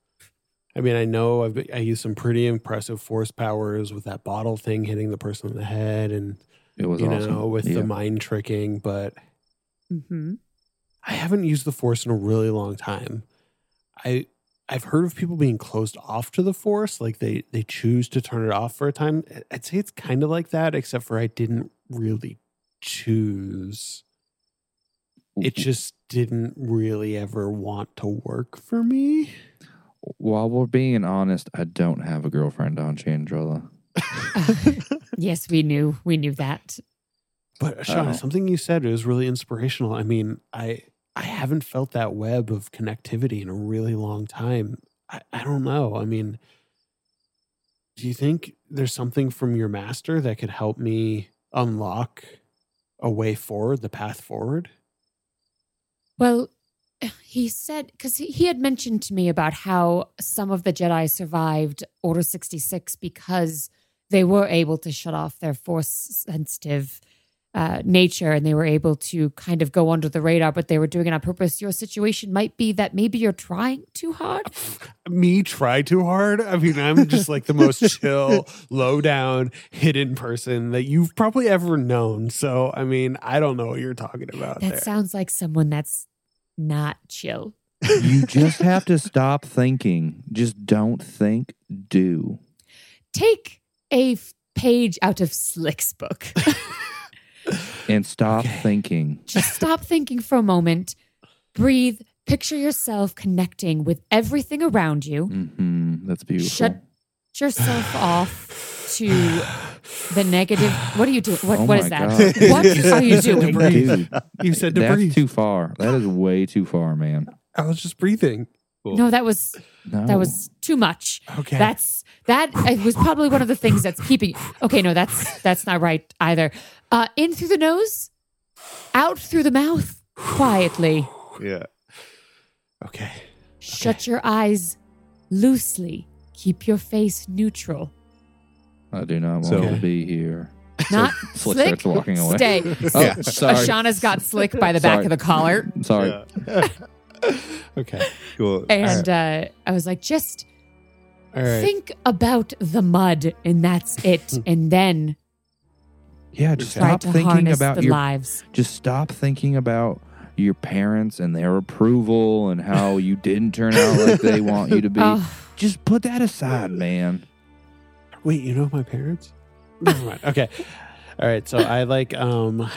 Speaker 1: I mean, I know I've been, I used some pretty impressive force powers with that bottle thing hitting the person in the head, and
Speaker 2: It was
Speaker 1: you
Speaker 2: awesome.
Speaker 1: know with
Speaker 2: Yeah.
Speaker 1: the mind tricking, but
Speaker 4: hmm
Speaker 1: I haven't used the force in a really long time. I I've heard of people being closed off to the force, like they they choose to turn it off for a time. I- I'd say it's kind of like that, except for I didn't really choose. It just didn't really ever want to work for me.
Speaker 2: While we're being honest, I don't have a girlfriend on Chandrella.
Speaker 4: Yes, we knew we knew that.
Speaker 1: But Sean,
Speaker 2: Oh.
Speaker 1: something you said was really inspirational. I mean, I I haven't felt that web of connectivity in a really long time. I, I don't know. I mean, do you think there's something from your master that could help me unlock a way forward, the path forward?
Speaker 4: Well, he said because he, he had mentioned to me about how some of the Jedi survived Order sixty six because they were able to shut off their force sensitive uh, nature and they were able to kind of go under the radar, but they were doing it on purpose. Your situation might be that maybe you're trying too hard.
Speaker 1: Me try too hard? I mean, I'm just like the most chill, low down, hidden person that you've probably ever known. So, I mean, I don't know what you're talking about
Speaker 4: That
Speaker 1: there.
Speaker 4: sounds like someone that's not chill.
Speaker 2: You just have to stop thinking. Just don't think, do.
Speaker 4: Take a f- page out of Slick's book.
Speaker 2: And stop thinking.
Speaker 4: Just stop thinking for a moment. Breathe. Picture yourself connecting with everything around you.
Speaker 2: hmm That's beautiful.
Speaker 4: Shut Shut yourself off to the negative. What are you doing? What,
Speaker 2: Oh my
Speaker 4: what is that?
Speaker 2: God.
Speaker 4: What are you
Speaker 1: To
Speaker 4: doing?
Speaker 1: breathe.
Speaker 2: Dude,
Speaker 1: you said to
Speaker 2: that's
Speaker 1: breathe.
Speaker 2: too far. That is way too far, man.
Speaker 1: I was just breathing.
Speaker 4: No, that was
Speaker 2: No.
Speaker 4: that was too much.
Speaker 1: Okay.
Speaker 4: That's that it was probably one of the things that's keeping. Okay, no, that's that's not right either. Uh, in through the nose, out through the mouth, quietly.
Speaker 3: Yeah.
Speaker 1: okay.
Speaker 4: Shut your eyes loosely. Keep your face neutral.
Speaker 2: I do not want
Speaker 3: So-
Speaker 2: to be here.
Speaker 4: Not
Speaker 2: Slick
Speaker 4: slick.
Speaker 2: starts walking away.
Speaker 4: Stay.
Speaker 2: Oh,
Speaker 3: Yeah.
Speaker 2: sorry.
Speaker 4: Ashana's got slick by the back
Speaker 2: Sorry.
Speaker 4: of the collar,
Speaker 2: Sorry.
Speaker 3: Yeah.
Speaker 1: Okay.
Speaker 3: Cool.
Speaker 4: and uh, I was like, just
Speaker 1: All right.
Speaker 4: think about the mud, and that's it. and then
Speaker 2: Yeah, just
Speaker 4: try
Speaker 2: stop
Speaker 4: to harness
Speaker 2: thinking about
Speaker 4: the
Speaker 2: your
Speaker 4: lives.
Speaker 2: just stop thinking about your parents and their approval and how you didn't turn out like they want you to be.
Speaker 4: Oh,
Speaker 2: Just put that aside, man.
Speaker 1: Wait, you know my parents? Never mind. Okay. All right. So I like um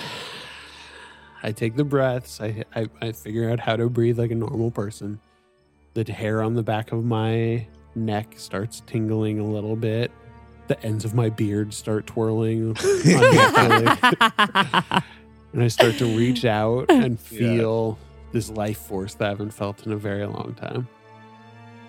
Speaker 1: I take the breaths. I, I I figure out how to breathe like a normal person. The hair on the back of my neck starts tingling a little bit. The ends of my beard start twirling unhappily. and I start to reach out and
Speaker 3: Yeah.
Speaker 1: feel this life force that I haven't felt in a very long time.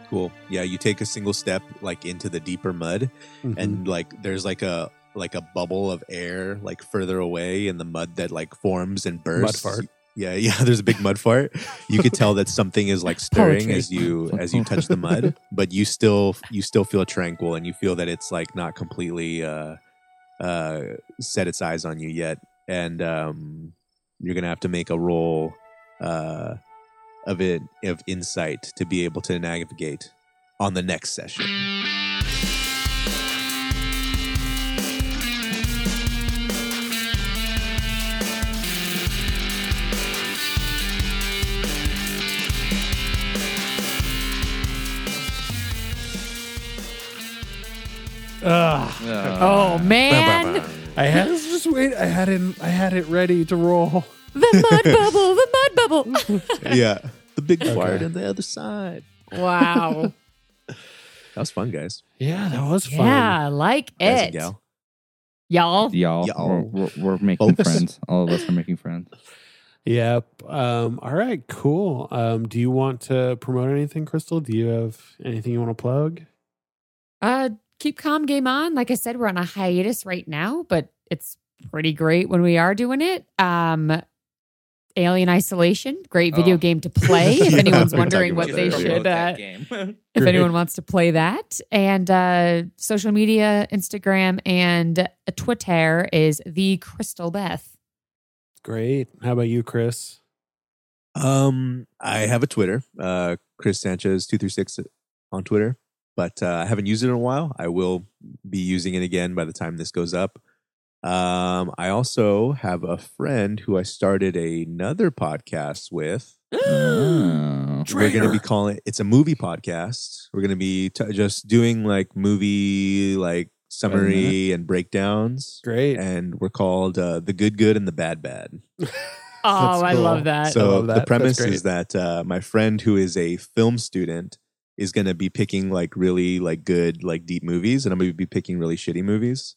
Speaker 3: Cool. Yeah, you take a single step like into the deeper mud,
Speaker 1: Mhm.
Speaker 3: and like there's like a like a bubble of air like further away in the mud that like forms and bursts.
Speaker 1: fart.
Speaker 3: Yeah, yeah. There's a big mud fart. You could tell that something is like stirring
Speaker 5: Poetry.
Speaker 3: as you as you touch the mud, but you still you still feel tranquil and you feel that it's like not completely uh, uh, set its eyes on you yet, and um, you're gonna have to make a roll uh, of it of insight to be able to navigate on the next session.
Speaker 1: Ugh.
Speaker 3: Uh,
Speaker 4: Oh man,
Speaker 1: Uh, I had just wait. I had it. I had it ready to roll.
Speaker 4: the mud bubble, the mud bubble.
Speaker 3: yeah. The big
Speaker 1: Okay.
Speaker 3: fart on the other side.
Speaker 4: wow.
Speaker 3: That was fun, guys.
Speaker 1: Yeah, that was fun.
Speaker 4: Yeah, I like
Speaker 3: Guys and
Speaker 4: it,
Speaker 3: gal.
Speaker 4: y'all.
Speaker 5: Y'all,
Speaker 3: Y'all.
Speaker 5: We're, we're, we're making
Speaker 3: Folks.
Speaker 5: friends. All of us are making friends.
Speaker 1: Yep. Um, all right. Cool. Um, do you want to promote anything, Crystal? Do you have anything you want to plug?
Speaker 4: Uh, keep calm, game on. Like I said, we're on a hiatus right now, but it's pretty great when we are doing it. Um, Alien Isolation, great video
Speaker 2: Oh.
Speaker 4: game to play. If
Speaker 3: Yeah,
Speaker 4: anyone's
Speaker 3: we were
Speaker 4: wondering
Speaker 3: talking
Speaker 4: what
Speaker 3: about
Speaker 4: they
Speaker 3: that earlier.
Speaker 4: should, uh,
Speaker 2: game.
Speaker 4: if
Speaker 1: Great.
Speaker 4: anyone wants to play that, and uh, social media, Instagram and Twitter is the Crystal Beth.
Speaker 1: Great. How about you, Chris?
Speaker 3: Um, I have a Twitter, uh, Chris Sanchez two three six on Twitter, but uh, I haven't used it in a while. I will be using it again by the time this goes up. Um, I also have a friend who I started another podcast with.
Speaker 5: Oh.
Speaker 3: We're going to be calling it's a movie podcast. We're going to be t- just doing like movie like summary and breakdowns.
Speaker 1: Great.
Speaker 3: and we're called uh, the good good and the bad bad
Speaker 4: Oh,
Speaker 1: That's
Speaker 4: I
Speaker 1: cool.
Speaker 4: love that.
Speaker 1: I
Speaker 3: so
Speaker 1: love that.
Speaker 3: the
Speaker 1: That's
Speaker 3: premise
Speaker 1: great.
Speaker 3: is that uh, my friend who is a film student is going to be picking like really like good like deep movies and i'm going to be picking really shitty movies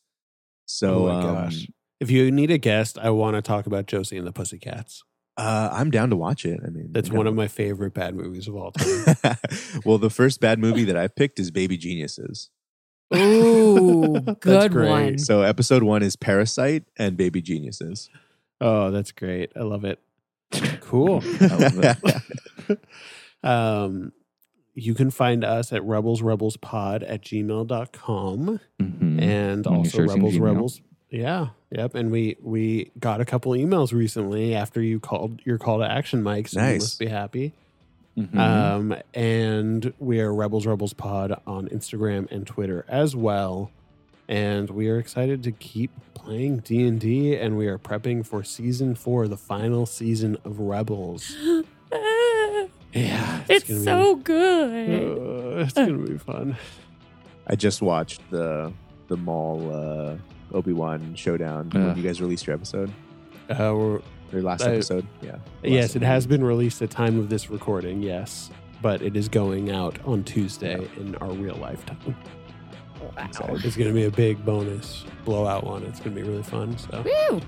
Speaker 1: Oh
Speaker 3: so
Speaker 1: my
Speaker 3: um,
Speaker 1: gosh. If you need a guest, I want to talk about Josie and the Pussycats.
Speaker 3: uh, i'm down to watch it i mean
Speaker 1: That's
Speaker 3: you know.
Speaker 1: one of my favorite bad movies of all time.
Speaker 3: well the first bad movie that i picked is baby geniuses
Speaker 4: Ooh,
Speaker 1: That's
Speaker 4: good
Speaker 1: great.
Speaker 4: one.
Speaker 3: so episode one is parasite and baby geniuses
Speaker 1: Oh, that's great. I love it. Cool. um, you can find us at rebels rebels pod at gmail.com
Speaker 2: Mm-hmm.
Speaker 5: Mhm.
Speaker 1: and
Speaker 5: On your
Speaker 1: also
Speaker 5: shirts and
Speaker 1: rebels
Speaker 5: Gmail.
Speaker 1: rebels yeah yep and we we got a couple emails recently after you called your call to action mike so you
Speaker 3: Nice.
Speaker 1: must be happy
Speaker 5: Mhm.
Speaker 2: Mm-hmm.
Speaker 3: uh,
Speaker 1: um and we are rebels rebels pod on instagram and twitter as well and we are excited to keep playing d&d and we are prepping for season four the final season of rebels
Speaker 4: Ah,
Speaker 1: yeah
Speaker 4: it's
Speaker 1: gonna be-
Speaker 4: so good.
Speaker 1: uh, it's gonna be fun
Speaker 3: I just watched the the Maul uh, Obi Wan showdown
Speaker 5: Yeah.
Speaker 3: when you guys released your episode,
Speaker 1: uh, we're-
Speaker 3: your last
Speaker 1: I-
Speaker 3: episode. Yeah.
Speaker 1: yes it has been released at time of this recording yes but it is going out on tuesday in our real lifetime so it's gonna be a big bonus blowout one it's gonna be really fun so
Speaker 4: Woo.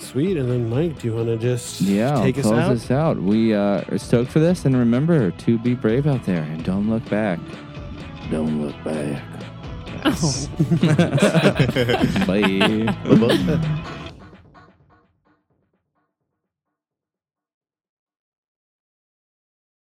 Speaker 1: Sweet. And then, Mike, do you want to just
Speaker 5: yeah, I'll
Speaker 1: take us
Speaker 5: close
Speaker 1: out?
Speaker 5: us out. We uh, are stoked for this, and remember to be brave out there and don't look back. Don't look back.
Speaker 4: Oh.
Speaker 5: Bye.
Speaker 3: been.